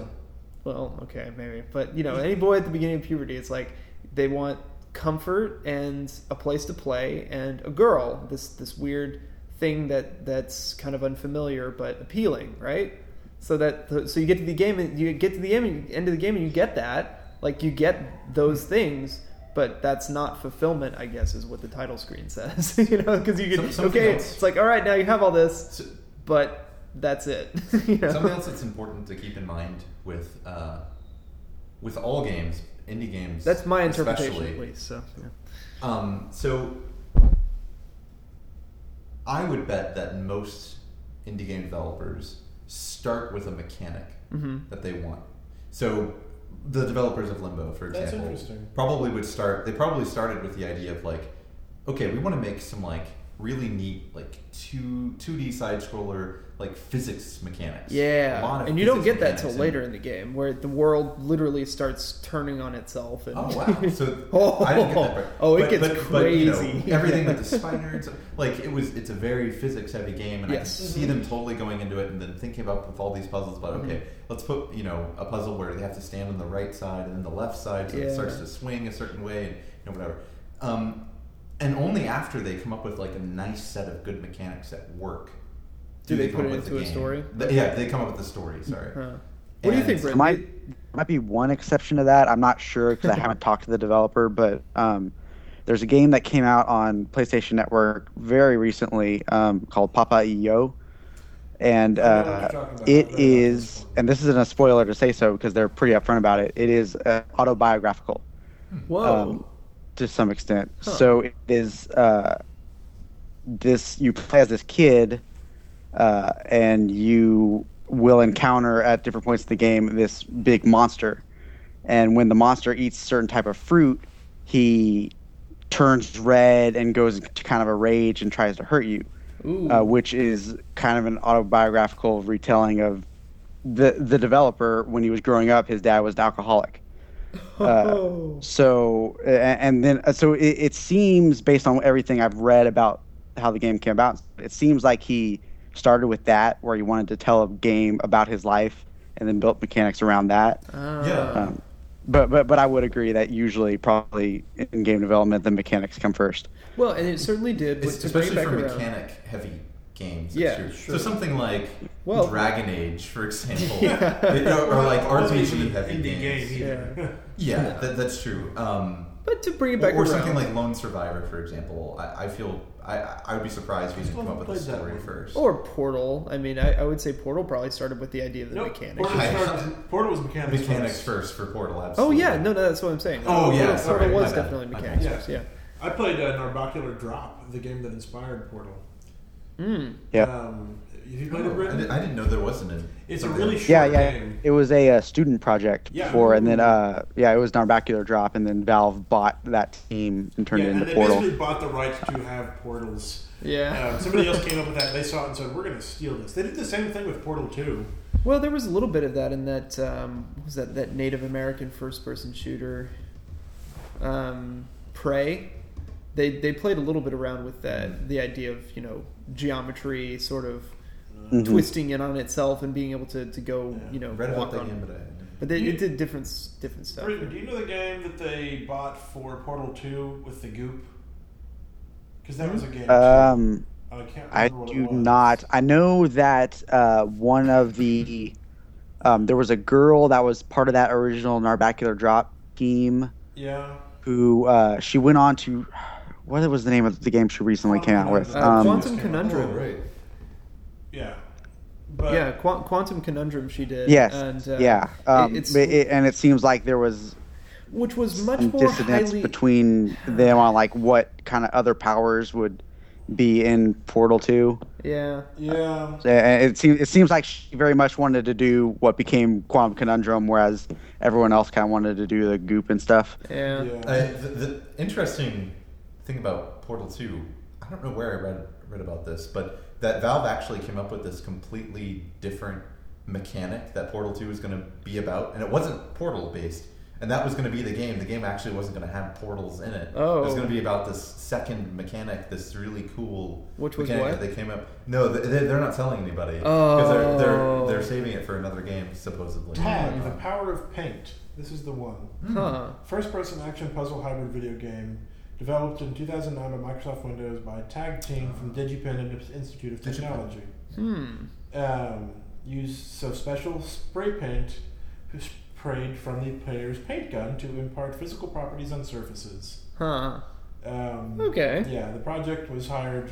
[SPEAKER 7] well okay maybe but you know any boy at the beginning of puberty it's like they want comfort and a place to play and a girl this this weird thing that that's kind of unfamiliar but appealing right so that so you get to the game and you get to the end, end of the game and you get that like you get those things but that's not fulfillment i guess is what the title screen says you know because you
[SPEAKER 6] Some-
[SPEAKER 7] can
[SPEAKER 6] something
[SPEAKER 7] okay
[SPEAKER 6] else.
[SPEAKER 7] it's like all right now you have all this
[SPEAKER 6] so-
[SPEAKER 7] but that's it you know?
[SPEAKER 6] Something else that's important to keep in mind with uh, with all games, indie games.
[SPEAKER 7] that's my interpretation
[SPEAKER 6] especially,
[SPEAKER 7] at least so yeah.
[SPEAKER 6] Um, so I would bet that most indie game developers start with a mechanic
[SPEAKER 7] Mm-hmm.
[SPEAKER 6] that they want. So the developers of Limbo, for
[SPEAKER 8] That's
[SPEAKER 6] example,
[SPEAKER 8] interesting.
[SPEAKER 6] probably would start. They probably started with the idea of like, okay, we want to make some like really neat like two two D side scroller like physics mechanics. A lot
[SPEAKER 7] Yeah,
[SPEAKER 6] of
[SPEAKER 7] and you don't get
[SPEAKER 6] physics
[SPEAKER 7] that till
[SPEAKER 6] mechanics and-
[SPEAKER 7] later in the game, where the world literally starts turning on itself. And
[SPEAKER 6] Oh wow! So
[SPEAKER 7] Oh.
[SPEAKER 6] I didn't get that part.
[SPEAKER 7] Oh, it
[SPEAKER 6] But-
[SPEAKER 7] gets
[SPEAKER 6] but- but, you know,
[SPEAKER 7] crazy.
[SPEAKER 6] everything with the spiders, like it was. It's a very physics-heavy game, and
[SPEAKER 7] Yes.
[SPEAKER 6] I can see them totally going into it and then thinking about with all these puzzles. But okay, let's put you know a puzzle where they have to stand on the right side and then the left side, so
[SPEAKER 7] Yeah.
[SPEAKER 6] it starts to swing a certain way, and you know whatever. Um, and only after they come up with like a nice set of good mechanics that work.
[SPEAKER 7] Do they
[SPEAKER 6] come
[SPEAKER 7] put
[SPEAKER 6] up
[SPEAKER 7] it
[SPEAKER 6] with the
[SPEAKER 7] into a
[SPEAKER 6] game.
[SPEAKER 7] story?
[SPEAKER 6] Th- yeah, they come up with the story. Sorry.
[SPEAKER 7] Huh. What do you
[SPEAKER 6] And-
[SPEAKER 7] think, Brent?
[SPEAKER 9] might might be one exception to that. I'm not sure because I haven't talked to the developer, but um, there's a game that came out on PlayStation Network very recently um, called Papa EO, and
[SPEAKER 8] I know what you're
[SPEAKER 9] uh,
[SPEAKER 8] talking about.
[SPEAKER 9] it
[SPEAKER 8] I've read about this
[SPEAKER 9] is.
[SPEAKER 8] one.
[SPEAKER 9] And this isn't a spoiler to say so because they're pretty upfront about it. It is uh, autobiographical
[SPEAKER 7] Whoa.
[SPEAKER 9] um, to some extent. So it is uh, this you play as this kid, uh, and you will encounter at different points of the game this big monster, and when the monster eats certain type of fruit, he turns red and goes into kind of a rage and tries to hurt you
[SPEAKER 7] Ooh.
[SPEAKER 9] uh, which is kind of an autobiographical retelling of the the developer when he was growing up. His dad was an alcoholic. Uh, so a- and then uh, so it, it seems based on everything I've read about how the game came about, it seems like he started with that where he wanted to tell a game about his life and then built mechanics around that.
[SPEAKER 7] Uh,
[SPEAKER 6] Yeah.
[SPEAKER 9] Um, but but but I would agree that usually probably in game development the mechanics come first.
[SPEAKER 7] well, and it certainly did. But
[SPEAKER 6] It's
[SPEAKER 7] to bring
[SPEAKER 6] especially
[SPEAKER 7] it back
[SPEAKER 6] for
[SPEAKER 7] around,
[SPEAKER 6] mechanic heavy games. that's
[SPEAKER 7] Yeah,
[SPEAKER 6] true.
[SPEAKER 7] sure.
[SPEAKER 6] So something like
[SPEAKER 7] Well-
[SPEAKER 6] Dragon Age, for example, It- or, or like
[SPEAKER 8] Well, those
[SPEAKER 6] RPG
[SPEAKER 8] would be
[SPEAKER 6] heavy
[SPEAKER 8] indie
[SPEAKER 6] games.
[SPEAKER 8] game either.
[SPEAKER 6] Yeah, that, that's true. Um,
[SPEAKER 7] but to bring it
[SPEAKER 6] or,
[SPEAKER 7] back
[SPEAKER 6] or
[SPEAKER 7] around,
[SPEAKER 6] something like Lone Survivor, for example. I, I feel I, I would be surprised if you didn't
[SPEAKER 8] Still
[SPEAKER 6] come up with a
[SPEAKER 8] haven't played that
[SPEAKER 6] story
[SPEAKER 8] one.
[SPEAKER 6] first.
[SPEAKER 7] or Portal. I mean, I, I would say Portal probably started with the idea of the
[SPEAKER 8] Nope,
[SPEAKER 7] mechanic.
[SPEAKER 8] Portal,
[SPEAKER 6] I-
[SPEAKER 8] started, Portal was mechanics.
[SPEAKER 6] mechanics first for Portal.
[SPEAKER 7] Oh
[SPEAKER 6] Absolutely.
[SPEAKER 7] yeah, no, no, that's what I'm saying.
[SPEAKER 6] Oh, yeah,
[SPEAKER 7] Portal-
[SPEAKER 6] sorry,
[SPEAKER 7] Portal
[SPEAKER 6] my
[SPEAKER 7] was
[SPEAKER 6] bad.
[SPEAKER 7] definitely
[SPEAKER 6] My
[SPEAKER 7] mechanics.
[SPEAKER 8] bad.
[SPEAKER 7] first, Yeah.
[SPEAKER 8] I played uh, Narbocular Drop, the game that inspired Portal.
[SPEAKER 7] Mm.
[SPEAKER 9] Yeah.
[SPEAKER 8] Um, have you
[SPEAKER 6] Oh,
[SPEAKER 8] played it,
[SPEAKER 6] I,
[SPEAKER 8] Brendan?
[SPEAKER 6] did, not know there was an.
[SPEAKER 8] It's a
[SPEAKER 6] something-
[SPEAKER 8] really short
[SPEAKER 9] yeah, yeah.
[SPEAKER 8] game.
[SPEAKER 9] It was a uh, student project
[SPEAKER 8] Yeah.
[SPEAKER 9] before, and then uh, yeah, it was Narbacular Drop, and then Valve bought that team and turned
[SPEAKER 8] yeah,
[SPEAKER 9] it
[SPEAKER 8] and
[SPEAKER 9] into
[SPEAKER 8] they
[SPEAKER 9] Portal.
[SPEAKER 8] basically bought the rights to have portals.
[SPEAKER 7] Yeah.
[SPEAKER 8] Um, somebody else came up with that. They saw it and said, "We're going to steal this." They did the same thing with Portal Two.
[SPEAKER 7] Well, there was a little bit of that in that um, what was that that Native American first-person shooter, um, Prey. They they played a little bit around with that the idea of you know geometry sort of
[SPEAKER 9] Hmm. Mm-hmm.
[SPEAKER 7] twisting in on itself and being able to, to go
[SPEAKER 8] Yeah.
[SPEAKER 7] you know
[SPEAKER 6] read
[SPEAKER 7] walk
[SPEAKER 6] about that
[SPEAKER 7] on.
[SPEAKER 6] game,
[SPEAKER 8] uh,
[SPEAKER 6] but I.
[SPEAKER 7] But they, it did different s- different stuff.
[SPEAKER 8] Brendan, do you know the game that they bought for Portal Two with the goop? Because that was a game.
[SPEAKER 9] Um,
[SPEAKER 8] I can't. Remember
[SPEAKER 9] I
[SPEAKER 8] what it
[SPEAKER 9] do
[SPEAKER 8] was.
[SPEAKER 9] not. I know that uh, one of the um, there was a girl that was part of that original Narbacular Drop team
[SPEAKER 8] Yeah.
[SPEAKER 9] who uh, she went on to what was the name of the game she recently came out with?
[SPEAKER 7] Uh,
[SPEAKER 9] Um,
[SPEAKER 7] Quantum
[SPEAKER 8] Yeah.
[SPEAKER 7] Conundrum.
[SPEAKER 6] Oh, right.
[SPEAKER 8] Yeah. But
[SPEAKER 7] yeah, Quan Quantum Conundrum she did.
[SPEAKER 9] yes,
[SPEAKER 7] and, uh,
[SPEAKER 9] yeah,
[SPEAKER 7] it-
[SPEAKER 9] um,
[SPEAKER 7] it's,
[SPEAKER 9] but it- and it seems like there was
[SPEAKER 7] which was much
[SPEAKER 9] some
[SPEAKER 7] more
[SPEAKER 9] dissonance
[SPEAKER 7] highly
[SPEAKER 9] between them on like what kind of other powers would be in Portal Two.
[SPEAKER 7] yeah.
[SPEAKER 8] Yeah.
[SPEAKER 9] Uh, It seems it seems like she very much wanted to do what became Quantum Conundrum, whereas everyone else kind of wanted to do the goop and stuff.
[SPEAKER 7] yeah
[SPEAKER 8] Yeah.
[SPEAKER 6] I, the, the interesting thing about Portal Two, I don't know where I read read about this, but that Valve actually came up with this completely different mechanic that Portal Two was going to be about, and it wasn't Portal based, and that was going to be the game. The game actually wasn't going to have portals in it. it
[SPEAKER 7] Oh.
[SPEAKER 6] was going to be about this second mechanic, this really cool
[SPEAKER 7] Which was
[SPEAKER 6] mechanic
[SPEAKER 7] what?
[SPEAKER 6] that they came up. No, they, they- they're not telling anybody because they're,
[SPEAKER 7] Oh.
[SPEAKER 6] they're they're saving it for another game supposedly.
[SPEAKER 8] Tag: The Power of Paint. This is the one.
[SPEAKER 7] Huh.
[SPEAKER 8] First person action puzzle hybrid video game developed in 2009 by Microsoft Windows by a tag team from DigiPen and its Institute of
[SPEAKER 6] DigiPen.
[SPEAKER 8] Technology.
[SPEAKER 7] Hmm.
[SPEAKER 8] Um, used so special spray paint sprayed from the player's paint gun to impart physical properties on surfaces.
[SPEAKER 7] Huh.
[SPEAKER 8] Um,
[SPEAKER 7] Okay.
[SPEAKER 8] Yeah, the project was hired,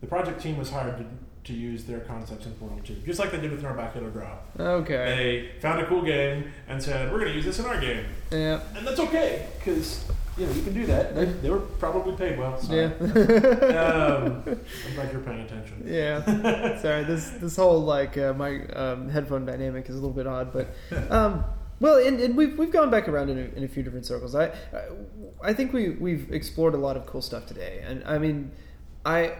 [SPEAKER 8] the project team was hired to, to use their concepts in Portal 2, just like they did with Narbacular Drop.
[SPEAKER 7] Okay.
[SPEAKER 8] They found a cool game and said, we're going to use this in our game.
[SPEAKER 7] Yeah.
[SPEAKER 8] And that's okay, because you know, you can do that. They, they were probably paid well.
[SPEAKER 7] Yeah.
[SPEAKER 8] Sorry. um, I'm glad you're paying attention.
[SPEAKER 7] yeah. Sorry, this this whole like uh, my um, headphone dynamic is a little bit odd, but um, well, and, and we've we've gone back around in a, in a few different circles. I I- I think we we've explored a lot of cool stuff today, and I mean, I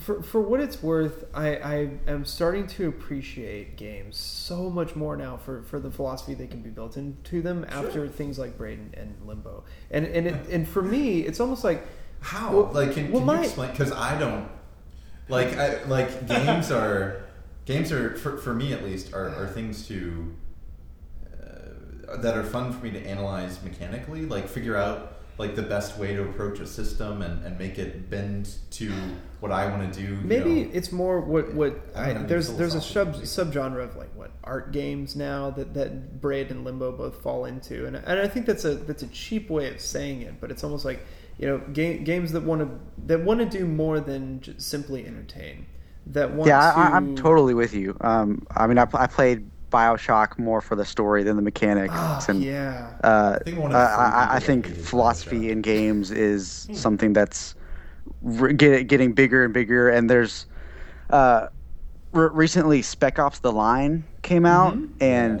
[SPEAKER 7] for for what it's worth, I I am starting to appreciate games so much more now for for the philosophy they can be built into them after things like Braden and Limbo, and and it, and for me, it's almost like.
[SPEAKER 6] How?
[SPEAKER 7] Well-
[SPEAKER 6] like, can,
[SPEAKER 7] well,
[SPEAKER 6] can
[SPEAKER 7] my-
[SPEAKER 6] you explain? Because I don't. Like, I, like games are games are for, for me at least are, are things to uh, that are fun for me to analyze mechanically. Like, figure out like the best way to approach a system and, and make it bend to what I want to do. you
[SPEAKER 7] Maybe
[SPEAKER 6] know.
[SPEAKER 7] it's more what what
[SPEAKER 6] I don't
[SPEAKER 7] I,
[SPEAKER 6] have any
[SPEAKER 7] there's there's a sub
[SPEAKER 6] philosophical
[SPEAKER 7] subgenre of like what art games now that that Braid and Limbo both fall into, and and I think that's a that's a cheap way of saying it, but it's almost like you know ga- games that want to that want to do more than j- simply entertain. That want
[SPEAKER 9] yeah,
[SPEAKER 7] to,
[SPEAKER 9] I, I- I'm totally with you. Um, I mean, I, pl- I played Bioshock more for the story than the mechanics,
[SPEAKER 7] Ah,
[SPEAKER 9] and
[SPEAKER 7] yeah.
[SPEAKER 9] uh,
[SPEAKER 6] I think one of the
[SPEAKER 9] I,
[SPEAKER 6] fun
[SPEAKER 9] I,
[SPEAKER 6] things
[SPEAKER 9] I
[SPEAKER 6] about
[SPEAKER 9] think
[SPEAKER 6] it is
[SPEAKER 9] philosophy
[SPEAKER 6] Bioshock.
[SPEAKER 9] in games
[SPEAKER 6] Hmm.
[SPEAKER 9] is something that's re- get, getting bigger and bigger. And there's uh, re- recently Spec Ops: The Line came out, and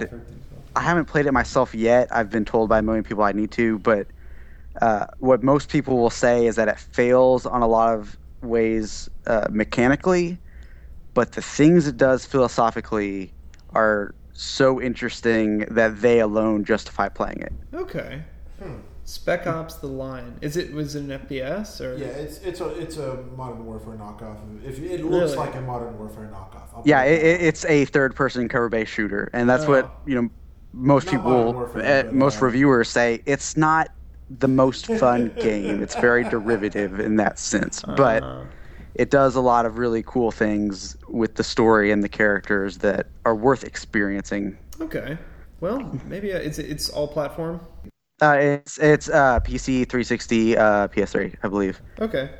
[SPEAKER 6] Mm-hmm. I've heard things about
[SPEAKER 9] I haven't played it myself yet. I've been told by a million people I need to, but uh, what most people will say is that it fails on a lot of ways uh, mechanically, but the things it does philosophically are so interesting that they alone justify playing it.
[SPEAKER 7] Okay.
[SPEAKER 8] Hmm.
[SPEAKER 7] Spec Ops: The Line. Is it was it an FPS or?
[SPEAKER 8] Yeah, it's it's a it's a modern warfare knockoff. of- If you- it looks
[SPEAKER 7] Really?
[SPEAKER 8] like a modern warfare knockoff. I'll
[SPEAKER 9] Yeah,
[SPEAKER 8] put
[SPEAKER 9] it,
[SPEAKER 8] that
[SPEAKER 9] it- it's a third-person cover-based shooter, and that's
[SPEAKER 7] Oh.
[SPEAKER 9] what you know. Most
[SPEAKER 8] Not
[SPEAKER 9] people,
[SPEAKER 8] Modern Warfare,
[SPEAKER 9] uh,
[SPEAKER 8] but,
[SPEAKER 9] most
[SPEAKER 8] uh,
[SPEAKER 9] reviewers say it's not the most fun game. It's very derivative in that sense, but.
[SPEAKER 7] Uh,
[SPEAKER 9] it does a lot of really cool things with the story and the characters that are worth experiencing.
[SPEAKER 7] okay. Well, maybe uh, it's it's all platform.
[SPEAKER 9] Uh, it's it's uh, PC 360, uh, PS3, I believe.
[SPEAKER 7] Okay.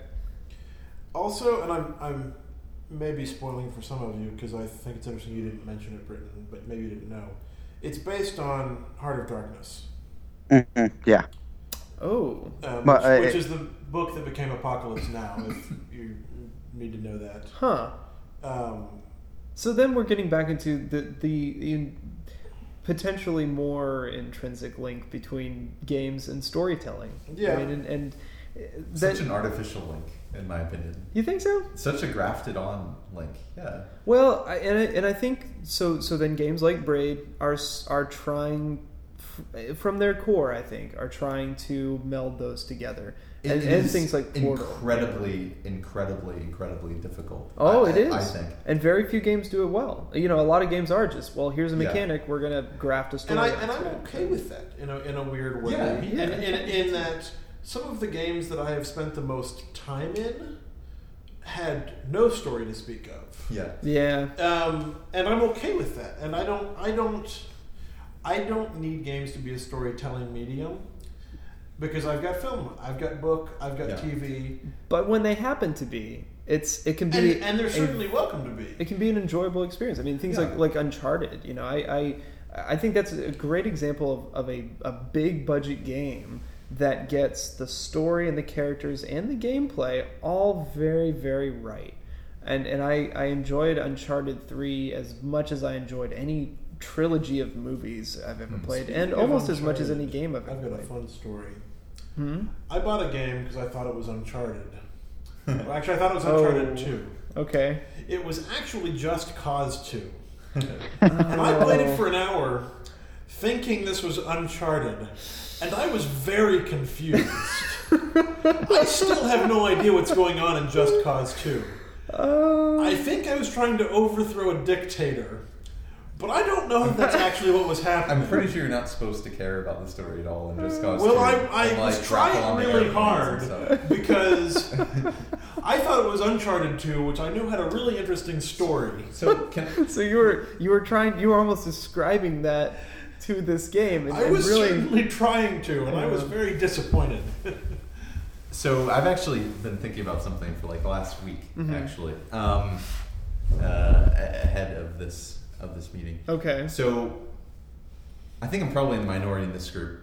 [SPEAKER 8] Also, and I'm I'm maybe spoiling for some of you because I think it's interesting you didn't mention it, Britain, but maybe you didn't know. It's based on Heart of Darkness,
[SPEAKER 9] Mhm, Yeah,
[SPEAKER 7] Oh.
[SPEAKER 8] um,
[SPEAKER 9] But,
[SPEAKER 8] which,
[SPEAKER 9] uh,
[SPEAKER 8] which
[SPEAKER 9] it-
[SPEAKER 8] is the book that became Apocalypse Now. if you need to know that.
[SPEAKER 7] Huh.
[SPEAKER 8] Um,
[SPEAKER 7] So then we're getting back into the the, the potentially more intrinsic link between games and storytelling.
[SPEAKER 8] Yeah.
[SPEAKER 7] I mean, and, and uh,
[SPEAKER 6] Such
[SPEAKER 7] that,
[SPEAKER 6] an artificial link, in my opinion.
[SPEAKER 7] you think so?
[SPEAKER 6] Such a grafted on link. Yeah.
[SPEAKER 7] Well, I, and I, and I think so. So then games like Braid are s- are trying f- from their core. I think are trying to meld those together,
[SPEAKER 6] It
[SPEAKER 7] and, and
[SPEAKER 6] is
[SPEAKER 7] things like Portal.
[SPEAKER 6] incredibly, incredibly, incredibly difficult.
[SPEAKER 7] Oh,
[SPEAKER 6] I-
[SPEAKER 7] it is,
[SPEAKER 6] I think.
[SPEAKER 7] and very few games do it well. You know, a lot of games are just well. Here's a
[SPEAKER 6] Yeah.
[SPEAKER 7] mechanic. We're gonna graft a story.
[SPEAKER 8] and I and I'm
[SPEAKER 7] onto it.
[SPEAKER 8] okay with that in a in a weird way.
[SPEAKER 6] Yeah,
[SPEAKER 8] and,
[SPEAKER 6] yeah.
[SPEAKER 8] and- in that some of the games that I have spent the most time in had no story to speak of.
[SPEAKER 6] Yeah.
[SPEAKER 7] Yeah.
[SPEAKER 8] um, and I'm okay with that. And I don't, I don't, I don't need games to be a storytelling medium because I've got film, I've got book, I've got
[SPEAKER 6] Yeah.
[SPEAKER 8] TV,
[SPEAKER 7] But when they happen to be, it's it can be
[SPEAKER 8] and, and they're
[SPEAKER 7] a-
[SPEAKER 8] certainly welcome to be.
[SPEAKER 7] it can be an enjoyable experience. I mean, things
[SPEAKER 6] Yeah.
[SPEAKER 7] like like Uncharted. You know, I I, I think that's a great example of, of a, a big budget game that gets the story and the characters and the gameplay all very very right. And and I I enjoyed Uncharted three as much as I enjoyed any trilogy of movies I've ever played, and
[SPEAKER 8] Mm, Speaking of
[SPEAKER 7] almost as much as
[SPEAKER 8] Uncharted,
[SPEAKER 7] any game I've
[SPEAKER 8] I've
[SPEAKER 7] ever
[SPEAKER 8] got a
[SPEAKER 7] played.
[SPEAKER 8] fun story.
[SPEAKER 7] Hmm?
[SPEAKER 8] I bought a game because I thought it was Uncharted. well, actually, I thought it was Uncharted
[SPEAKER 7] Oh.
[SPEAKER 8] Two.
[SPEAKER 7] Okay.
[SPEAKER 8] It was actually Just Cause Two, and I played
[SPEAKER 7] Oh.
[SPEAKER 8] it for an hour. Thinking this was Uncharted, and I was very confused. I still have no idea what's going on in Just Cause 2.
[SPEAKER 7] Oh.
[SPEAKER 8] I think I was trying to overthrow a dictator, but I don't know if that's actually what was
[SPEAKER 6] I'm
[SPEAKER 8] happening.
[SPEAKER 6] pretty sure you're not supposed to care about the story at all and just cause.
[SPEAKER 8] Well,
[SPEAKER 6] to,
[SPEAKER 8] I, I
[SPEAKER 6] and,
[SPEAKER 8] was
[SPEAKER 6] like, grapple
[SPEAKER 8] trying
[SPEAKER 6] on the
[SPEAKER 8] really hard
[SPEAKER 6] airplanes and stuff.
[SPEAKER 8] because I thought it was Uncharted 2, which I knew had a really interesting story.
[SPEAKER 6] So can
[SPEAKER 7] So you were you were trying you were almost describing that to this game and,
[SPEAKER 8] I
[SPEAKER 7] and
[SPEAKER 8] was
[SPEAKER 7] really
[SPEAKER 8] certainly trying to, and I was very disappointed.
[SPEAKER 6] so I've actually been thinking about something for like the last week
[SPEAKER 7] Mm-hmm.
[SPEAKER 6] actually um, uh, a- ahead of this of this meeting.
[SPEAKER 7] okay.
[SPEAKER 6] So, I think I'm probably in the minority in this group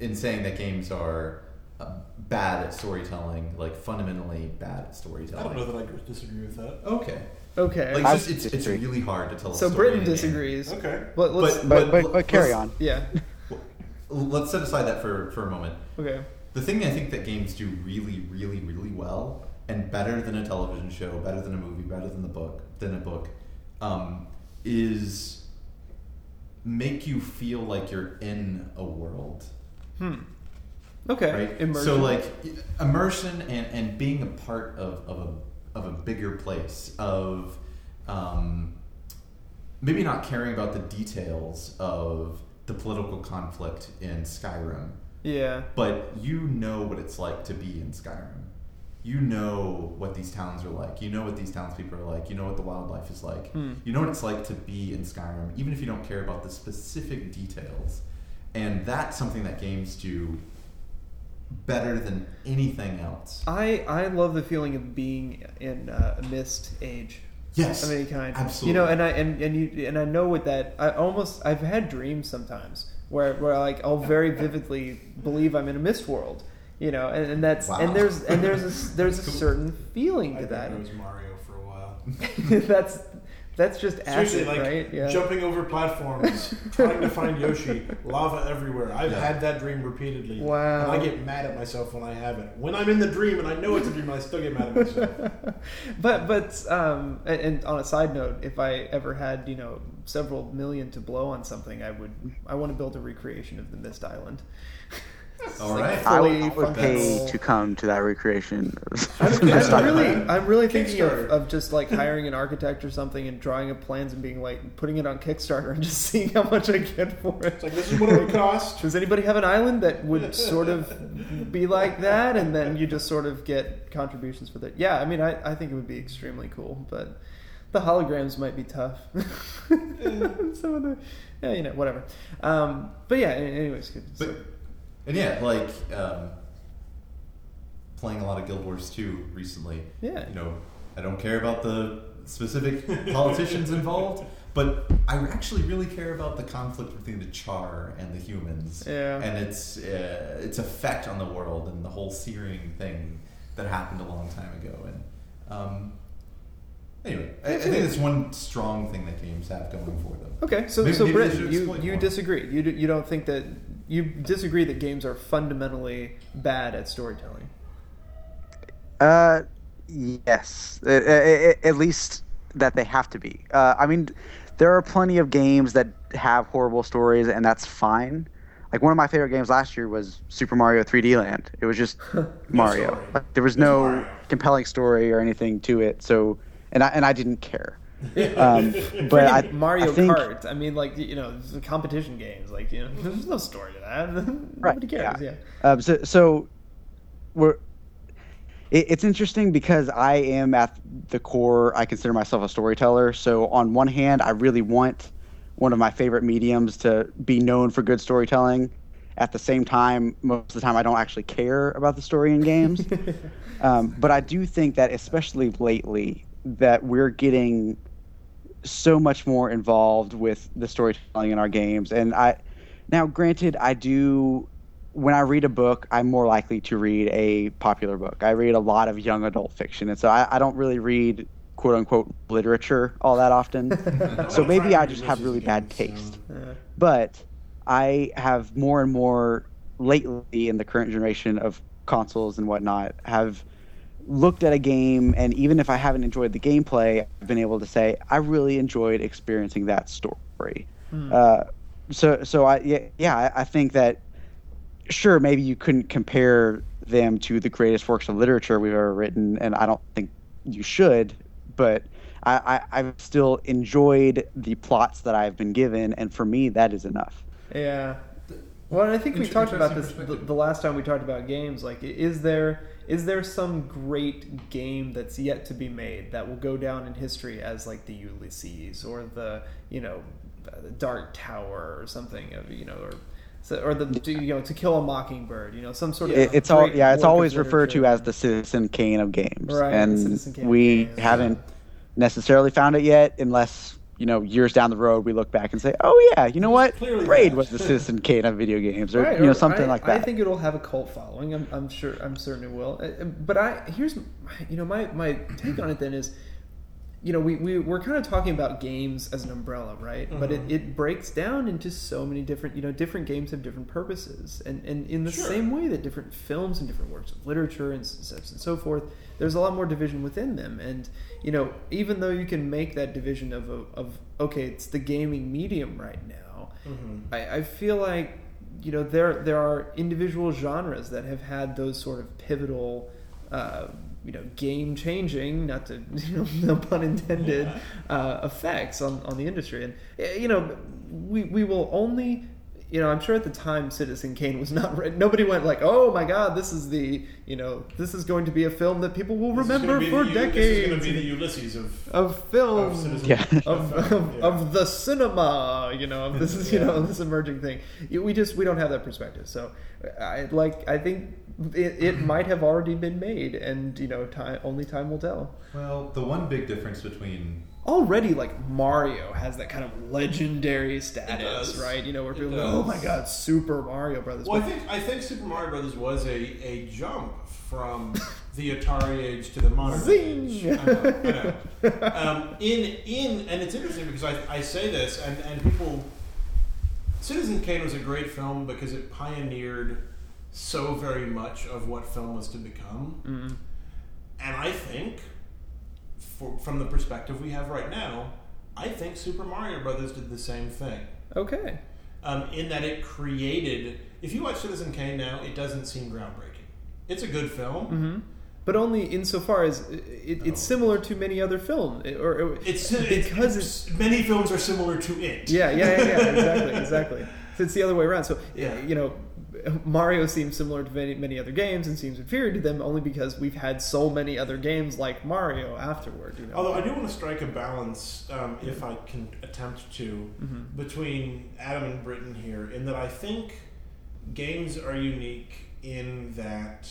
[SPEAKER 6] in saying that games are uh, bad at storytelling, like fundamentally bad at storytelling.
[SPEAKER 8] I don't know that I disagree with that.
[SPEAKER 6] Okay.
[SPEAKER 7] Okay.
[SPEAKER 6] Like,
[SPEAKER 9] I
[SPEAKER 6] it's, just, it's, it's
[SPEAKER 9] disagree.
[SPEAKER 6] really hard to tell a
[SPEAKER 7] so
[SPEAKER 6] story.
[SPEAKER 7] Britain
[SPEAKER 6] in a game.
[SPEAKER 7] disagrees.
[SPEAKER 8] Okay.
[SPEAKER 7] But let's.
[SPEAKER 6] But-
[SPEAKER 9] But but,
[SPEAKER 6] let's-
[SPEAKER 9] but carry on.
[SPEAKER 7] yeah.
[SPEAKER 6] Let's set aside that for, for a moment.
[SPEAKER 7] Okay.
[SPEAKER 6] The thing I think that games do really, really, really well, and better than a television show, better than a movie, better than the book, than a book, um, is make you feel like you're in a world,
[SPEAKER 7] Okay.
[SPEAKER 6] right?
[SPEAKER 7] Immersion.
[SPEAKER 6] So like immersion and, and being a part of, of a of a bigger place of um, maybe not caring about the details of the political conflict in Skyrim,
[SPEAKER 7] Yeah.
[SPEAKER 6] but you know what it's like to be in Skyrim. You know what these towns are like. You know what these townspeople are like. You know what the wildlife is like.
[SPEAKER 7] Hmm.
[SPEAKER 6] You know what it's like to be in Skyrim, even if you don't care about the specific details. And that's something that games do better than anything else.
[SPEAKER 7] I I love the feeling of being in uh, amidst age
[SPEAKER 6] Yes.
[SPEAKER 7] of any kind.
[SPEAKER 6] Absolutely.
[SPEAKER 7] You know, and I and, and you and I know with that. I almost I've had dreams sometimes where where like I'll very vividly believe I'm in a mist world. You know, and, and that's
[SPEAKER 6] Wow.
[SPEAKER 7] and there's and there's a s- there's a
[SPEAKER 6] Cool.
[SPEAKER 7] certain feeling
[SPEAKER 8] I
[SPEAKER 7] to
[SPEAKER 8] think
[SPEAKER 7] that.
[SPEAKER 8] it was Mario for a while.
[SPEAKER 7] that's that's just
[SPEAKER 8] Seriously,
[SPEAKER 7] acid,
[SPEAKER 8] like
[SPEAKER 7] right? Yeah.
[SPEAKER 8] jumping over platforms, trying to find Yoshi, lava everywhere. I've
[SPEAKER 6] Yeah.
[SPEAKER 8] had that dream repeatedly.
[SPEAKER 7] Wow.
[SPEAKER 8] And I get mad at myself when I have it. When I'm in the dream and I know it's a dream, I still get mad at myself.
[SPEAKER 7] but but um, and, and on a side note, if I ever had you know several million to blow on something, I would I want to build a recreation of the Mist Island.
[SPEAKER 6] All right.
[SPEAKER 9] I would,
[SPEAKER 7] fully
[SPEAKER 9] I would pay
[SPEAKER 7] functional.
[SPEAKER 9] to come to that recreation.
[SPEAKER 7] I'm really, I'm really thinking of,
[SPEAKER 8] Kickstarter.
[SPEAKER 7] of just like hiring an architect or something and drawing up plans and being like putting it on Kickstarter and just seeing how much I get for it.
[SPEAKER 8] It's like this is what it would cost.
[SPEAKER 7] Does anybody have an island that would sort of be like that? And then you just sort of get contributions for that. Yeah, I mean, I, I think it would be extremely cool, but the holograms might be tough. Some of the, yeah, you know, whatever. Um, but yeah, an- anyways, good. So-
[SPEAKER 6] But, and yeah, like um, playing a lot of Guild Wars 2 recently.
[SPEAKER 7] Yeah.
[SPEAKER 6] You know, I don't care about the specific politicians involved, but I actually really care about the conflict between the Char and the humans.
[SPEAKER 7] Yeah.
[SPEAKER 6] And its uh, its effect on the world and the whole searing thing that happened a long time ago. And um, anyway, I, I think it's one strong thing that games have going for them.
[SPEAKER 7] Okay, so
[SPEAKER 6] Maybe-
[SPEAKER 7] so
[SPEAKER 6] maybe they
[SPEAKER 7] Britt,
[SPEAKER 6] should
[SPEAKER 7] you
[SPEAKER 6] exploit
[SPEAKER 7] you
[SPEAKER 6] more.
[SPEAKER 7] disagree. You d- you don't think that you disagree that games are fundamentally bad at storytelling.
[SPEAKER 9] Uh, yes, A- a- a- at least that they have to be. Uh, I mean, there are plenty of games that have horrible stories, and that's fine. Like one of my favorite games last year was Super Mario 3D Land. It was just Mario.
[SPEAKER 8] story.
[SPEAKER 9] Like, there was
[SPEAKER 8] It's
[SPEAKER 9] no
[SPEAKER 8] Mario.
[SPEAKER 9] compelling story or anything to it. So, and I and I didn't care. Um, but I,
[SPEAKER 7] Mario
[SPEAKER 9] I think,
[SPEAKER 7] Kart. I mean, like you know, the competition games. Like you know, there's no story to that. Nobody cares. Yeah.
[SPEAKER 9] Um, so, so we're. It, it's interesting because I am at the core. I consider myself a storyteller. So on one hand, I really want one of my favorite mediums to be known for good storytelling. At the same time, most of the time, I don't actually care about the story in games. um, but I do think that, especially lately, that we're getting so much more involved with the storytelling in our games. And I, now granted, I do when I read a book, I'm more likely to read a popular book. I read a lot of young adult fiction, and so I, I don't really read quote unquote literature all that often. so
[SPEAKER 8] I'm
[SPEAKER 9] maybe
[SPEAKER 8] trying
[SPEAKER 9] I
[SPEAKER 8] to
[SPEAKER 9] just
[SPEAKER 8] do
[SPEAKER 9] have
[SPEAKER 8] this
[SPEAKER 9] really bad
[SPEAKER 8] again, so-
[SPEAKER 9] taste.
[SPEAKER 7] Uh,
[SPEAKER 9] But I have more and more lately in the current generation of consoles and whatnot have looked at a game and even if I haven't enjoyed the gameplay, I've been able to say I really enjoyed experiencing that story. Uh, so so I yeah, yeah I- I think that sure maybe you couldn't compare them to the greatest works of literature we've ever written and I don't think you should, but I, I I've still enjoyed the plots that I've been given and for me that is enough.
[SPEAKER 7] yeah. Well, I think we
[SPEAKER 6] Inter-
[SPEAKER 7] talked about this
[SPEAKER 6] interesting
[SPEAKER 7] the,
[SPEAKER 6] perspective.
[SPEAKER 7] the last time we talked about games. Like, i- is there is there some great game that's yet to be made that will go down in history as like the Ulysses or the you know the Dark Tower or something of you know or so- or the you know To Kill a Mockingbird. You know, some sort of
[SPEAKER 9] It, it's all
[SPEAKER 7] great
[SPEAKER 9] yeah it's
[SPEAKER 7] work of
[SPEAKER 9] always referred to
[SPEAKER 7] literature.
[SPEAKER 9] as the Citizen Kane of games,
[SPEAKER 7] Right, the
[SPEAKER 9] and
[SPEAKER 7] Citizen Kane of
[SPEAKER 9] we
[SPEAKER 7] games,
[SPEAKER 9] haven't necessarily found it yet unless you know, years down the road, we look back and say, "Oh yeah, you know what?
[SPEAKER 8] Clearly
[SPEAKER 9] Braid
[SPEAKER 8] bad."
[SPEAKER 9] was the Citizen Kane of video games, or
[SPEAKER 7] Right,
[SPEAKER 9] you know,
[SPEAKER 7] or
[SPEAKER 9] something
[SPEAKER 7] I-
[SPEAKER 9] like that."
[SPEAKER 7] I think it'll have a cult following. I'm, I'm sure. I'm certain it will. Uh, uh, But I here's my- you know my my take on it then is. You know, we, we, we're kind of talking about games as an umbrella, right? But it, it breaks down into so many different, you know, different games have different purposes. And, and in the
[SPEAKER 8] Sure.
[SPEAKER 7] same way that different films and different works of literature and s- such and so forth, there's a lot more division within them. And, you know, even though you can make that division of, of, of okay, it's the gaming medium right now, I, I feel like you know there there are individual genres that have had those sort of pivotal, uh, you know, game changing, not to you know, no pun intended, uh, effects on, on the industry. And eh, you know, we we will only. You know, I'm sure at the time Citizen Kane was not read. Nobody went like, "Oh my God, this is the you know this is going to be a film that people will
[SPEAKER 8] This is
[SPEAKER 7] remember
[SPEAKER 8] gonna be
[SPEAKER 7] for
[SPEAKER 8] the, U- This is going
[SPEAKER 7] decades."
[SPEAKER 8] to be the Ulysses of,
[SPEAKER 7] of
[SPEAKER 8] of
[SPEAKER 7] films
[SPEAKER 8] citizen.
[SPEAKER 9] Yeah.
[SPEAKER 7] of, of,
[SPEAKER 8] yeah.
[SPEAKER 7] of the cinema, you know, of this is you know this emerging thing. You- We just we don't have that perspective. So I like I think it, it might have already been made, and you know, time, only time will tell.
[SPEAKER 6] Well, the one big difference between
[SPEAKER 7] Already, like Mario has that kind of legendary status,
[SPEAKER 2] does.
[SPEAKER 7] right? You know, where
[SPEAKER 2] It
[SPEAKER 7] people go, "Oh
[SPEAKER 2] does.
[SPEAKER 7] my God, Super Mario Brothers!"
[SPEAKER 2] Well, I
[SPEAKER 7] But-
[SPEAKER 2] think I think Super Mario Brothers was a, a jump from the Atari age to the modern
[SPEAKER 7] Zing!
[SPEAKER 2] age. I know, I know. Um, in in and it's interesting because I, I say this and, and people Citizen Kane was a great film because it pioneered so very much of what film was to become. And I think, for, from the perspective we have right now, I think Super Mario Brothers did the same thing
[SPEAKER 7] okay,
[SPEAKER 2] um, in that it created. If you watch Citizen Kane now, it doesn't seem groundbreaking. It's a good film.
[SPEAKER 7] Mm-hmm. but only insofar as it, it, it's similar to many other film, or, or
[SPEAKER 2] It's
[SPEAKER 7] because it's
[SPEAKER 2] many films are similar to it.
[SPEAKER 7] Yeah, yeah, yeah, yeah exactly, exactly. So it's the other way around. So,
[SPEAKER 2] Yeah.
[SPEAKER 7] you know, Mario seems similar to many, many other games and seems inferior to them only because we've had so many other games like Mario afterward, you know.
[SPEAKER 8] Although I do want to strike a balance, um, if I can attempt to, between Adam and Britain here, in that I think games are unique in that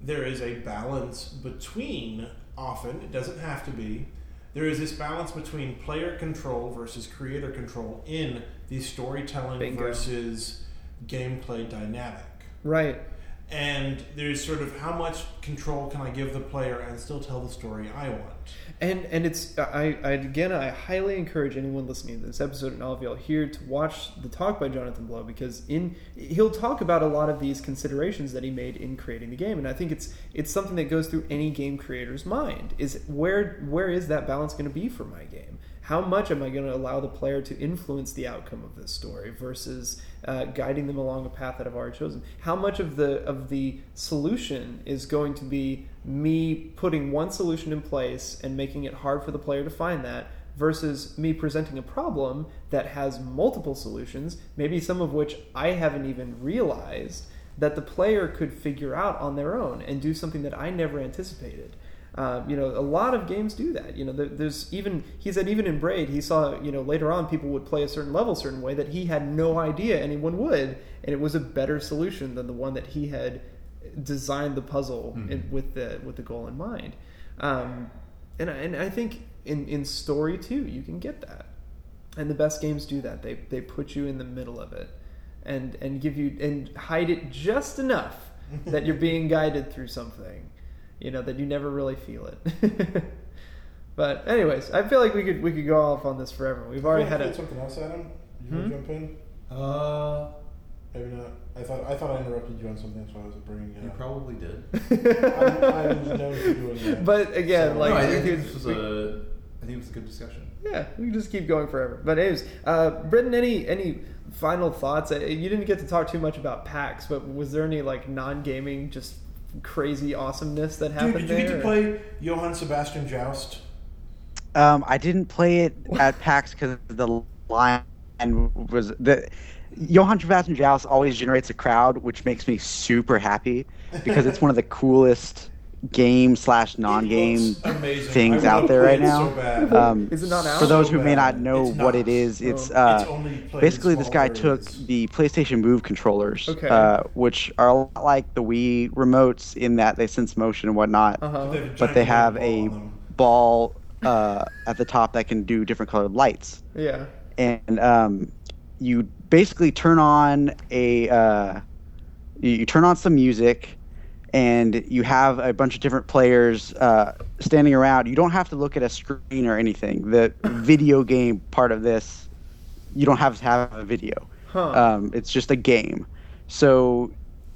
[SPEAKER 8] there is a balance between, often, it doesn't have to be, there is this balance between player control versus creator control in the storytelling
[SPEAKER 7] Bingo.
[SPEAKER 8] versus gameplay dynamic
[SPEAKER 7] right.
[SPEAKER 8] and there's sort of how much control can I give the player and still tell the story I want.
[SPEAKER 7] And and it's I, I again I highly encourage anyone listening to this episode and all of y'all here to watch the talk by Jonathan Blow because in he'll talk about a lot of these considerations that he made in creating the game and I think it's it's something that goes through any game creator's mind is where where is that balance going to be for my game how much am I going to allow the player to influence the outcome of this story versus uh, guiding them along a path that I've already chosen? How much of the of the solution is going to be me putting one solution in place and making it hard for the player to find that? Versus me presenting a problem that has multiple solutions, maybe some of which I haven't even realized that the player could figure out on their own and do something that I never anticipated. Um, you know, a lot of games do that. You know, there, there's even he said even in Braid, he saw you know later on people would play a certain level a certain way that he had no idea anyone would, and it was a better solution than the one that he had designed the puzzle in, with the with the goal in mind. Um, and I, and I think in in story too, you can get that, and the best games do that. They they put you in the middle of it, and and give you and hide it just enough that you're being guided through something you know that you never really feel it. but anyways, I feel like we could we could go off on this forever. We've already had a Hmm?
[SPEAKER 8] something else, Adam. You want to jump in?
[SPEAKER 6] uh,
[SPEAKER 8] Maybe not. I thought I thought I interrupted you on something, so I was bringing
[SPEAKER 6] you
[SPEAKER 8] it up.
[SPEAKER 6] probably did.
[SPEAKER 8] I'm, I'm known for doing that.
[SPEAKER 7] but again
[SPEAKER 8] So-
[SPEAKER 7] like
[SPEAKER 6] no, I
[SPEAKER 7] we
[SPEAKER 6] think
[SPEAKER 7] could-
[SPEAKER 6] this was
[SPEAKER 7] we-
[SPEAKER 6] a. I think it was a good discussion.
[SPEAKER 7] yeah we can just keep going forever. But anyways, uh, Britton, any any final thoughts? Uh, You didn't get to talk too much about PAX, but was there any like non gaming just crazy awesomeness that
[SPEAKER 8] Dude,
[SPEAKER 7] happened
[SPEAKER 8] did you
[SPEAKER 7] there?
[SPEAKER 8] get to play Johann Sebastian Joust?
[SPEAKER 9] Um, I didn't play it at PAX because the line was the Johann Sebastian Joust always generates a crowd, which makes me super happy because it's one of the coolest game slash non game
[SPEAKER 2] It looks amazing.
[SPEAKER 9] things
[SPEAKER 2] I
[SPEAKER 9] out
[SPEAKER 2] wanna
[SPEAKER 9] there
[SPEAKER 2] play
[SPEAKER 9] right
[SPEAKER 2] it
[SPEAKER 9] now.
[SPEAKER 2] So bad.
[SPEAKER 9] Um,
[SPEAKER 7] Is it not out?
[SPEAKER 9] For those who may
[SPEAKER 8] So
[SPEAKER 9] not
[SPEAKER 8] bad.
[SPEAKER 9] know
[SPEAKER 2] It's
[SPEAKER 9] what
[SPEAKER 2] not. Oh.
[SPEAKER 9] it is, it's,
[SPEAKER 7] It's
[SPEAKER 9] uh,
[SPEAKER 8] it's only played in
[SPEAKER 9] basically this
[SPEAKER 8] small
[SPEAKER 9] guy
[SPEAKER 8] areas.
[SPEAKER 9] took the PlayStation Move controllers,
[SPEAKER 7] Okay.
[SPEAKER 9] uh, which are a lot like the Wii remotes in that they sense motion and whatnot,
[SPEAKER 7] Uh huh.
[SPEAKER 8] a
[SPEAKER 9] but they
[SPEAKER 8] giant
[SPEAKER 9] have
[SPEAKER 8] ball
[SPEAKER 9] a
[SPEAKER 8] on them.
[SPEAKER 9] ball uh, at the top that can do different colored lights,
[SPEAKER 7] Yeah.
[SPEAKER 9] and um, you basically turn on a uh, you, you turn on some music, and you have a bunch of different players uh, standing around. You don't have to look at a screen or anything. The video game part of this, you don't have to have a video.
[SPEAKER 7] Huh.
[SPEAKER 9] Um, it's just a game. So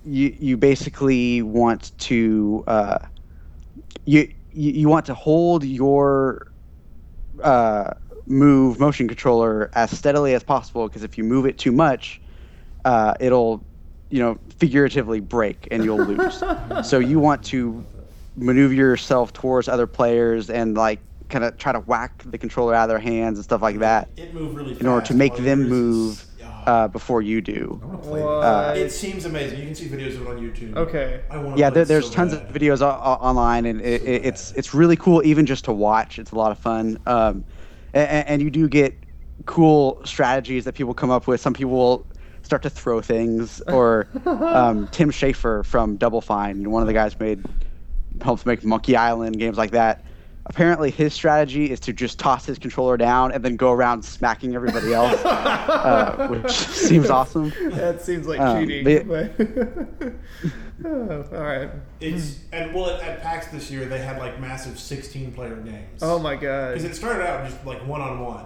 [SPEAKER 9] you you basically want to uh, you you you want to hold your uh, move motion controller as steadily as possible because if you move it too much, uh, it'll you know figuratively break and you'll lose. so you want to maneuver yourself towards other players and like kind of try to whack the controller out of their hands and stuff like that
[SPEAKER 2] It moved really fast.
[SPEAKER 9] in order to make
[SPEAKER 2] while
[SPEAKER 9] them
[SPEAKER 2] yours is-
[SPEAKER 9] move
[SPEAKER 2] Ah.
[SPEAKER 9] uh, before you do.
[SPEAKER 6] I want to play
[SPEAKER 7] What?
[SPEAKER 9] Uh,
[SPEAKER 2] It seems amazing. You can see videos of it on YouTube.
[SPEAKER 7] okay.
[SPEAKER 2] I want.
[SPEAKER 9] Yeah, there, there's tons of videos o- o- online, and it, it, it's it's really cool even just to watch. It's a lot of fun, um, and, and you do get cool strategies that people come up with. Some people will start to throw things, or um, Tim Schafer from Double Fine, one of the guys made helped make Monkey Island games like that. Apparently, his strategy is to just toss his controller down and then go around smacking everybody else, uh, which seems awesome.
[SPEAKER 7] That seems like
[SPEAKER 9] Um,
[SPEAKER 7] cheating. but- Oh, all right.
[SPEAKER 2] It's and well at, at PAX this year they had like massive 16 player games.
[SPEAKER 7] Oh my
[SPEAKER 2] Because
[SPEAKER 7] god.
[SPEAKER 2] it started out just like one on one,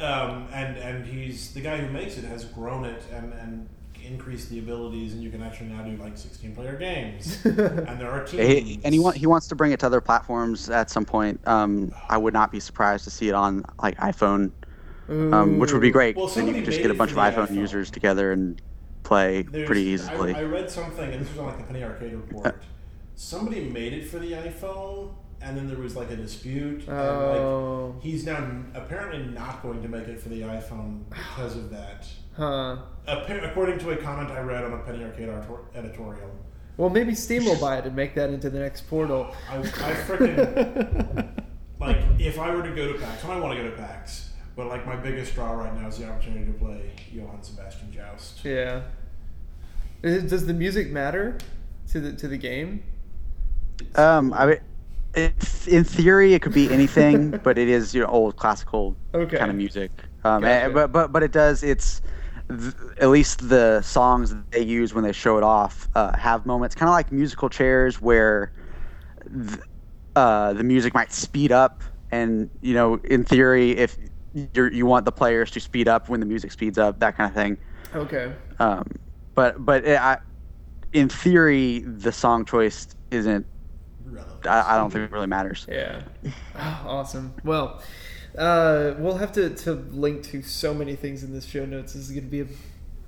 [SPEAKER 2] and and he's the guy who makes it has grown it and and increased the abilities, and you can actually now do like 16 player games, and there are teams.
[SPEAKER 9] He, and he, want, he wants to bring it to other platforms at some point. Um, I would not be surprised to see it on like iPhone, um, which would be great.
[SPEAKER 2] Well,
[SPEAKER 9] then you
[SPEAKER 2] somebody
[SPEAKER 9] could just
[SPEAKER 2] made
[SPEAKER 9] get a
[SPEAKER 2] it
[SPEAKER 9] bunch of
[SPEAKER 2] for
[SPEAKER 9] iPhone,
[SPEAKER 2] the iPhone.
[SPEAKER 9] users together and play
[SPEAKER 2] There's-
[SPEAKER 9] pretty easily.
[SPEAKER 2] I, I read something, and this was on like the Penny Arcade report. Somebody made it for the iPhone, and then there was like a dispute.
[SPEAKER 7] Oh.
[SPEAKER 2] And, like, he's now apparently not going to make it for the iPhone because of that.
[SPEAKER 7] Huh.
[SPEAKER 2] Appa- According to a comment I read on a Penny Arcade artor- editorial,
[SPEAKER 7] Well, maybe Steam will buy it and make that into the next portal.
[SPEAKER 2] I, I freaking like if I were to go to PAX, and I want to go to PAX, but like my biggest draw right now is the opportunity to play Johann Sebastian Joust.
[SPEAKER 7] Yeah. Is- Does the music matter to the to the game?
[SPEAKER 9] um, I mean, it's, in theory, it could be anything, but it is you know old classical
[SPEAKER 7] Okay.
[SPEAKER 9] kind of music. Um,
[SPEAKER 7] Gotcha.
[SPEAKER 9] and- but but but it does. It's th- at least the songs that they use when they show it off uh, have moments kind of like musical chairs where th- uh, the music might speed up, and you know, in theory, if you're, you want the players to speed up when the music speeds up, that kind of thing.
[SPEAKER 7] Okay.
[SPEAKER 9] Um, but but it, I, in theory, the song choice isn't.
[SPEAKER 2] Relevant.
[SPEAKER 9] I, I don't think it really matters.
[SPEAKER 7] Yeah. Ah, awesome. Well, uh, we'll have to, to link to so many things in this show notes. This is going to be a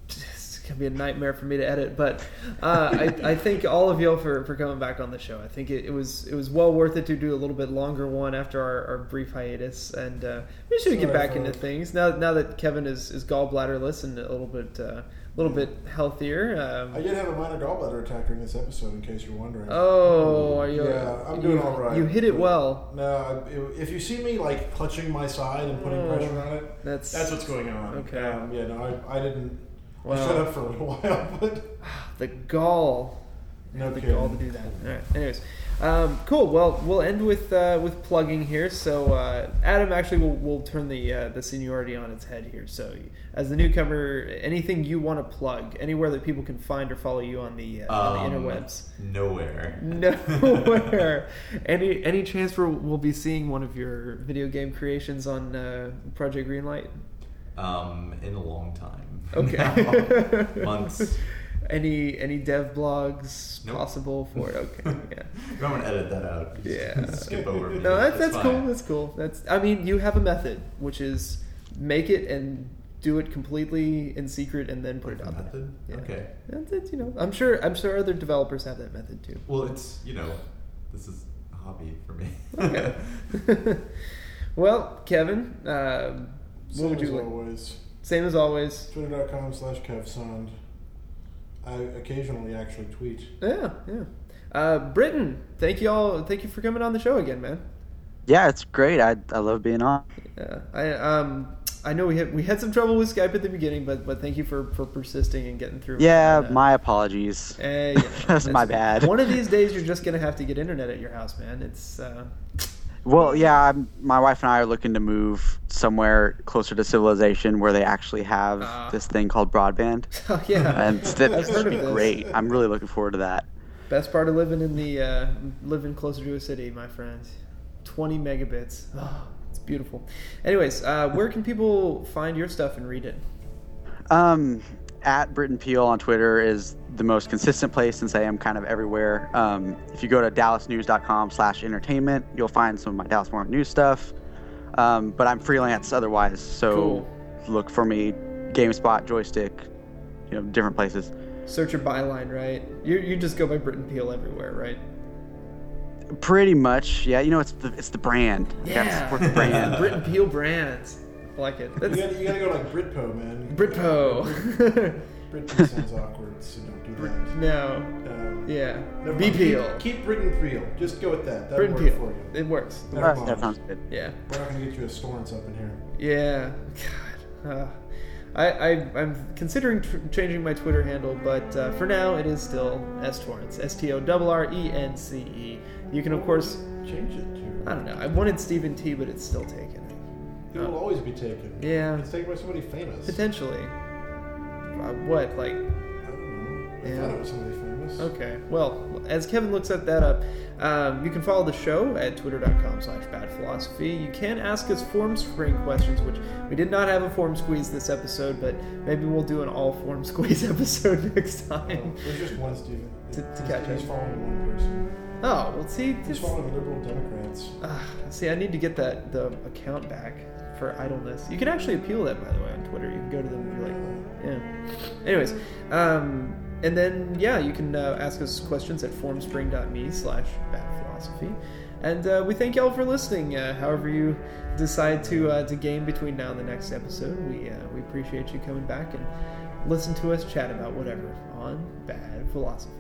[SPEAKER 7] it's gonna be a nightmare for me to edit, but uh, I, I thank all of y'all for, for coming back on the show. I think it, it was it was well worth it to do a little bit longer one after our, our brief hiatus, and uh, we should get
[SPEAKER 8] Sorry,
[SPEAKER 7] back into
[SPEAKER 8] folks.
[SPEAKER 7] things now. Now that Kevin is, is gallbladderless and a little bit a little bit healthier.
[SPEAKER 8] I
[SPEAKER 7] Um,
[SPEAKER 8] did have a minor gallbladder attack during this episode, in case you're wondering.
[SPEAKER 7] oh, are you?
[SPEAKER 8] Yeah, I'm doing
[SPEAKER 7] you-
[SPEAKER 8] all right.
[SPEAKER 7] You hit it well.
[SPEAKER 8] No, I- it- if you see me like clutching my side and putting
[SPEAKER 7] Oh.
[SPEAKER 8] pressure on it,
[SPEAKER 7] That's
[SPEAKER 2] That's what's going on.
[SPEAKER 7] Okay.
[SPEAKER 8] um, yeah, no, I, I didn't.
[SPEAKER 7] Wow.
[SPEAKER 8] I shut up for a little while, but
[SPEAKER 7] the gall
[SPEAKER 8] no
[SPEAKER 7] the
[SPEAKER 8] kidding.
[SPEAKER 7] gall to do that. All right. Anyways, um, cool. Well, we'll end with uh, with plugging here. So uh, Adam, actually, we'll, we'll turn the uh, the seniority on its head here. So as the newcomer, anything you want to plug, anywhere that people can find or follow you on the, uh, on the
[SPEAKER 6] Um,
[SPEAKER 7] interwebs.
[SPEAKER 6] Nowhere.
[SPEAKER 7] Nowhere. any any chance for we'll be seeing one of your video game creations on uh, Project Greenlight?
[SPEAKER 6] Um, in a long time.
[SPEAKER 7] Okay.
[SPEAKER 6] Now, months.
[SPEAKER 7] Any any dev blogs
[SPEAKER 6] Nope.
[SPEAKER 7] possible for it? Okay, yeah.
[SPEAKER 6] If I'm gonna edit that out, just
[SPEAKER 7] Yeah.
[SPEAKER 6] skip over. it.
[SPEAKER 7] No, that's
[SPEAKER 6] It's
[SPEAKER 7] that's
[SPEAKER 6] fine.
[SPEAKER 7] cool. That's cool. That's I mean, you have a method, which is make it and do it completely in secret and then put it out there.
[SPEAKER 6] Method?
[SPEAKER 7] Yeah.
[SPEAKER 6] Okay.
[SPEAKER 7] That's it, you know. I'm sure I'm sure other developers have that method too.
[SPEAKER 6] Well, it's you know, this is a hobby for me.
[SPEAKER 7] Okay. well, Kevin, um what
[SPEAKER 8] Same
[SPEAKER 7] would you
[SPEAKER 8] as
[SPEAKER 7] like?
[SPEAKER 8] always.
[SPEAKER 7] Same as always.
[SPEAKER 8] Twitter.com slash kevsond. I occasionally actually tweet.
[SPEAKER 7] Yeah, yeah. Uh, Britain, thank you all. Thank you for coming on the show again, man.
[SPEAKER 9] Yeah, it's great. I I love being on.
[SPEAKER 7] Yeah, I um, I know we had we had some trouble with Skype at the beginning, but but thank you for for persisting and getting through.
[SPEAKER 9] Yeah,
[SPEAKER 7] And, uh,
[SPEAKER 9] my apologies.
[SPEAKER 7] Hey, you know,
[SPEAKER 9] That's my bad.
[SPEAKER 7] One of these days, you're just gonna have to get internet at your house, man. It's uh,
[SPEAKER 9] Well, yeah, I'm, my wife and I are looking to move somewhere closer to civilization where they actually have
[SPEAKER 7] Ah.
[SPEAKER 9] this thing called broadband,
[SPEAKER 7] Oh yeah,
[SPEAKER 9] and that,
[SPEAKER 7] I've
[SPEAKER 9] that's
[SPEAKER 7] heard
[SPEAKER 9] gonna
[SPEAKER 7] of
[SPEAKER 9] be
[SPEAKER 7] this.
[SPEAKER 9] great. I'm really looking forward to that.
[SPEAKER 7] best part of living in the uh, living closer to a city, my friends. Twenty megabits. Oh, it's beautiful. Anyways, uh, where can people find your stuff and read it?
[SPEAKER 9] Um, at Britton Peel on Twitter is the most consistent place since I am kind of everywhere. Um, if you go to dallasnews.com slash entertainment, you'll find some of my Dallas Morning News stuff. Um, but I'm freelance otherwise, so
[SPEAKER 7] Cool.
[SPEAKER 9] look for me, GameSpot, Joystick, you know, different places.
[SPEAKER 7] Search your byline, right? You you just go by Britton Peel everywhere, right?
[SPEAKER 9] Pretty much, yeah. You know, it's the it's the brand. You gotta
[SPEAKER 7] Yeah.
[SPEAKER 9] support the brand.
[SPEAKER 7] Britton Peel brands. I like it.
[SPEAKER 8] You
[SPEAKER 7] That's
[SPEAKER 8] gotta, you gotta go like Britpo, man.
[SPEAKER 7] Britpo.
[SPEAKER 8] Britpo sounds awkward, so don't do that.
[SPEAKER 7] no.
[SPEAKER 8] Um,
[SPEAKER 7] Yeah.
[SPEAKER 8] never
[SPEAKER 7] B
[SPEAKER 8] mind.
[SPEAKER 7] Peel.
[SPEAKER 8] Keep, keep Britain Peel. Just go with that. That'll
[SPEAKER 7] Britton
[SPEAKER 8] work for
[SPEAKER 7] Peel.
[SPEAKER 8] you.
[SPEAKER 7] It works.
[SPEAKER 8] Never
[SPEAKER 9] Uh,
[SPEAKER 8] mind.
[SPEAKER 9] that sounds good.
[SPEAKER 7] Yeah.
[SPEAKER 8] We're not gonna get you a Storance up in here.
[SPEAKER 7] Yeah. God. Uh, I, I, I'm considering tr- changing my Twitter handle, but uh, for now it is still S Torrance. S T O R R E N C E. You can, of course,
[SPEAKER 8] Change it to.
[SPEAKER 7] I don't know. I wanted Stephen T, but it's still taken.
[SPEAKER 8] It will always be taken.
[SPEAKER 7] Yeah.
[SPEAKER 8] It's taken by somebody famous.
[SPEAKER 7] Potentially. Uh, what? Like,
[SPEAKER 8] I don't know. I
[SPEAKER 7] Yeah.
[SPEAKER 8] thought it was somebody famous.
[SPEAKER 7] Okay. Well, as Kevin looks at that up, um, you can follow the show at twitter.com slash badphilosophy. You can ask us form spring questions, which we did not have a form squeeze this episode, but maybe we'll do an all form squeeze episode next time.
[SPEAKER 8] There's Oh, just one Stephen.
[SPEAKER 7] To- to
[SPEAKER 8] He's-
[SPEAKER 7] catch
[SPEAKER 8] He's
[SPEAKER 7] up.
[SPEAKER 8] following one person.
[SPEAKER 7] Oh, well, see,
[SPEAKER 8] He's
[SPEAKER 7] this,
[SPEAKER 8] following the liberal Democrats.
[SPEAKER 7] ah, see, I need to get that the account back for idleness. You can actually appeal that, by the way, on Twitter. You can go to them and be like, "Oh, Yeah. Anyways, um, and then yeah, you can uh, ask us questions at formspring.me slash bad philosophy. And uh, we thank y'all for listening. Uh, however you decide to uh, to game between now and the next episode, we uh, we appreciate you coming back and listen to us chat about whatever on bad philosophy.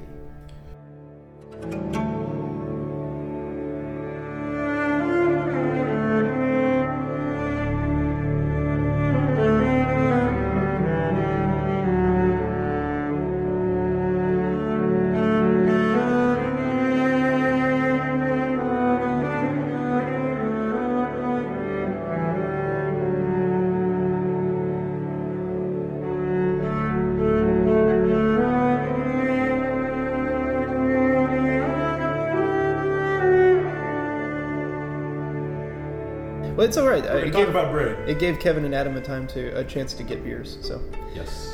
[SPEAKER 7] Well, it's all right. Uh,
[SPEAKER 8] We're
[SPEAKER 7] it,
[SPEAKER 8] talking
[SPEAKER 7] gave,
[SPEAKER 8] about Brit.
[SPEAKER 7] it gave Kevin and Adam a time to a chance to get beers. So
[SPEAKER 6] Yes.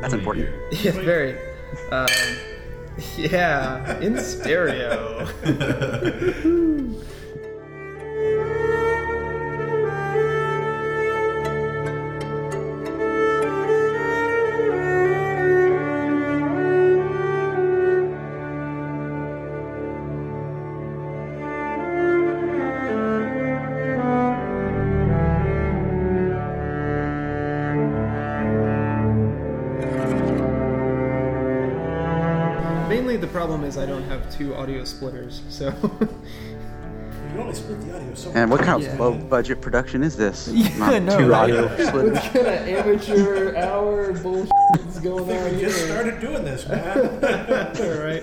[SPEAKER 9] That's important.
[SPEAKER 7] yeah, very. Um, yeah, in stereo. Mainly the problem is I don't have two audio splitters, so
[SPEAKER 8] You can only split the audio so
[SPEAKER 9] And what kind of
[SPEAKER 7] Yeah.
[SPEAKER 9] low budget production is this?
[SPEAKER 7] Yeah, I
[SPEAKER 9] Not
[SPEAKER 7] know,
[SPEAKER 9] two
[SPEAKER 7] right?
[SPEAKER 9] audio splitters.
[SPEAKER 7] kind of amateur hour bullshit is going
[SPEAKER 8] I think we just started doing this, man.
[SPEAKER 7] All right.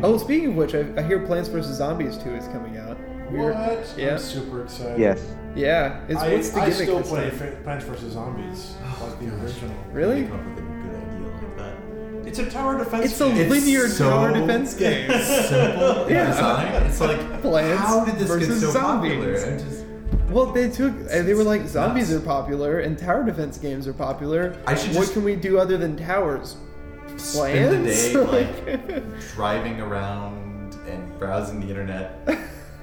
[SPEAKER 7] Oh, speaking of which, I, I hear Plants vs Zombies 2 is coming out. We're-
[SPEAKER 8] what?
[SPEAKER 7] Yeah.
[SPEAKER 8] I'm super excited.
[SPEAKER 9] Yes.
[SPEAKER 7] Yeah. It's
[SPEAKER 8] I,
[SPEAKER 7] what's the
[SPEAKER 8] I
[SPEAKER 7] gimmick?
[SPEAKER 8] still
[SPEAKER 7] this
[SPEAKER 8] play
[SPEAKER 7] time?
[SPEAKER 8] Fa- Plants vs Zombies, like the original.
[SPEAKER 7] Really?
[SPEAKER 6] Come up with a good idea like that.
[SPEAKER 8] It's a tower defense.
[SPEAKER 7] It's a
[SPEAKER 6] It's
[SPEAKER 7] linear
[SPEAKER 6] so-
[SPEAKER 7] tower defense game.
[SPEAKER 6] Simple
[SPEAKER 7] Yeah.
[SPEAKER 6] design. It's like
[SPEAKER 7] Plants
[SPEAKER 6] how did this get
[SPEAKER 7] versus
[SPEAKER 6] so popular?
[SPEAKER 7] zombies.
[SPEAKER 6] And just
[SPEAKER 7] well, they took. uh, They were like, zombies
[SPEAKER 6] nuts.
[SPEAKER 7] are popular and tower defense games are popular.
[SPEAKER 6] I should
[SPEAKER 7] what
[SPEAKER 6] just-
[SPEAKER 7] can we do other than towers?
[SPEAKER 6] spend the
[SPEAKER 7] Plants?
[SPEAKER 6] day like driving around and browsing the internet,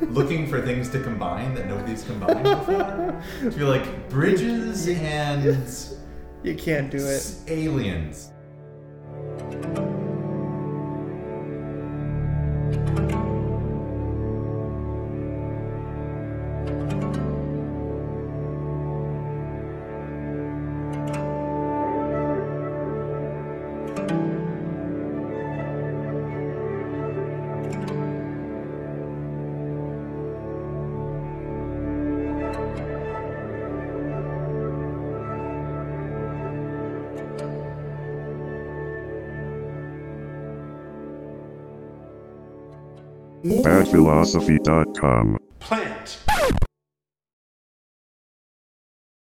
[SPEAKER 6] looking for things to combine that nobody's combined before. To be like bridges and
[SPEAKER 7] you can't do it.
[SPEAKER 6] aliens.
[SPEAKER 3] badphilosophy.com.
[SPEAKER 8] Play